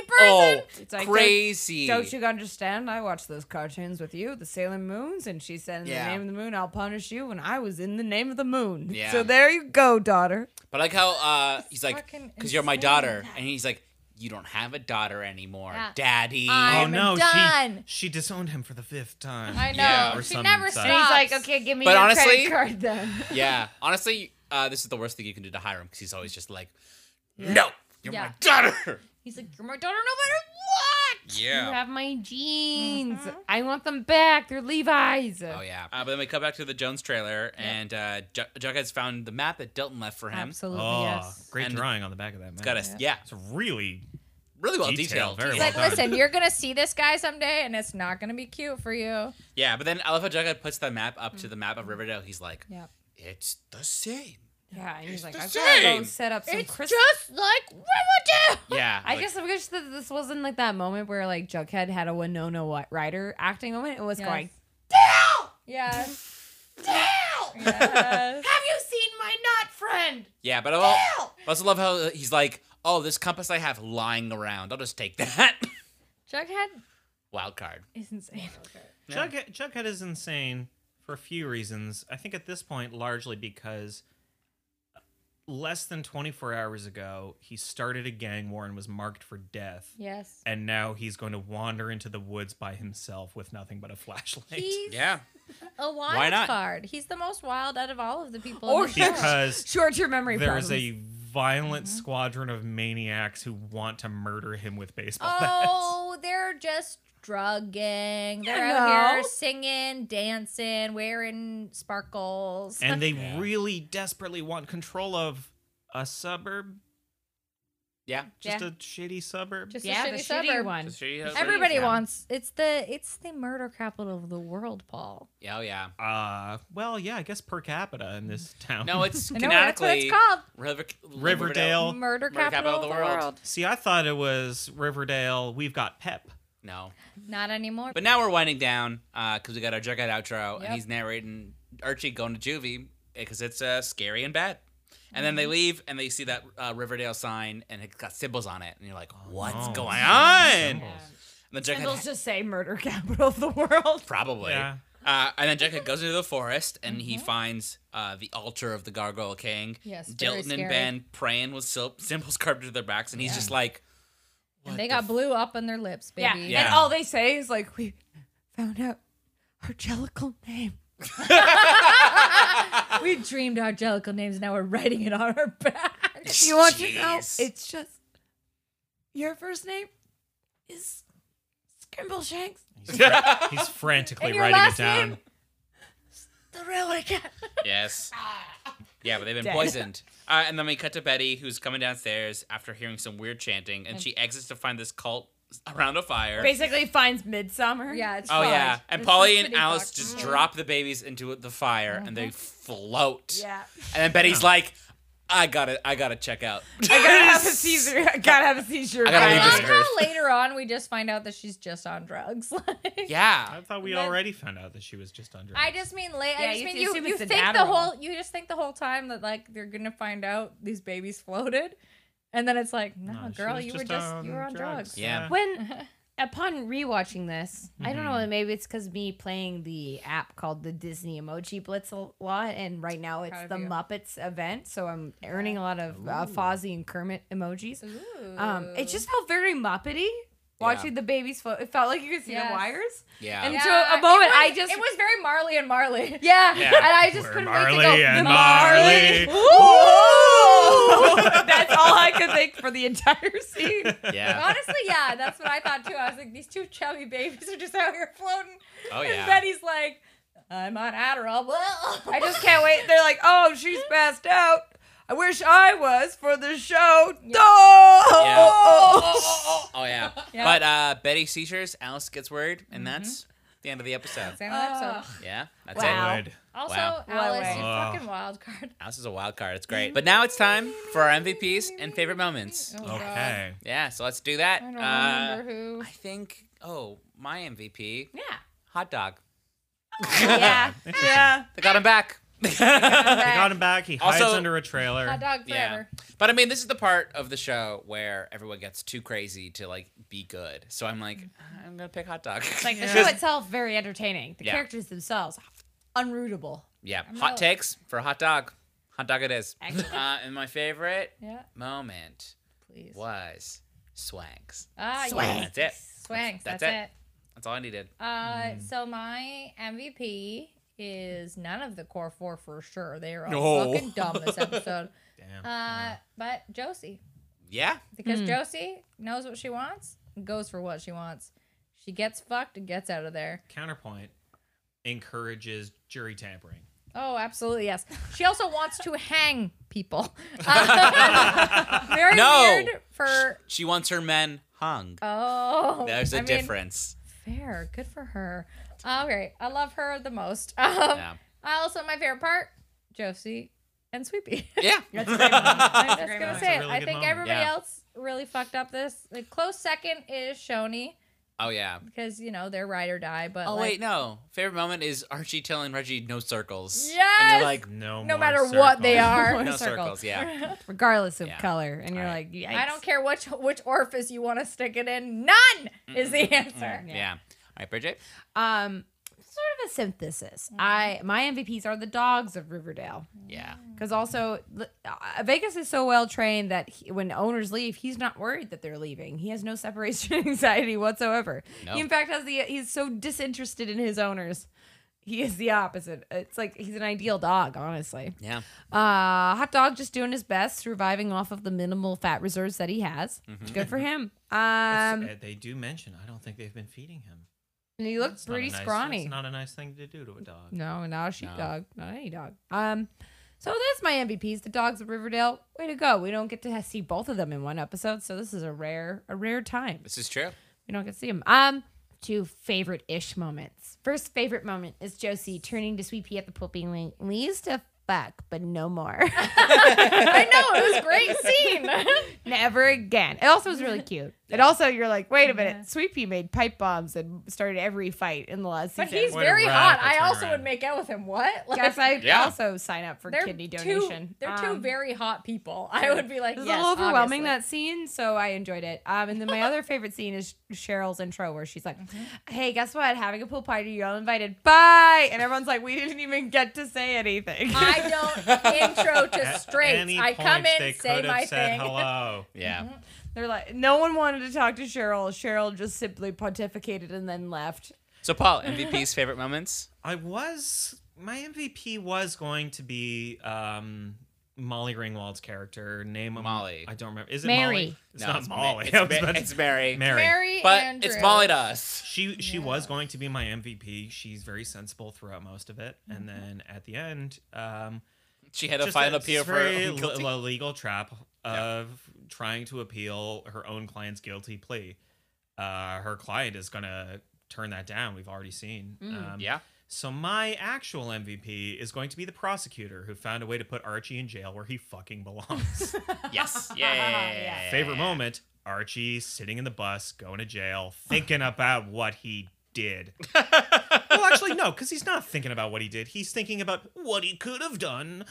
Speaker 4: Oh,
Speaker 2: person.
Speaker 3: It's like,
Speaker 4: crazy.
Speaker 3: Don't you understand? I watched those cartoons with you, the Salem Moons, and she said, "In
Speaker 4: Yeah.
Speaker 3: the name of the moon, I'll punish you." And I was in the name of the moon.
Speaker 4: Yeah.
Speaker 3: So there you go, daughter.
Speaker 4: But I like how uh, he's like,
Speaker 2: fucking
Speaker 4: because you're my
Speaker 2: insane.
Speaker 4: daughter, and he's like, you don't have a daughter anymore,
Speaker 2: Yeah.
Speaker 4: daddy.
Speaker 5: Oh
Speaker 2: I'm
Speaker 5: no,
Speaker 2: done.
Speaker 5: she she disowned him for the fifth time.
Speaker 2: I know.
Speaker 4: Yeah,
Speaker 5: or
Speaker 2: she
Speaker 5: some
Speaker 2: never
Speaker 5: such.
Speaker 2: stops.
Speaker 5: And he's
Speaker 3: "Okay, give me
Speaker 4: But your credit honestly-
Speaker 3: card then."
Speaker 4: yeah, honestly, uh, this is the worst thing you can do to Hiram because he's always just like, no, you're
Speaker 2: Yeah.
Speaker 4: my daughter.
Speaker 2: He's like, you're my daughter no
Speaker 3: You
Speaker 4: Yeah.
Speaker 3: have my jeans. I want them back. They're Levi's.
Speaker 4: Oh yeah. Uh, but then we come back to the Jones trailer, and uh, Ju- Jughead's found the map that Dilton left for him.
Speaker 3: Absolutely
Speaker 5: Oh,
Speaker 3: yes.
Speaker 5: great
Speaker 4: And-
Speaker 5: drawing on the back of that. Man.
Speaker 4: Got us. Yeah.
Speaker 5: It's really
Speaker 4: Really well
Speaker 5: Detailed,
Speaker 4: detailed.
Speaker 5: very
Speaker 4: yeah.
Speaker 5: well
Speaker 2: what.
Speaker 5: done.
Speaker 2: Like, listen, you're gonna see this guy someday, and it's not gonna be cute for you.
Speaker 4: Yeah, but then I love how Jughead puts the map up
Speaker 2: Mm.
Speaker 4: to the map of Riverdale. He's like,
Speaker 2: Yep.
Speaker 4: it's the same.
Speaker 3: Yeah, and he's like,
Speaker 4: the
Speaker 3: "I gotta go
Speaker 4: same.
Speaker 3: set up some
Speaker 2: It's
Speaker 3: Christmas."
Speaker 2: just like Riverdale.
Speaker 4: Yeah.
Speaker 3: I
Speaker 4: like-
Speaker 3: just wish that this wasn't like that moment where like Jughead had a Winona Wi- Ryder acting moment. It was
Speaker 2: Yes.
Speaker 3: going,
Speaker 2: Yeah.
Speaker 3: "Have you seen my nut friend?"
Speaker 4: Yeah, but I al- I also love how he's like, oh, this compass I have lying around. I'll just take that.
Speaker 2: Jughead
Speaker 4: Wild card.
Speaker 2: is insane.
Speaker 4: Yeah.
Speaker 5: Jughead, Jughead is insane for a few reasons. I think at this point, largely because uh, less than 24 hours ago, he started a gang war and was marked for death.
Speaker 2: Yes.
Speaker 5: And now he's going to wander into the woods by himself with nothing but a flashlight.
Speaker 2: He's
Speaker 4: Yeah.
Speaker 2: a wild
Speaker 4: not?
Speaker 2: card. He's the most wild out of all of the people.
Speaker 3: Or
Speaker 2: in the show.
Speaker 5: because
Speaker 3: Short-term memory
Speaker 5: there
Speaker 3: problems.
Speaker 5: is a violent squadron of maniacs who want to murder him with baseball bats.
Speaker 2: Oh, they're just drugging. They're
Speaker 3: You
Speaker 2: out
Speaker 3: know.
Speaker 2: here singing, dancing, wearing sparkles.
Speaker 5: And they really desperately want control of a suburb,
Speaker 4: Yeah.
Speaker 5: just
Speaker 2: Yeah.
Speaker 5: a shitty suburb.
Speaker 2: just
Speaker 3: yeah,
Speaker 2: a
Speaker 3: the
Speaker 2: shitty
Speaker 3: shitty
Speaker 2: suburb.
Speaker 3: one.
Speaker 4: Just show you how-
Speaker 2: Everybody
Speaker 5: Yeah.
Speaker 2: wants it's the it's the murder capital of the world, Paul.
Speaker 4: Yeah, Oh, yeah.
Speaker 5: Uh, well, yeah, I guess per capita in this town.
Speaker 4: Mm. No, it's
Speaker 2: I know, that's what
Speaker 4: canonically
Speaker 2: it's called.
Speaker 4: River-
Speaker 5: Riverdale. Well,
Speaker 2: Murder, capital, of the world.
Speaker 5: See, I thought it was Riverdale. We've got Pep.
Speaker 4: No.
Speaker 2: Not anymore.
Speaker 4: But now we're winding down because we got our Jughead outro,
Speaker 2: Yep.
Speaker 4: and he's narrating Archie going to juvie because it's uh, scary and bad. And
Speaker 3: Mm-hmm.
Speaker 4: then they leave, and they see that uh, Riverdale sign, and it's got symbols on it, and you're like, "What's
Speaker 5: no.
Speaker 4: going on?" And
Speaker 5: Symbols.
Speaker 4: then
Speaker 3: And they'll
Speaker 4: Jughead
Speaker 3: just say murder capital of the world.
Speaker 4: probably,
Speaker 5: Yeah.
Speaker 4: uh, and then Jughead goes into the forest, and he
Speaker 3: Mm-hmm.
Speaker 4: finds uh, the altar of the Gargoyle King.
Speaker 2: Yes, very
Speaker 4: Dilton
Speaker 2: scary.
Speaker 4: and Ben praying with sil- symbols carved into their backs, and he's just like,
Speaker 2: and
Speaker 4: "What
Speaker 2: they
Speaker 4: the
Speaker 2: got
Speaker 4: f-
Speaker 2: blue up on their lips,
Speaker 3: Yeah.
Speaker 2: baby.
Speaker 4: Yeah.
Speaker 3: And all they say is like, we found out our jellical name.
Speaker 2: We dreamed our jellicle names, now we're writing it on our back.
Speaker 3: You want to know?
Speaker 4: Jeez.
Speaker 3: It's just your first name is Skimble Shanks.
Speaker 5: He's, fra- he's frantically
Speaker 2: And your
Speaker 5: writing
Speaker 2: last
Speaker 5: it down.
Speaker 2: name? The railway cat.
Speaker 4: Yes. Yeah, but they've been
Speaker 3: Dead.
Speaker 4: poisoned. Uh, and then we cut to Betty, who's coming downstairs after hearing some weird chanting, and she exits to find this cult around a fire.
Speaker 3: Basically finds Midsummer.
Speaker 2: Yeah, it's
Speaker 4: Oh
Speaker 2: fudge.
Speaker 4: yeah, and
Speaker 2: It's
Speaker 4: Polly
Speaker 2: just
Speaker 4: and
Speaker 2: pretty
Speaker 4: Alice
Speaker 2: fucked.
Speaker 3: Mm-hmm.
Speaker 4: just drop the babies into the fire, and they float.
Speaker 3: Yeah.
Speaker 4: And then Betty's like, "I gotta, I gotta check out."
Speaker 3: I gotta have a seizure. I gotta have a seizure.
Speaker 4: I gotta
Speaker 2: I
Speaker 4: leave
Speaker 2: love
Speaker 4: this
Speaker 2: how
Speaker 4: earth.
Speaker 2: later on we just find out that she's just on drugs. Like,
Speaker 4: Yeah.
Speaker 5: I thought we
Speaker 2: And then-
Speaker 5: already found out that she was just under.
Speaker 2: I just mean late.
Speaker 3: Yeah,
Speaker 2: I just
Speaker 3: you
Speaker 2: mean
Speaker 3: assume
Speaker 2: you.
Speaker 3: it's
Speaker 2: You
Speaker 3: the
Speaker 2: think the
Speaker 3: Adderall.
Speaker 2: whole. You just think the whole time that like they're gonna find out these babies floated, and then it's like, no,
Speaker 5: No, she
Speaker 2: girl,
Speaker 5: was
Speaker 2: you were just you were on drugs.
Speaker 4: Yeah.
Speaker 3: When upon rewatching this, I don't
Speaker 4: Mm-hmm.
Speaker 3: know. Maybe it's because me playing the app called the Disney Emoji Blitz a lot, and right now it's
Speaker 2: Proud of
Speaker 3: the
Speaker 2: you.
Speaker 3: Muppets event, so I'm earning a lot of uh, Fozzie and Kermit emojis.
Speaker 2: Ooh.
Speaker 3: Um, it just felt very Muppety watching the babies. Fo- it felt like you could see
Speaker 2: Yes.
Speaker 3: the wires.
Speaker 4: Yeah.
Speaker 3: And
Speaker 2: Yeah,
Speaker 3: so a
Speaker 2: it
Speaker 3: moment,
Speaker 2: was-
Speaker 3: I just
Speaker 2: It was very Marley and Marley.
Speaker 3: yeah,
Speaker 5: Yeah.
Speaker 3: and I just
Speaker 5: We're
Speaker 3: couldn't
Speaker 5: Marley
Speaker 3: wait to go.
Speaker 5: and
Speaker 3: "Marley,
Speaker 5: Marley."
Speaker 3: ooh!" That's all I could think for the entire scene.
Speaker 4: Yeah.
Speaker 2: Honestly, yeah, that's what I thought too. I was like, these two chubby babies are just out here floating.
Speaker 4: Oh
Speaker 2: And
Speaker 4: yeah.
Speaker 2: Betty's like, I'm on Adderall. Well,
Speaker 3: I just can't wait. They're like, oh, she's passed out. I wish I was for the show. Oh!
Speaker 4: Oh yeah.
Speaker 2: Yeah.
Speaker 4: But uh, Betty seizures, Alice gets worried,
Speaker 3: Mm-hmm.
Speaker 4: and that's the end of the episode.
Speaker 2: Same episode.
Speaker 4: Yeah. That's
Speaker 3: Wow.
Speaker 4: it.
Speaker 5: Good.
Speaker 2: Also,
Speaker 4: Wow.
Speaker 2: Alice, you
Speaker 5: Wow.
Speaker 2: fucking wild card.
Speaker 4: Alice is a wild card. It's great. But now it's time for our MVPs and favorite moments.
Speaker 2: Oh, God.
Speaker 5: Okay.
Speaker 4: Yeah. So let's do that.
Speaker 2: I don't
Speaker 4: Uh,
Speaker 2: remember who.
Speaker 4: I think. Oh, my MVP,
Speaker 3: Yeah.
Speaker 4: hot dog.
Speaker 3: Yeah. Yeah.
Speaker 4: They got him back.
Speaker 5: They got him back. He hides
Speaker 4: Also-
Speaker 5: under a trailer.
Speaker 2: Hot dog forever.
Speaker 4: But I mean, this is the part of the show where everyone gets too crazy to like be good. So I'm like, "Ah, I'm gonna pick hot dog.
Speaker 3: Like the
Speaker 4: Because-
Speaker 3: show itself, very entertaining. The
Speaker 4: Yeah.
Speaker 3: characters themselves, unrootable.
Speaker 4: yeah,
Speaker 2: I'm
Speaker 4: hot
Speaker 2: not-
Speaker 4: takes for hot dog. Hot dog it is.
Speaker 3: Excellent.
Speaker 4: Uh, and my favorite
Speaker 2: Yeah,
Speaker 4: moment
Speaker 2: please.
Speaker 4: was swanks.
Speaker 2: Ah,
Speaker 4: Swanks.
Speaker 2: yes.
Speaker 4: That's it.
Speaker 2: Swanks. That's,
Speaker 4: That's
Speaker 2: it.
Speaker 4: That's all I needed.
Speaker 2: Uh, so my MVP is none of the core four for sure. They are all
Speaker 4: No.
Speaker 2: fucking dumb this episode.
Speaker 5: Damn.
Speaker 2: Uh, but Josie,
Speaker 4: Yeah.
Speaker 2: because Josie knows what she wants, and goes for what she wants. She gets fucked and gets out of there.
Speaker 5: Counterpoint encourages jury tampering.
Speaker 2: Oh, absolutely yes. She also wants to hang people. Uh, very
Speaker 4: No.
Speaker 2: weird for.
Speaker 4: She wants her men hung.
Speaker 2: Oh,
Speaker 4: There's a
Speaker 2: I mean,
Speaker 4: difference.
Speaker 2: Fair, good for her. Okay, I love her the most. Um,
Speaker 4: yeah.
Speaker 2: I also my favorite part, Josie and Sweepy.
Speaker 4: Yeah.
Speaker 2: I'm just
Speaker 3: great
Speaker 2: gonna
Speaker 3: moment.
Speaker 2: say
Speaker 5: It's a
Speaker 2: it.
Speaker 5: really
Speaker 2: I
Speaker 5: good
Speaker 2: think
Speaker 5: moment.
Speaker 2: everybody
Speaker 4: Yeah.
Speaker 2: else really fucked up this. The close second is Shoni
Speaker 4: Oh yeah.
Speaker 2: because you know they're ride or die. But
Speaker 4: Oh
Speaker 2: like,
Speaker 4: wait, no. Favorite moment is Archie telling Reggie no circles. And
Speaker 2: Yes!
Speaker 4: you're like,
Speaker 5: No,
Speaker 2: no
Speaker 5: more
Speaker 2: matter what they
Speaker 5: circles.
Speaker 2: are,
Speaker 3: More
Speaker 4: no
Speaker 3: circles.
Speaker 4: circles. Yeah.
Speaker 3: regardless of
Speaker 4: Yeah.
Speaker 3: color. And you're
Speaker 4: I-
Speaker 3: like, yikes.
Speaker 2: I don't care which which orifice you want to stick it in. None is the answer.
Speaker 4: "Mm, yeah. All right, Bridget.
Speaker 3: Um, sort of a synthesis. I my MVPs are the dogs of Riverdale
Speaker 4: Yeah.
Speaker 2: Mm-hmm.
Speaker 3: because also l- uh, Vegas is so well trained that he, when owners leave, he's not worried that they're leaving. He has no separation anxiety whatsoever.
Speaker 4: No.
Speaker 3: He in fact has the he's so disinterested in his owners. He is the opposite. It's like he's an ideal dog, honestly.
Speaker 4: Yeah.
Speaker 3: Uh, hot dog just doing his best, surviving off of the minimal fat reserves that he has. Good for him. Um,
Speaker 5: Mm-hmm. It's- uh, they do mention. I don't think they've been feeding him.
Speaker 3: and he looks
Speaker 5: It's not a
Speaker 3: pretty
Speaker 5: nice-
Speaker 3: scrawny.
Speaker 5: It's not a nice thing to do to a dog.
Speaker 3: No, not a sheep dog. Not any dog. Um, so that's my MVPs, the dogs of Riverdale. Way to go. We don't get to ha- see both of them in one episode, so this is a rare, a rare time.
Speaker 4: This is true.
Speaker 3: We don't get to see them. Um, two favorite ish moments. First favorite moment is Josie turning to Sweet Pea at the pool being like, We used to fuck, but no more.
Speaker 2: I know it was a great scene.
Speaker 3: Never again. It also was really cute. It also you're like, wait a minute, Sweet Pea made pipe bombs and started every fight in the last
Speaker 2: but
Speaker 3: season.
Speaker 2: he's
Speaker 5: What a
Speaker 2: very hot. I
Speaker 5: radical
Speaker 2: also would
Speaker 5: turnaround.
Speaker 2: make out with him. What? Like,
Speaker 3: Guess I
Speaker 4: Yeah.
Speaker 3: also sign up for kidney donation.
Speaker 2: Two, they're two
Speaker 3: Um,
Speaker 2: very hot people. I would be like,
Speaker 3: It was
Speaker 2: yes,
Speaker 3: a little overwhelming
Speaker 2: obviously.
Speaker 3: that scene, so I enjoyed it. Um, and then my other favorite scene is Cheryl's intro where she's like, "Hey, guess what? Having a pool party, you're all invited. Bye!" And everyone's like, "We didn't even get to say anything."
Speaker 2: I don't intro to
Speaker 5: At
Speaker 2: straight.
Speaker 5: any
Speaker 2: I come
Speaker 5: point, they
Speaker 2: in,
Speaker 5: could
Speaker 2: say
Speaker 5: have
Speaker 2: my
Speaker 5: said
Speaker 2: thing.
Speaker 5: hello.
Speaker 4: Yeah.
Speaker 2: Mm-hmm.
Speaker 3: They're like, no one wanted to talk to Cheryl. Cheryl just simply pontificated and then left.
Speaker 4: So Paul, MVP's favorite moments?
Speaker 5: I was my MVP was going to be um, Molly Ringwald's character. Name of
Speaker 4: Molly.
Speaker 5: I don't remember. Is it
Speaker 3: Mary.
Speaker 5: Molly? It's
Speaker 4: No,
Speaker 5: not
Speaker 4: it's Ma-
Speaker 5: Molly.
Speaker 4: it's
Speaker 5: I was
Speaker 4: Ma-
Speaker 5: about to-
Speaker 4: it's Mary.
Speaker 5: Mary.
Speaker 2: Mary
Speaker 4: But
Speaker 2: Andrew.
Speaker 4: it's Molly to us.
Speaker 5: She she was going to be my MVP. She's very sensible throughout most of it,
Speaker 2: Mm-hmm.
Speaker 5: and then at the end, um,
Speaker 4: She had a
Speaker 5: just
Speaker 4: final
Speaker 5: it's
Speaker 4: appeal for
Speaker 5: very
Speaker 4: her guilty.
Speaker 5: l- legal trap of trying to appeal her own client's guilty plea. Uh, her client is gonna turn that down. We've already seen. Um,
Speaker 4: yeah.
Speaker 5: So my actual MVP is going to be the prosecutor who found a way to put Archie in jail where he fucking belongs.
Speaker 4: Yes. Yeah. yeah, yeah, yeah, yeah.
Speaker 5: Favorite moment: Archie sitting in the bus, going to jail, thinking about what he did. well, actually, no, because he's not thinking about what he did. He's thinking about what he could have done,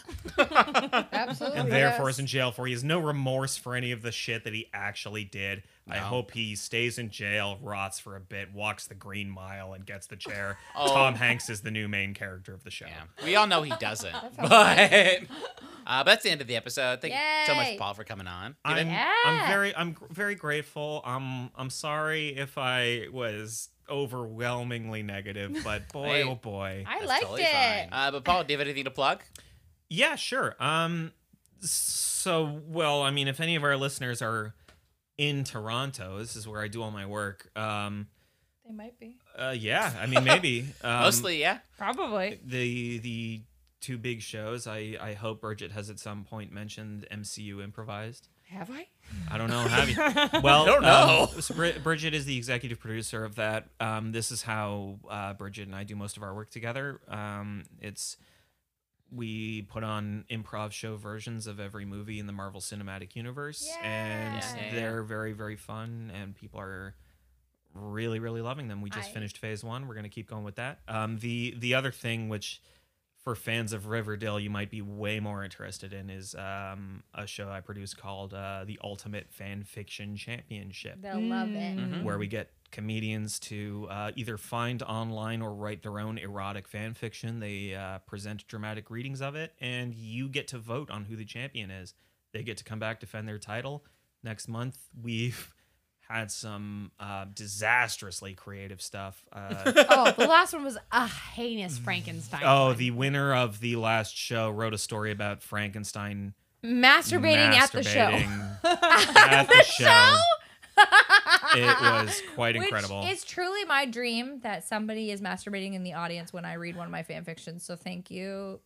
Speaker 2: Absolutely.
Speaker 5: and therefore is in jail for. He has no remorse for any of the shit that he actually did. I hope he stays in jail, rots for a bit, walks the green mile, and gets the chair. Tom Hanks is the new main character of the show.
Speaker 4: Yeah. We all know he doesn't. but uh, but that's the end of the episode. Thank you so
Speaker 2: Yay.
Speaker 4: much, Paul, for coming on. Give
Speaker 5: I'm,
Speaker 4: it-
Speaker 2: Yeah.
Speaker 5: I'm very I'm gr- very grateful. I'm I'm sorry if I was overwhelmingly negative, but boy
Speaker 4: Hey.
Speaker 5: oh boy.
Speaker 2: I
Speaker 4: that's
Speaker 2: liked
Speaker 4: totally
Speaker 2: it.
Speaker 4: fine. Uh, but Paul, do you have anything to plug?
Speaker 5: Yeah, sure. Um so well, I mean if any of our listeners are in Toronto, this is where I do all my work. Um
Speaker 2: They might be.
Speaker 5: uh, yeah, I mean maybe. Um,
Speaker 4: Mostly, yeah.
Speaker 3: Probably.
Speaker 5: the the two big shows. I I hope Bridget has at some point mentioned MCU improvised.
Speaker 3: Have I?
Speaker 5: I don't know. Have you? Well, I
Speaker 4: don't know.
Speaker 5: Bridget is the executive producer of that. Um, this is how uh, Bridget and I do most of our work together. Um, it's we put on improv show versions of every movie in the Marvel Cinematic Universe, and
Speaker 4: Yeah.
Speaker 5: they're very very fun, and people are really really loving them. We just
Speaker 2: I-
Speaker 5: finished phase one. We're gonna keep going with that. Um, the the other thing which for fans of Riverdale, you might be way more interested in is um, a show I produce called uh, The Ultimate Fan Fiction Championship,
Speaker 2: They'll love it.
Speaker 5: where we get comedians to uh, either find online or write their own erotic fan fiction. They uh, present dramatic readings of it, and you get to vote on who the champion is. They get to come back, defend their title. Next month, we've had some uh, disastrously creative stuff. Uh,
Speaker 3: oh, the last one was a heinous Frankenstein.
Speaker 5: Oh, the winner of the last show wrote a story about Frankenstein
Speaker 3: masturbating, at the show.
Speaker 5: masturbating at the show. it was quite incredible.
Speaker 2: Which is truly my dream that somebody is masturbating in the audience when I read one of my fan fictions. So thank you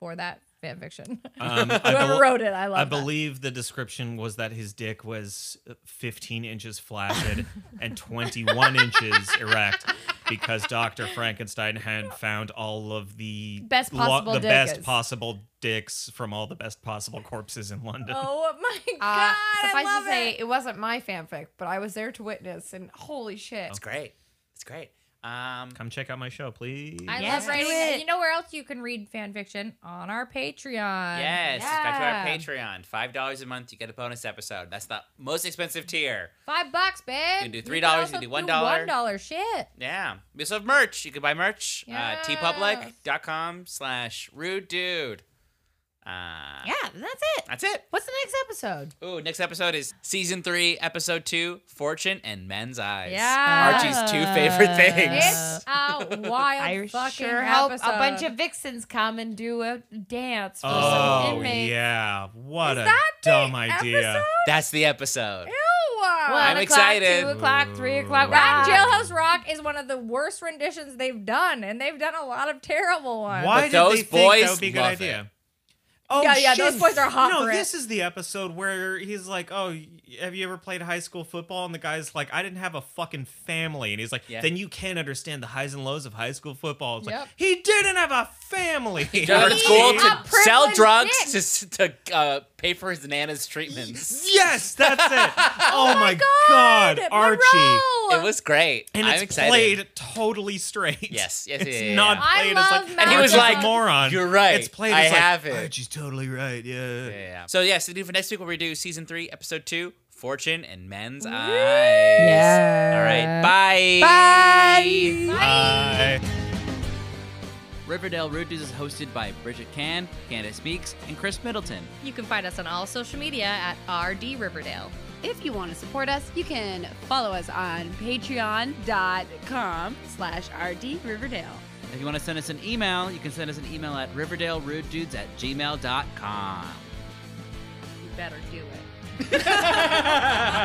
Speaker 2: for that fan fiction.
Speaker 5: Um, I
Speaker 2: Whoever
Speaker 5: bel-
Speaker 2: wrote it, I love.
Speaker 5: I
Speaker 2: that.
Speaker 5: believe the description was that his dick was 15 inches flaccid and 21 inches erect because Dr. Frankenstein had found all of the
Speaker 3: Best possible
Speaker 5: the
Speaker 3: dick
Speaker 5: best
Speaker 3: is.
Speaker 5: possible dicks from all the best possible corpses in London.
Speaker 2: Oh my
Speaker 6: Uh,
Speaker 2: god! I
Speaker 6: suffice
Speaker 2: love
Speaker 6: to say,
Speaker 2: it.
Speaker 6: it. wasn't my fanfic, but I was there to witness, and holy shit.
Speaker 4: It's great. It's great. Um,
Speaker 5: Come check out my show, please.
Speaker 2: I
Speaker 3: Yes,
Speaker 2: love writing.
Speaker 3: do it.
Speaker 2: You know where else you can read fan fiction on our Patreon?
Speaker 4: yes, subscribe
Speaker 6: yeah.
Speaker 4: to our Patreon. Five dollars a month, you get a bonus episode. That's the most expensive tier.
Speaker 2: five bucks, babe.
Speaker 4: can do $3, you can
Speaker 2: also
Speaker 4: do $1.
Speaker 2: One dollar, shit.
Speaker 4: Yeah, we also have merch. You can buy merch.
Speaker 2: Yes.
Speaker 4: Uh, tpublic.com slash rude dude. Uh,
Speaker 3: Yeah, that's it.
Speaker 4: That's it.
Speaker 3: What's the next episode?
Speaker 4: Ooh, next episode is season three, episode two, Fortune and Men's Eyes.
Speaker 2: Yeah.
Speaker 4: Archie's two favorite things.
Speaker 2: It's a wild
Speaker 3: I
Speaker 2: fucking
Speaker 3: sure hope
Speaker 2: episode.
Speaker 3: a bunch of vixens come and do a dance for some
Speaker 5: Oh
Speaker 3: inmates.
Speaker 5: yeah, what a
Speaker 2: that the
Speaker 5: dumb idea!
Speaker 4: That's the episode.
Speaker 2: Ew.
Speaker 3: One
Speaker 4: I'm
Speaker 3: o'clock,
Speaker 4: excited.
Speaker 3: Two o'clock, three o'clock.
Speaker 5: Ooh.
Speaker 2: Rotten
Speaker 3: Rotten jail.
Speaker 2: Jailhouse Rock is one of the worst renditions they've done, and they've done a lot of terrible ones.
Speaker 5: Why
Speaker 4: But
Speaker 5: did
Speaker 4: those
Speaker 5: they think
Speaker 4: boys
Speaker 5: that would be a good
Speaker 4: love
Speaker 5: idea?
Speaker 4: it.
Speaker 5: Oh
Speaker 2: Yeah, yeah, those boys are hot
Speaker 5: No,
Speaker 2: for it.
Speaker 5: this is the episode where he's like, "Oh, y- have you ever played high school football?" And the guy's like, "I didn't have a fucking family," and he's like,
Speaker 4: Yeah.
Speaker 5: "Then you can't understand the highs and lows of high school football." It's
Speaker 2: Yep.
Speaker 5: like he didn't have a family.
Speaker 4: Jonathan School
Speaker 2: a
Speaker 4: to sell
Speaker 2: privileged
Speaker 4: drugs
Speaker 2: dick.
Speaker 4: to, s- to uh, pay for his nana's treatments.
Speaker 5: yes, that's it. Oh, my god, Archie.
Speaker 2: Monroe!
Speaker 4: It was great.
Speaker 5: And
Speaker 4: I'm
Speaker 5: it's
Speaker 4: excited.
Speaker 5: played totally straight.
Speaker 4: Yes, yes,
Speaker 5: it's
Speaker 4: yeah, yeah,
Speaker 5: not
Speaker 4: yeah.
Speaker 2: I
Speaker 5: played
Speaker 2: love
Speaker 5: as like.
Speaker 2: And
Speaker 4: he was
Speaker 5: Archie's a
Speaker 4: like,
Speaker 5: "Moron,
Speaker 4: "You're right.
Speaker 5: It's played.
Speaker 4: I
Speaker 5: as like,
Speaker 4: have it."
Speaker 5: Archie's totally right. Yeah.
Speaker 4: Yeah, yeah, yeah. So yeah, so do for next week, we're gonna do season three, episode two, Fortune and Men's Eyes. All right. Bye. Bye.
Speaker 5: Bye.
Speaker 7: Riverdale Rude Dudes is hosted by Bridget Can, Candace Meeks, and Chris Middleton.
Speaker 8: You can find us on all social media at RD Riverdale.
Speaker 9: If you want to support us, you can follow us on patreon.com slash RD Riverdale.
Speaker 7: If you want to send us an email, you can send us an email at riverdalerudedudes at gmail.com.
Speaker 8: You better do it.